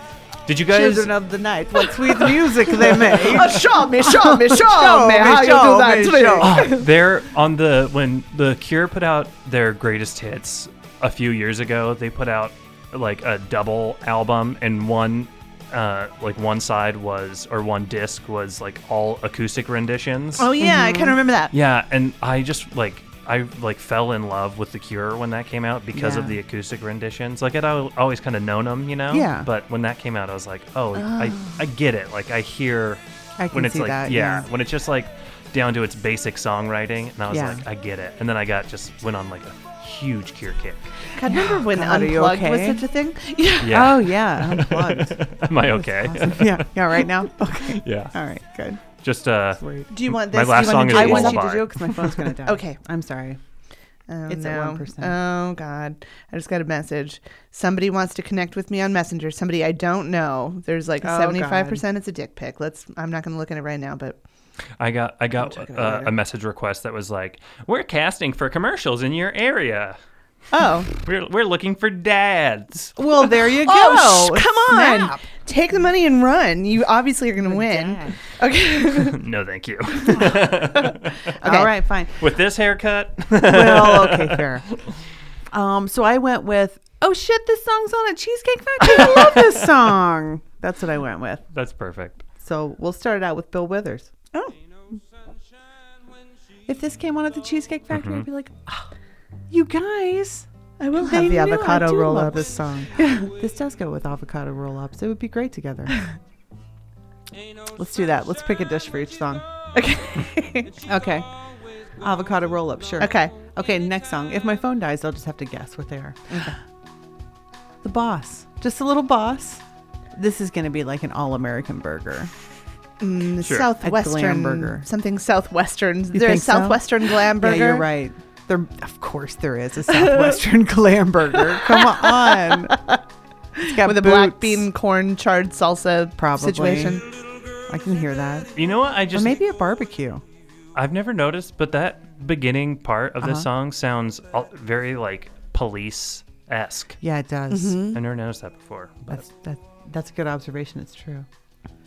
Speaker 5: did you guys?
Speaker 4: Children of the night. What sweet music they make.
Speaker 3: Oh, show me, show me, show,
Speaker 4: Show
Speaker 3: me
Speaker 4: me,
Speaker 3: how you
Speaker 4: show
Speaker 3: do that
Speaker 4: me,
Speaker 3: trick.
Speaker 4: show.
Speaker 5: Oh, they're on the when the Cure put out their greatest hits a few years ago. They put out like a double album, and one uh, like one side was or one disc was like all acoustic renditions.
Speaker 3: Oh yeah, I kind of remember that.
Speaker 5: Mm. Yeah, and I just like I like fell in love with the Cure when that came out because of
Speaker 4: Yeah.
Speaker 5: the acoustic renditions. Like I'd al- always kind of known them, you know.
Speaker 4: Yeah.
Speaker 5: But when that came out, I was like, oh, I I get it. Like I hear
Speaker 4: I
Speaker 5: when
Speaker 4: can
Speaker 5: it's
Speaker 4: see
Speaker 5: like
Speaker 4: that,
Speaker 5: yeah,
Speaker 4: yeah.
Speaker 5: when it's just like down to its basic songwriting, and I was
Speaker 4: Yeah.
Speaker 5: like, I get it. And then I got just went on like a huge Cure kick.
Speaker 3: God, remember when
Speaker 4: God, are you
Speaker 3: unplugged was
Speaker 4: okay?
Speaker 3: such a thing? Yeah.
Speaker 5: Yeah.
Speaker 4: Oh yeah. Unplugged.
Speaker 5: Am I okay?
Speaker 4: yeah. Yeah. Right now. Okay.
Speaker 5: yeah.
Speaker 4: All right. Good.
Speaker 5: Just uh.
Speaker 4: Great.
Speaker 3: Do you want
Speaker 5: My
Speaker 3: this?
Speaker 5: last
Speaker 3: you
Speaker 5: song
Speaker 3: want
Speaker 5: is
Speaker 3: to
Speaker 4: I
Speaker 3: do
Speaker 4: want you
Speaker 5: Lullaby.
Speaker 4: to do it because my phone's gonna die.
Speaker 3: Okay.
Speaker 4: I'm sorry.
Speaker 3: Oh,
Speaker 4: It's at
Speaker 3: no.
Speaker 4: 1%.
Speaker 3: Oh God! I just got a message. Somebody wants to connect with me on Messenger. Somebody I don't know. There's like
Speaker 4: Oh,
Speaker 3: seventy-five percent. It's a dick pic. Let's. I'm not going to look at it right now, but
Speaker 5: I got I got uh, a message request that was like, "We're casting for commercials in your area.
Speaker 3: oh,
Speaker 5: We're we're looking for dads."
Speaker 4: Well, there you go.
Speaker 3: oh, sh- come on!
Speaker 4: Snap.
Speaker 3: Take the money and run. You obviously are going to win.
Speaker 4: dad.
Speaker 3: Okay.
Speaker 5: no, thank you.
Speaker 3: Okay.
Speaker 4: All right. Fine.
Speaker 5: With this haircut,
Speaker 4: well, okay, fair. Um, so I went with, oh shit, this song's on a Cheesecake Factory. I love this song. That's what I went with.
Speaker 5: that's perfect.
Speaker 4: So we'll start it out with Bill Withers.
Speaker 3: Oh.
Speaker 4: If this came on at the Cheesecake Factory, I'd be like, oh, you guys. I will
Speaker 3: have the avocado roll up.
Speaker 4: This song. this does go with avocado roll ups. It would be great together. Let's do that. Let's pick a dish for each song.
Speaker 3: Okay.
Speaker 4: Okay. Avocado roll up, sure.
Speaker 3: Okay.
Speaker 4: Okay, next song. If my phone dies, I'll just have to guess what they are. the boss. Just a little boss. This is going to be like an all American burger.
Speaker 3: Mm,
Speaker 5: Sure. A
Speaker 3: Southwestern
Speaker 4: glam burger.
Speaker 3: Something Southwestern. There's
Speaker 4: think so?
Speaker 3: Southwestern glam burger.
Speaker 4: Yeah, you're right. There, of course, there is a Southwestern glam burger. Come on. It's got
Speaker 3: With a black
Speaker 4: boots.
Speaker 3: bean corn charred salsa
Speaker 4: Probably.
Speaker 3: situation.
Speaker 4: I can hear that.
Speaker 5: You know what? I
Speaker 4: Or
Speaker 5: just
Speaker 4: maybe a barbecue.
Speaker 5: I've never noticed, but that beginning part of this
Speaker 4: Uh-huh.
Speaker 5: song sounds al- very like police esque.
Speaker 4: Yeah, it does.
Speaker 3: Mm-hmm.
Speaker 5: I never noticed that before. But
Speaker 4: That's that. That's a good observation. It's true.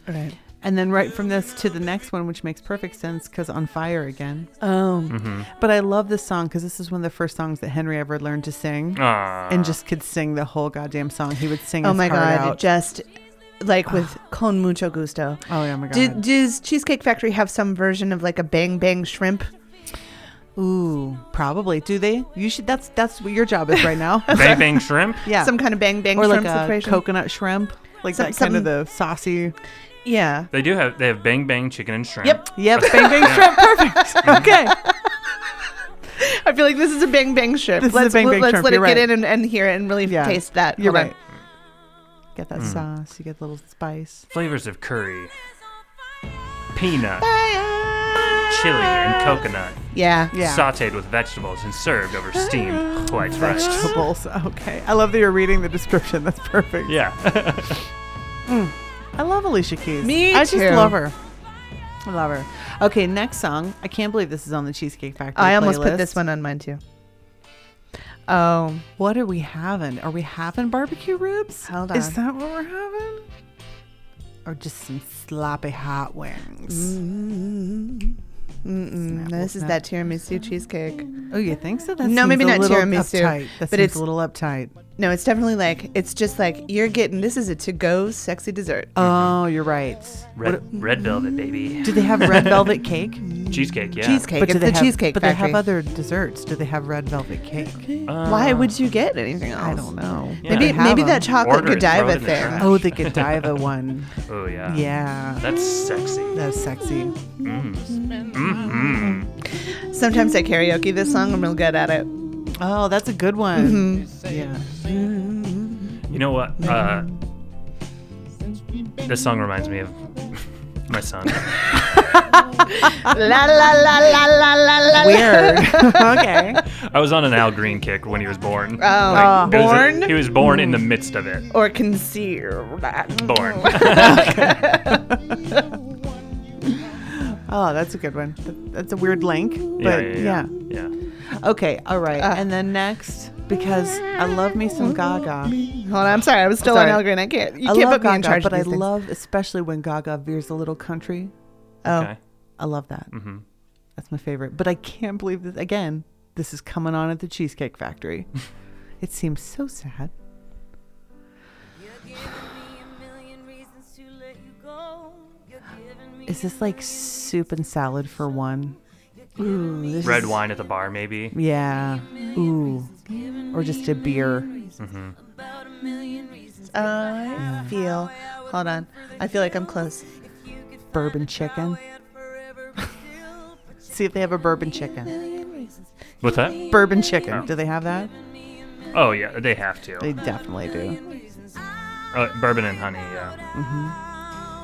Speaker 3: Right.
Speaker 4: And then right from this to the next one, which makes perfect sense because on fire again.
Speaker 3: Oh.
Speaker 4: But I love this song because this is one of the first songs that Henry ever learned to sing
Speaker 5: Aw.
Speaker 4: and just could sing the whole goddamn song. He would sing.
Speaker 3: Oh
Speaker 4: his
Speaker 3: my
Speaker 4: heart
Speaker 3: god!
Speaker 4: out.
Speaker 3: Just like with con mucho gusto.
Speaker 4: oh yeah, my god.
Speaker 3: Do, does Cheesecake Factory have some version of like a bang bang shrimp?
Speaker 4: Ooh, probably. Do they? You should. That's that's what your job is right now.
Speaker 5: bang bang shrimp.
Speaker 4: yeah.
Speaker 3: Some kind of bang bang
Speaker 4: or like
Speaker 3: shrimp
Speaker 4: a
Speaker 3: situation.
Speaker 4: coconut shrimp, like
Speaker 3: Some-
Speaker 4: that kind
Speaker 3: some-
Speaker 4: of the saucy.
Speaker 3: Yeah.
Speaker 5: They do have they have bang bang chicken and shrimp.
Speaker 3: Yep.
Speaker 4: Yep, bang bang shrimp, perfect. Okay.
Speaker 3: I feel like this is a bang bang shrimp.
Speaker 4: This is a
Speaker 3: let's
Speaker 4: bang,
Speaker 3: let-
Speaker 4: bang
Speaker 3: let's
Speaker 4: shrimp,
Speaker 3: let it
Speaker 4: you're
Speaker 3: get
Speaker 4: right.
Speaker 3: in and, and hear it and really
Speaker 4: Yeah,
Speaker 3: taste that.
Speaker 4: You're
Speaker 3: Hold on.
Speaker 4: right. Get that sauce. You get a little spice.
Speaker 5: Flavors of curry, peanut, chili, and coconut,
Speaker 3: Yeah.
Speaker 4: Yeah.
Speaker 5: sautéed with vegetables and served over steamed white rice.
Speaker 4: Vegetables. Okay. I love that you're reading the description. That's perfect.
Speaker 5: Yeah.
Speaker 4: I love Alicia Keys.
Speaker 3: Me
Speaker 4: I
Speaker 3: too.
Speaker 4: just love her. Love her. Okay, next song. I can't believe this is on the Cheesecake Factory.
Speaker 3: I almost put
Speaker 4: playlist.
Speaker 3: this one on mine too. Oh,
Speaker 4: What are we having? Are we having barbecue ribs?
Speaker 3: Hold
Speaker 4: Is
Speaker 3: on.
Speaker 4: that what we're having? Or just some sloppy hot wings?
Speaker 3: mm, Mm-hmm. this is that tiramisu cheesecake.
Speaker 4: Oh, you think so? That
Speaker 3: No,
Speaker 4: seems
Speaker 3: maybe
Speaker 4: a
Speaker 3: not
Speaker 4: little
Speaker 3: tiramisu,
Speaker 4: Uptight.
Speaker 3: but
Speaker 4: That seems
Speaker 3: it's-
Speaker 4: a little uptight.
Speaker 3: No, it's definitely like it's just like you're getting this is a to-go sexy dessert.
Speaker 4: Oh, you're right.
Speaker 5: Red, red velvet, baby.
Speaker 4: Do they have red velvet cake?
Speaker 5: Cheesecake, yeah.
Speaker 3: Cheesecake.
Speaker 4: do
Speaker 3: it's the
Speaker 4: they have-
Speaker 3: cheesecake
Speaker 4: But
Speaker 3: factory.
Speaker 4: they have other desserts. Do they have red velvet cake?
Speaker 5: Uh,
Speaker 3: Why would you get anything else?
Speaker 4: I don't know.
Speaker 5: Yeah.
Speaker 3: Maybe
Speaker 5: They
Speaker 4: have
Speaker 3: maybe
Speaker 4: them.
Speaker 3: that chocolate
Speaker 5: Order it, throw it
Speaker 3: Godiva
Speaker 5: in the
Speaker 3: thing.
Speaker 5: trash.
Speaker 4: Oh, the Godiva one.
Speaker 5: Oh, yeah.
Speaker 4: Yeah.
Speaker 5: That's sexy.
Speaker 4: That's sexy.
Speaker 3: Sometimes I karaoke this song. I'm real good at it.
Speaker 4: Oh, that's a good one.
Speaker 3: Mm-hmm.
Speaker 4: Yeah.
Speaker 5: You know what? Uh, this song reminds me of my son.
Speaker 3: la la la la la la la.
Speaker 4: Weird. okay.
Speaker 5: I was on an Al Green kick when he was born.
Speaker 3: Oh,
Speaker 5: Like, it was a-
Speaker 3: born?
Speaker 5: he was born in the midst of it.
Speaker 3: Or concealed.
Speaker 5: Born.
Speaker 4: Oh, that's a good one. That- That's a weird link, but
Speaker 5: yeah,
Speaker 4: yeah.
Speaker 5: yeah, yeah. yeah.
Speaker 4: Okay, all right.
Speaker 3: Uh.
Speaker 4: and then next, because I love me some Gaga.
Speaker 3: Hold on, I'm sorry. I was still
Speaker 4: Sorry.
Speaker 3: on Al Green. I can't. You
Speaker 4: I
Speaker 3: can't
Speaker 4: love
Speaker 3: put me in
Speaker 4: Gaga,
Speaker 3: charge.
Speaker 4: but
Speaker 3: of
Speaker 4: I
Speaker 3: these things.
Speaker 4: love especially when Gaga veers a little country.
Speaker 3: Oh,
Speaker 5: Okay.
Speaker 4: I love that. Mm-hmm. That's my favorite. But I can't believe this again. This is coming on at the Cheesecake Factory. it seems so sad. Is this like soup and salad for one? Ooh, this
Speaker 5: Red
Speaker 4: is-
Speaker 5: wine at the bar, maybe.
Speaker 4: Yeah. Ooh. Or just a beer. Mm-hmm.
Speaker 3: I feel. Hold on. I feel like I'm close.
Speaker 4: bourbon chicken. See if they have a bourbon chicken.
Speaker 5: What's that?
Speaker 4: Bourbon chicken. Do they have that?
Speaker 5: Oh yeah, they have to.
Speaker 4: They definitely do.
Speaker 5: Uh, bourbon and honey. Yeah.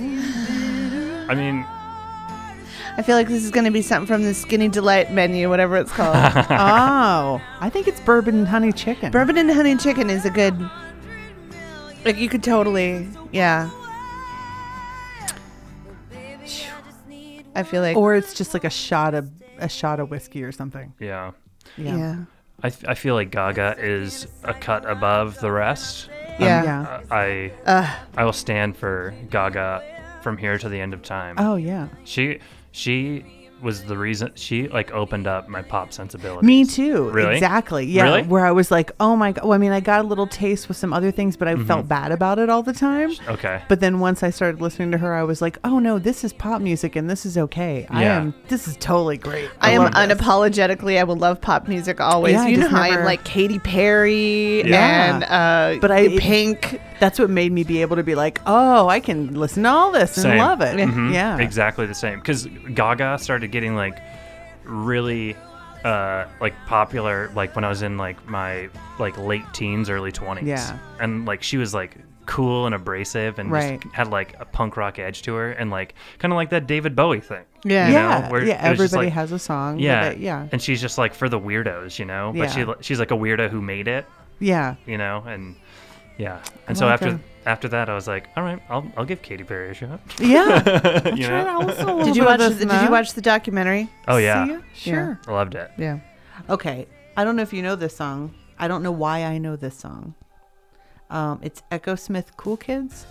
Speaker 5: I mean,
Speaker 3: I feel like this is going to be something from the Skinny Delight menu, whatever it's called.
Speaker 4: oh, I think it's bourbon and honey chicken.
Speaker 3: Bourbon and honey chicken is a good. Like you could totally, yeah. I feel like,
Speaker 4: or it's just like a shot of a shot of whiskey or something.
Speaker 5: yeah.
Speaker 4: Yeah.
Speaker 3: yeah,
Speaker 5: I, f- I feel like Gaga is a cut above the rest.
Speaker 4: Um,
Speaker 3: yeah.
Speaker 5: Uh, I I will stand for Gaga from here to the end of time.
Speaker 4: Oh yeah.
Speaker 5: She she was the reason she like opened up my pop sensibilities.
Speaker 4: Me too.
Speaker 5: Really?
Speaker 4: Exactly. Yeah.
Speaker 5: Really?
Speaker 4: Where I was like, oh my god. Well, I mean, I got a little taste with some other things, but
Speaker 5: Mm-hmm.
Speaker 4: I felt bad about it all the time.
Speaker 5: Okay.
Speaker 4: But then once I started listening to her, I was like, oh no, this is pop music and this is okay. I
Speaker 5: Yeah.
Speaker 4: am. This is totally great.
Speaker 3: I, am
Speaker 4: love this.
Speaker 3: unapologetically. I will love pop music always.
Speaker 4: Yeah, I
Speaker 3: you know
Speaker 4: just
Speaker 3: how I
Speaker 4: never-
Speaker 3: like Katy Perry
Speaker 4: Yeah.
Speaker 3: and uh,
Speaker 4: But I-
Speaker 3: Pink.
Speaker 4: That's what made me be able to be like, oh, I can listen to all this and
Speaker 5: Same.
Speaker 4: love it.
Speaker 5: Mhm.
Speaker 4: Yeah.
Speaker 5: Exactly the same. Because Gaga started getting like really uh like popular like when I was in like my like late teens, early twenties.
Speaker 4: Yeah.
Speaker 5: And like she was like cool and abrasive and
Speaker 4: Right.
Speaker 5: just had like a punk rock edge to her and like kind of like that David Bowie thing.
Speaker 3: Yeah.
Speaker 5: You know,
Speaker 4: Yeah.
Speaker 5: where
Speaker 4: yeah.
Speaker 5: it was just,
Speaker 4: Everybody
Speaker 5: like-
Speaker 4: has a song. with
Speaker 5: Yeah.
Speaker 4: it. Yeah.
Speaker 5: And she's just like for the weirdos, you know? But
Speaker 4: Yeah.
Speaker 5: she she's like a weirdo who made it,
Speaker 4: Yeah.
Speaker 5: you know? And yeah. And so
Speaker 4: like
Speaker 5: after
Speaker 4: her.
Speaker 5: after that I was like, all right, I'll I'll give Katy Perry a shot.
Speaker 4: Yeah.
Speaker 5: you
Speaker 4: Try
Speaker 5: know?
Speaker 4: to listen a little
Speaker 3: Did you
Speaker 4: bit
Speaker 3: watch?
Speaker 4: of
Speaker 3: The,
Speaker 4: this
Speaker 3: did
Speaker 4: and
Speaker 3: you
Speaker 4: that.
Speaker 3: watch the documentary?
Speaker 5: Oh yeah.
Speaker 4: See ya? Sure.
Speaker 5: Loved it.
Speaker 3: Yeah.
Speaker 4: Okay. I don't know if you know this song. I don't know why I know this song. Um, it's Echo Smith Cool Kids.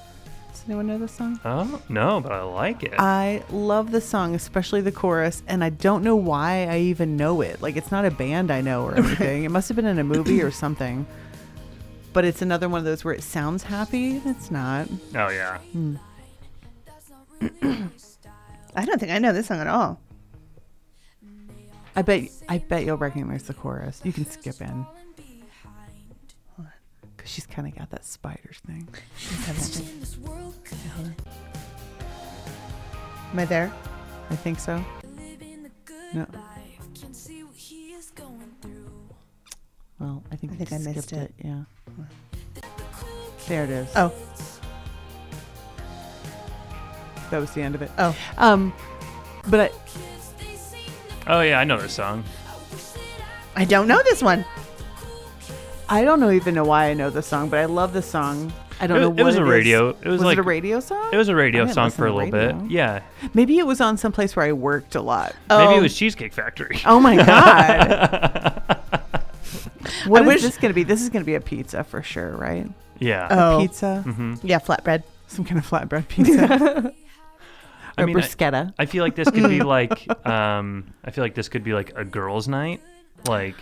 Speaker 4: Does anyone know this song?
Speaker 5: Oh no, but I like it.
Speaker 4: I love the song, especially the chorus, and I don't know why I even know it. Like, it's not a band I know or anything. it must have been in a movie or something. But it's another one of those where it sounds happy. and It's not.
Speaker 5: oh yeah.
Speaker 3: I don't think I know this song at all.
Speaker 4: I bet. I bet you'll recognize the chorus. You can skip in. Cause she's kind of got that spider thing.
Speaker 3: Am I there?
Speaker 4: I think so. No. Well, I think
Speaker 3: I
Speaker 4: we
Speaker 3: think I
Speaker 4: skipped
Speaker 3: missed it.
Speaker 4: it. Yeah. There it is.
Speaker 3: Oh,
Speaker 4: That was the end of it.
Speaker 3: oh.
Speaker 4: Um, but I,
Speaker 5: Oh yeah, I know this song.
Speaker 3: I don't know this one.
Speaker 4: I don't know even know why I know this song, but I love this song. I don't
Speaker 5: It
Speaker 4: know
Speaker 5: was-
Speaker 4: what
Speaker 5: it was a
Speaker 4: is.
Speaker 5: radio- it was like-
Speaker 4: it a radio song.
Speaker 5: It was a radio
Speaker 4: I didn't
Speaker 5: song
Speaker 4: listen
Speaker 5: for a
Speaker 4: to
Speaker 5: little
Speaker 4: radio.
Speaker 5: bit. Yeah.
Speaker 4: Maybe it was on someplace where I worked a lot.
Speaker 5: Maybe
Speaker 3: Oh.
Speaker 5: it was Cheesecake Factory.
Speaker 4: Oh my god! What is
Speaker 3: wish-
Speaker 4: this going to be? This is going to be a pizza for sure, right?
Speaker 5: Yeah.
Speaker 3: Oh,
Speaker 4: Pizza,
Speaker 5: Mm-hmm.
Speaker 3: yeah, flatbread.
Speaker 4: some kind of flatbread pizza,
Speaker 5: I
Speaker 4: or
Speaker 5: mean, I-
Speaker 4: bruschetta.
Speaker 5: I feel like this could be like um I feel like this could be like a girls' night like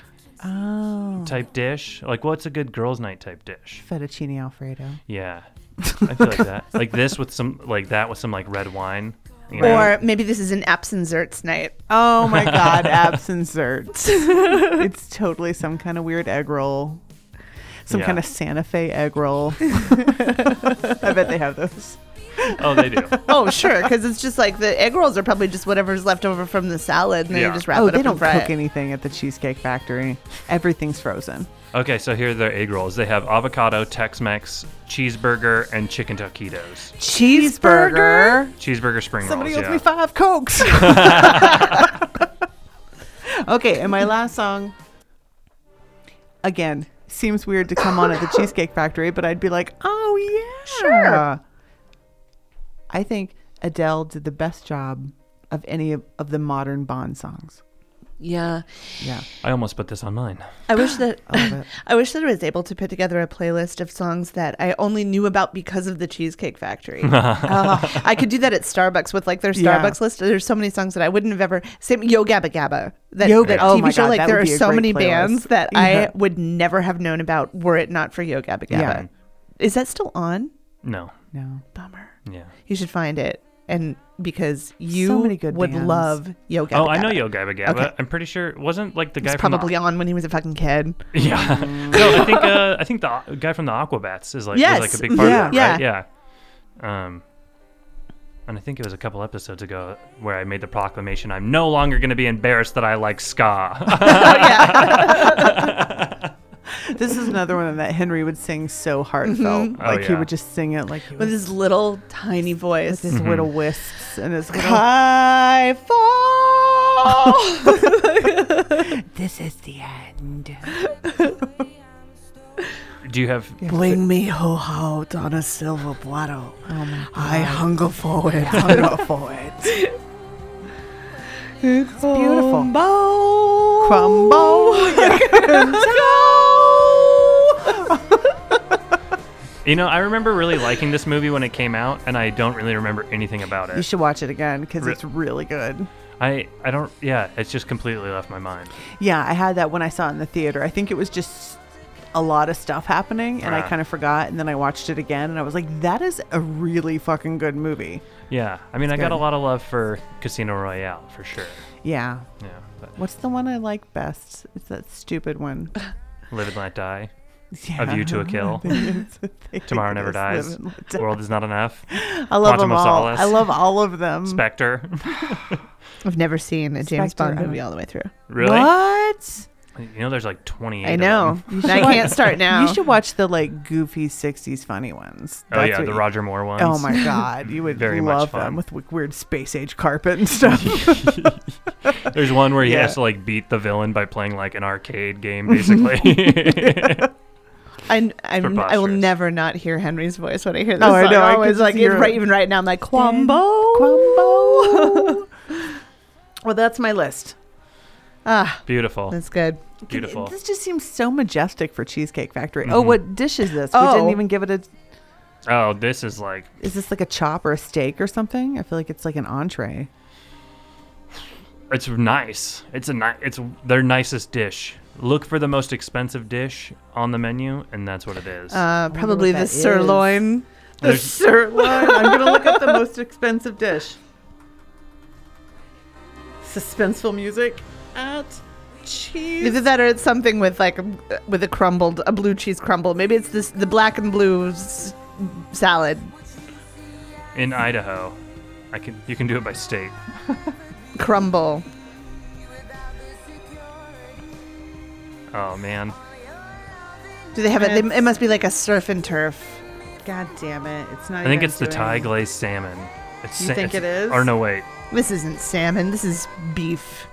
Speaker 4: oh,
Speaker 5: type dish. Like what's a good girls' night type dish?
Speaker 4: fettuccine alfredo.
Speaker 5: Yeah. I feel like that. Like this with some like that with some like red wine. You know?
Speaker 3: Or maybe this is an Absenzerts night.
Speaker 4: Oh my god, absincerts. it's totally some kind of weird egg roll. Some
Speaker 5: Yeah.
Speaker 4: kind of Santa Fe egg roll. I bet they have those.
Speaker 5: Oh they do.
Speaker 3: Oh, sure, because it's just like the egg rolls are probably just whatever's left over from the salad, and then
Speaker 5: Yeah.
Speaker 3: you just wrap
Speaker 4: oh,
Speaker 3: it up
Speaker 4: they don't
Speaker 3: and fry
Speaker 4: cook
Speaker 3: it.
Speaker 4: anything at the Cheesecake Factory. Everything's frozen.
Speaker 5: Okay, so here are their egg rolls. They have avocado, Tex Mex, cheeseburger, and chicken taquitos.
Speaker 4: Cheeseburger.
Speaker 5: Cheeseburger spring
Speaker 4: Somebody
Speaker 5: rolls.
Speaker 4: owes
Speaker 5: yeah.
Speaker 4: me five cokes. okay, and my last song. Again, seems weird to come on at the Cheesecake Factory, but I'd be like, oh yeah,
Speaker 3: Sure.
Speaker 4: I think Adele did the best job of any of, of the modern Bond songs.
Speaker 3: Yeah,
Speaker 4: Yeah,
Speaker 5: I almost put this on mine.
Speaker 3: I wish that
Speaker 4: I love it.
Speaker 3: I wish that I was able to put together a playlist of songs that I only knew about because of the Cheesecake Factory. I could do that at Starbucks with like their Starbucks
Speaker 4: Yeah.
Speaker 3: list. There's so many songs that I wouldn't have ever. Same Yo Gabba Gabba, that,
Speaker 4: Yo
Speaker 3: that
Speaker 4: Gabba- oh
Speaker 3: TV
Speaker 4: my
Speaker 3: show.
Speaker 4: God,
Speaker 3: like
Speaker 4: that
Speaker 3: there
Speaker 4: would
Speaker 3: are
Speaker 4: be a
Speaker 3: so
Speaker 4: great
Speaker 3: many
Speaker 4: playlist.
Speaker 3: bands that
Speaker 4: Yeah.
Speaker 3: I would never have known about were it not for Yo Gabba Gabba.
Speaker 4: Yeah.
Speaker 3: Is that still on?
Speaker 5: No.
Speaker 4: no,
Speaker 3: Bummer.
Speaker 5: Yeah.
Speaker 3: You should find it, and because you
Speaker 4: So many good
Speaker 3: would
Speaker 4: bands.
Speaker 3: love Yo Gabba.
Speaker 5: Oh, I know
Speaker 3: Gabba.
Speaker 5: Yo Gabba Gabba.
Speaker 3: Okay.
Speaker 5: I'm pretty sure wasn't like the guy
Speaker 3: It's
Speaker 5: from uh, the-
Speaker 3: probably on when he was a fucking kid.
Speaker 5: Yeah. no, I think uh, I think the guy from the Aquabats is like was
Speaker 3: Yes.
Speaker 5: like a big part
Speaker 4: Yeah.
Speaker 5: of that, right? Yeah. Um and I think it was a couple episodes ago where I made the proclamation I'm no longer going to be embarrassed that I like ska.
Speaker 4: this is another one that Henry would sing so heartfelt.
Speaker 5: Oh,
Speaker 4: Like he
Speaker 5: yeah.
Speaker 4: would just sing it like he
Speaker 3: Mm-hmm. With
Speaker 4: was
Speaker 3: his little tiny voice.
Speaker 4: his
Speaker 5: Mm-hmm.
Speaker 4: little wisps and his little.
Speaker 3: I fall.
Speaker 4: This is the end.
Speaker 5: Do you have
Speaker 7: Bring me ho out on a silver platter. I hunger for it.
Speaker 4: Beautiful. It's beautiful.
Speaker 3: Crumble.
Speaker 4: Crumble.
Speaker 5: You know, I remember really liking this movie when it came out and I don't really remember anything about
Speaker 4: You
Speaker 5: it.
Speaker 4: should watch it again because
Speaker 5: Re-
Speaker 4: it's really good.
Speaker 5: I I don't yeah, it's just completely left my mind.
Speaker 4: Yeah, I had that when I saw it in the theater. I think it was just a lot of stuff happening and I
Speaker 5: Ah.
Speaker 4: kind of forgot. And then I watched it again and I was like, that is a really fucking good movie.
Speaker 5: Yeah. I mean, I got
Speaker 4: good.
Speaker 5: a lot of love for Casino Royale for sure.
Speaker 4: Yeah.
Speaker 5: Yeah. But
Speaker 4: What's the one I like best? It's that stupid one.
Speaker 5: Live and Let Die.
Speaker 4: Yeah.
Speaker 5: View to a Kill. Tomorrow Never Dies. World is Not enough.
Speaker 4: I love
Speaker 5: Quantum
Speaker 4: them
Speaker 5: of
Speaker 4: all.
Speaker 5: Solace.
Speaker 4: I love all of them.
Speaker 5: Spectre.
Speaker 3: I've never seen a James
Speaker 4: Spectre,
Speaker 3: Bond
Speaker 4: I
Speaker 3: movie
Speaker 4: don't-
Speaker 3: all the way through.
Speaker 5: really?
Speaker 4: What?
Speaker 5: You know, there's like 28.
Speaker 3: I
Speaker 5: of
Speaker 3: know.
Speaker 5: them.
Speaker 3: And I can't start now.
Speaker 4: You should watch the like goofy '60s funny ones.
Speaker 5: Oh
Speaker 4: That's
Speaker 5: yeah,
Speaker 4: what
Speaker 5: the
Speaker 4: you-
Speaker 5: Roger Moore ones.
Speaker 4: Oh my god, you would
Speaker 5: Very much
Speaker 4: love
Speaker 5: fun.
Speaker 4: them with w- weird space age carpet and stuff.
Speaker 5: There's one where he
Speaker 4: Yeah.
Speaker 5: has to like beat the villain by playing like an arcade game, basically.
Speaker 3: I, I, I will
Speaker 5: preposterous.
Speaker 3: never not hear Henry's voice when I hear this.
Speaker 4: Oh, I
Speaker 3: song.
Speaker 4: know, I
Speaker 3: always
Speaker 4: could
Speaker 3: like
Speaker 4: just hear
Speaker 3: even right,
Speaker 4: it.
Speaker 3: even right now. I'm like Quambo.
Speaker 4: Quambo. well, that's my list.
Speaker 3: Ah,
Speaker 5: Beautiful.
Speaker 3: that's good.
Speaker 5: Beautiful. Mm-hmm.
Speaker 4: This just seems so majestic for Cheesecake Factory. Oh, what dish is this? We
Speaker 3: Oh.
Speaker 4: didn't even give it a.
Speaker 5: Oh, this is like
Speaker 4: Is this like a chop or a steak or something? I feel like it's like an entree.
Speaker 5: it's nice. It's a ni- it's their nicest dish. Look for the most expensive dish on the menu, and that's what it is.
Speaker 3: Uh, probably the
Speaker 4: that is.
Speaker 3: sirloin.
Speaker 4: The
Speaker 5: There's-
Speaker 4: sirloin. I'm gonna look up the most expensive dish. Suspenseful music at cheese.
Speaker 3: Either that or it's something with like a, with a crumbled a blue cheese crumble. Maybe it's this the black and blue s- salad
Speaker 5: In Idaho, I can you can do it by state.
Speaker 3: crumble.
Speaker 5: Oh man,
Speaker 3: Do they have it? They, it must be like a surf and turf.
Speaker 4: God damn it! It's not.
Speaker 5: I think it's the Thai glazed salmon. It's
Speaker 4: You
Speaker 5: sa-
Speaker 4: think
Speaker 5: it's-
Speaker 4: it is?
Speaker 5: Or no, wait.
Speaker 3: This isn't salmon. This is beef.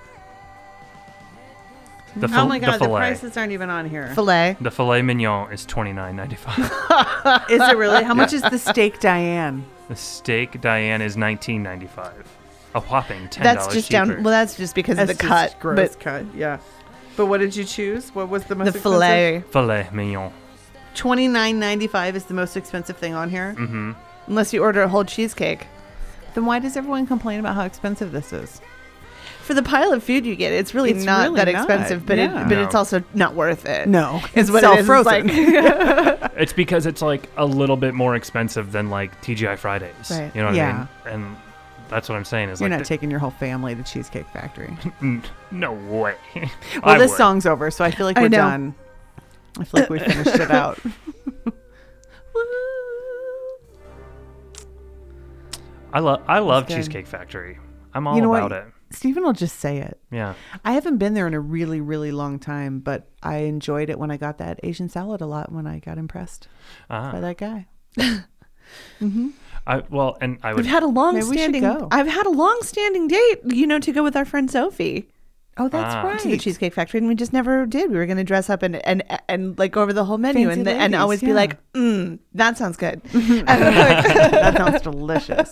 Speaker 5: The
Speaker 7: Oh
Speaker 5: fil-
Speaker 7: my god,
Speaker 5: the
Speaker 7: the,
Speaker 5: fillet.
Speaker 7: prices aren't even on here.
Speaker 3: Filet.
Speaker 5: the filet mignon is twenty nine ninety five.
Speaker 4: Is it really? How much is the steak, Diane?
Speaker 5: the steak Diane is nineteen ninety five. A whopping ten dollars
Speaker 3: That's just
Speaker 5: cheaper.
Speaker 3: down. Well, that's just because of the
Speaker 7: That's just
Speaker 3: cut.
Speaker 7: gross
Speaker 3: But
Speaker 7: cut. Yeah. But what did you choose? What was the most
Speaker 3: the filet,
Speaker 5: filet mignon.
Speaker 7: Twenty nine ninety five is the most expensive thing on here.
Speaker 4: Mm-hmm.
Speaker 3: unless you order a whole cheesecake.
Speaker 4: Then why does everyone complain about how expensive this is?
Speaker 3: For the pile of food you get, it's really
Speaker 4: It's
Speaker 3: not
Speaker 4: really
Speaker 3: that
Speaker 4: not,
Speaker 3: expensive, but
Speaker 4: yeah.
Speaker 3: it, but
Speaker 5: No.
Speaker 3: it's also not worth it.
Speaker 4: No,
Speaker 3: It's what it is. It's like-
Speaker 5: It's because it's like a little bit more expensive than like TGI Fridays.
Speaker 3: Right.
Speaker 5: You know what
Speaker 4: Yeah.
Speaker 5: I mean? And that's what I'm saying is
Speaker 4: You're
Speaker 5: like
Speaker 4: not taking your whole family to Cheesecake Factory.
Speaker 5: n- no way. well,
Speaker 4: Well, this song's over, so I feel like
Speaker 3: I
Speaker 4: we're
Speaker 3: know.
Speaker 4: done. I feel like we finished it out.
Speaker 5: I love I love
Speaker 4: good.
Speaker 5: Cheesecake Factory. I'm all
Speaker 4: you know
Speaker 5: about
Speaker 4: what?
Speaker 5: it.
Speaker 4: Stephen will just say it.
Speaker 5: Yeah.
Speaker 4: I haven't been there in a really, really long time, but I enjoyed it when I got that Asian salad a lot when I got impressed by
Speaker 5: Ah,
Speaker 4: that guy.
Speaker 5: I, well, and I would
Speaker 3: I've had a long
Speaker 4: Maybe we should
Speaker 3: standing.
Speaker 4: go.
Speaker 3: I've had a long standing date, you know, to go with our friend Sophie
Speaker 4: Oh, that's
Speaker 5: Ah.
Speaker 4: right.
Speaker 3: to the Cheesecake Factory, and we just never did. We were going to dress up and and and like go over the whole menu
Speaker 4: Fancy
Speaker 3: and the, and
Speaker 4: ladies,
Speaker 3: always
Speaker 4: yeah.
Speaker 3: be like, mm, that sounds good.
Speaker 4: that sounds delicious.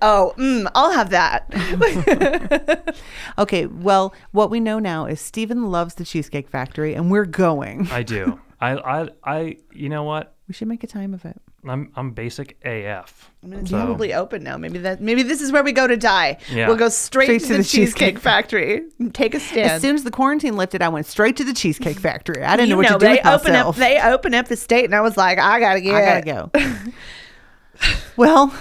Speaker 3: oh, mm, I'll have that.
Speaker 4: Okay, well, what we know now is Stephen loves the Cheesecake Factory, and we're going.
Speaker 5: I do. I, I I you know what?
Speaker 4: We should make a time of it.
Speaker 5: I'm I'm basic AF.
Speaker 3: I mean, it's
Speaker 5: So-
Speaker 3: probably open now. Maybe that. Maybe this is where we go to die.
Speaker 5: Yeah.
Speaker 3: We'll go straight, to, the, Cheesecake,
Speaker 4: Cheesecake
Speaker 3: Factory. Take a stand.
Speaker 4: As soon as the quarantine lifted, I went straight to the Cheesecake Factory. I didn't
Speaker 3: you
Speaker 4: know what to do
Speaker 3: they
Speaker 4: with
Speaker 3: open
Speaker 4: myself.
Speaker 3: up. They open up the state, and I was like, I gotta get.
Speaker 4: I gotta go. well,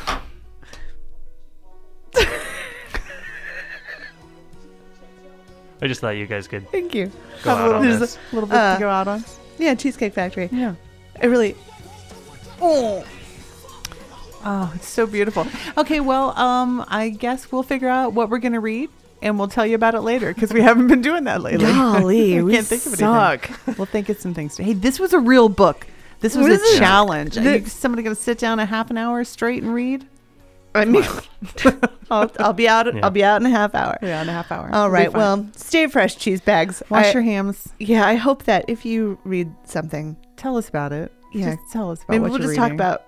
Speaker 5: I just thought you guys could
Speaker 3: Thank you.
Speaker 5: go out on
Speaker 4: there's
Speaker 5: this.
Speaker 4: a little bit
Speaker 3: Uh,
Speaker 4: to go out on.
Speaker 3: Yeah, Cheesecake Factory.
Speaker 4: Yeah.
Speaker 3: It really. Oh,
Speaker 4: Oh, it's so beautiful. Okay, well, um, I guess we'll figure out what we're gonna read, and we'll tell you about it later because we haven't been doing that lately.
Speaker 3: golly, we
Speaker 4: can't think of anything.
Speaker 3: suck.
Speaker 4: we'll think of some things. To, hey, this was a real book. This was
Speaker 3: What is
Speaker 4: a
Speaker 3: it?
Speaker 4: challenge. Are
Speaker 3: The-
Speaker 4: you, somebody gonna sit down a half an hour straight and read?
Speaker 3: I mean, I'll, I'll be out.
Speaker 5: Yeah.
Speaker 3: I'll be out in a half hour.
Speaker 4: Yeah, in a half hour.
Speaker 3: All
Speaker 4: It'll be
Speaker 3: right.
Speaker 4: fine.
Speaker 3: Well, stay fresh, cheese bags.
Speaker 4: wash
Speaker 3: I-
Speaker 4: your hands.
Speaker 3: Yeah, I hope that if you read something,
Speaker 4: Tell us about it.
Speaker 3: Yeah.
Speaker 4: Just tell us about.
Speaker 3: maybe
Speaker 4: what
Speaker 3: we'll
Speaker 4: you're
Speaker 3: just talk
Speaker 4: reading.
Speaker 3: about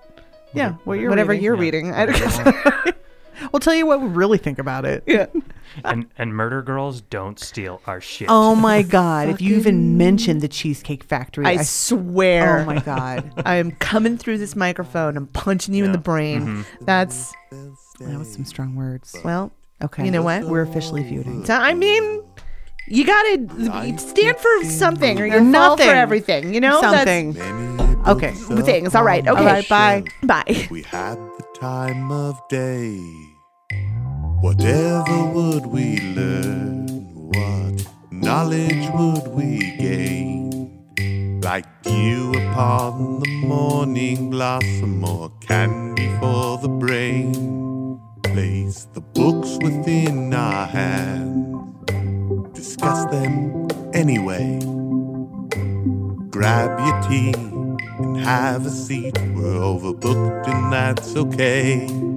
Speaker 4: yeah what you're
Speaker 3: whatever
Speaker 4: reading.
Speaker 3: you're reading. I don't
Speaker 4: We'll tell you what we really think about it.
Speaker 3: yeah.
Speaker 5: and and murder girls don't steal our shit.
Speaker 4: Oh my god! if you even mention the Cheesecake Factory,
Speaker 3: I
Speaker 4: I
Speaker 3: swear.
Speaker 4: oh my god.
Speaker 3: I am coming through this microphone. I'm punching you in the brain. That's
Speaker 4: That was some strong words.
Speaker 3: well.
Speaker 4: Okay.
Speaker 3: You know what?
Speaker 4: We're officially feuding.
Speaker 3: so, I mean, you gotta stand for something, or you
Speaker 4: Nothing.
Speaker 3: fall for everything. You know, That's-
Speaker 4: Something. Okay.
Speaker 3: things. All right. Okay.
Speaker 4: All right, bye.
Speaker 3: Bye.
Speaker 2: We had the time of day. Whatever would we learn? What knowledge would we gain? Like dew upon the morning blossom or candy for the brain. Place the books within our hands. Discuss them anyway. Grab your tea and have a seat. We're overbooked and that's okay.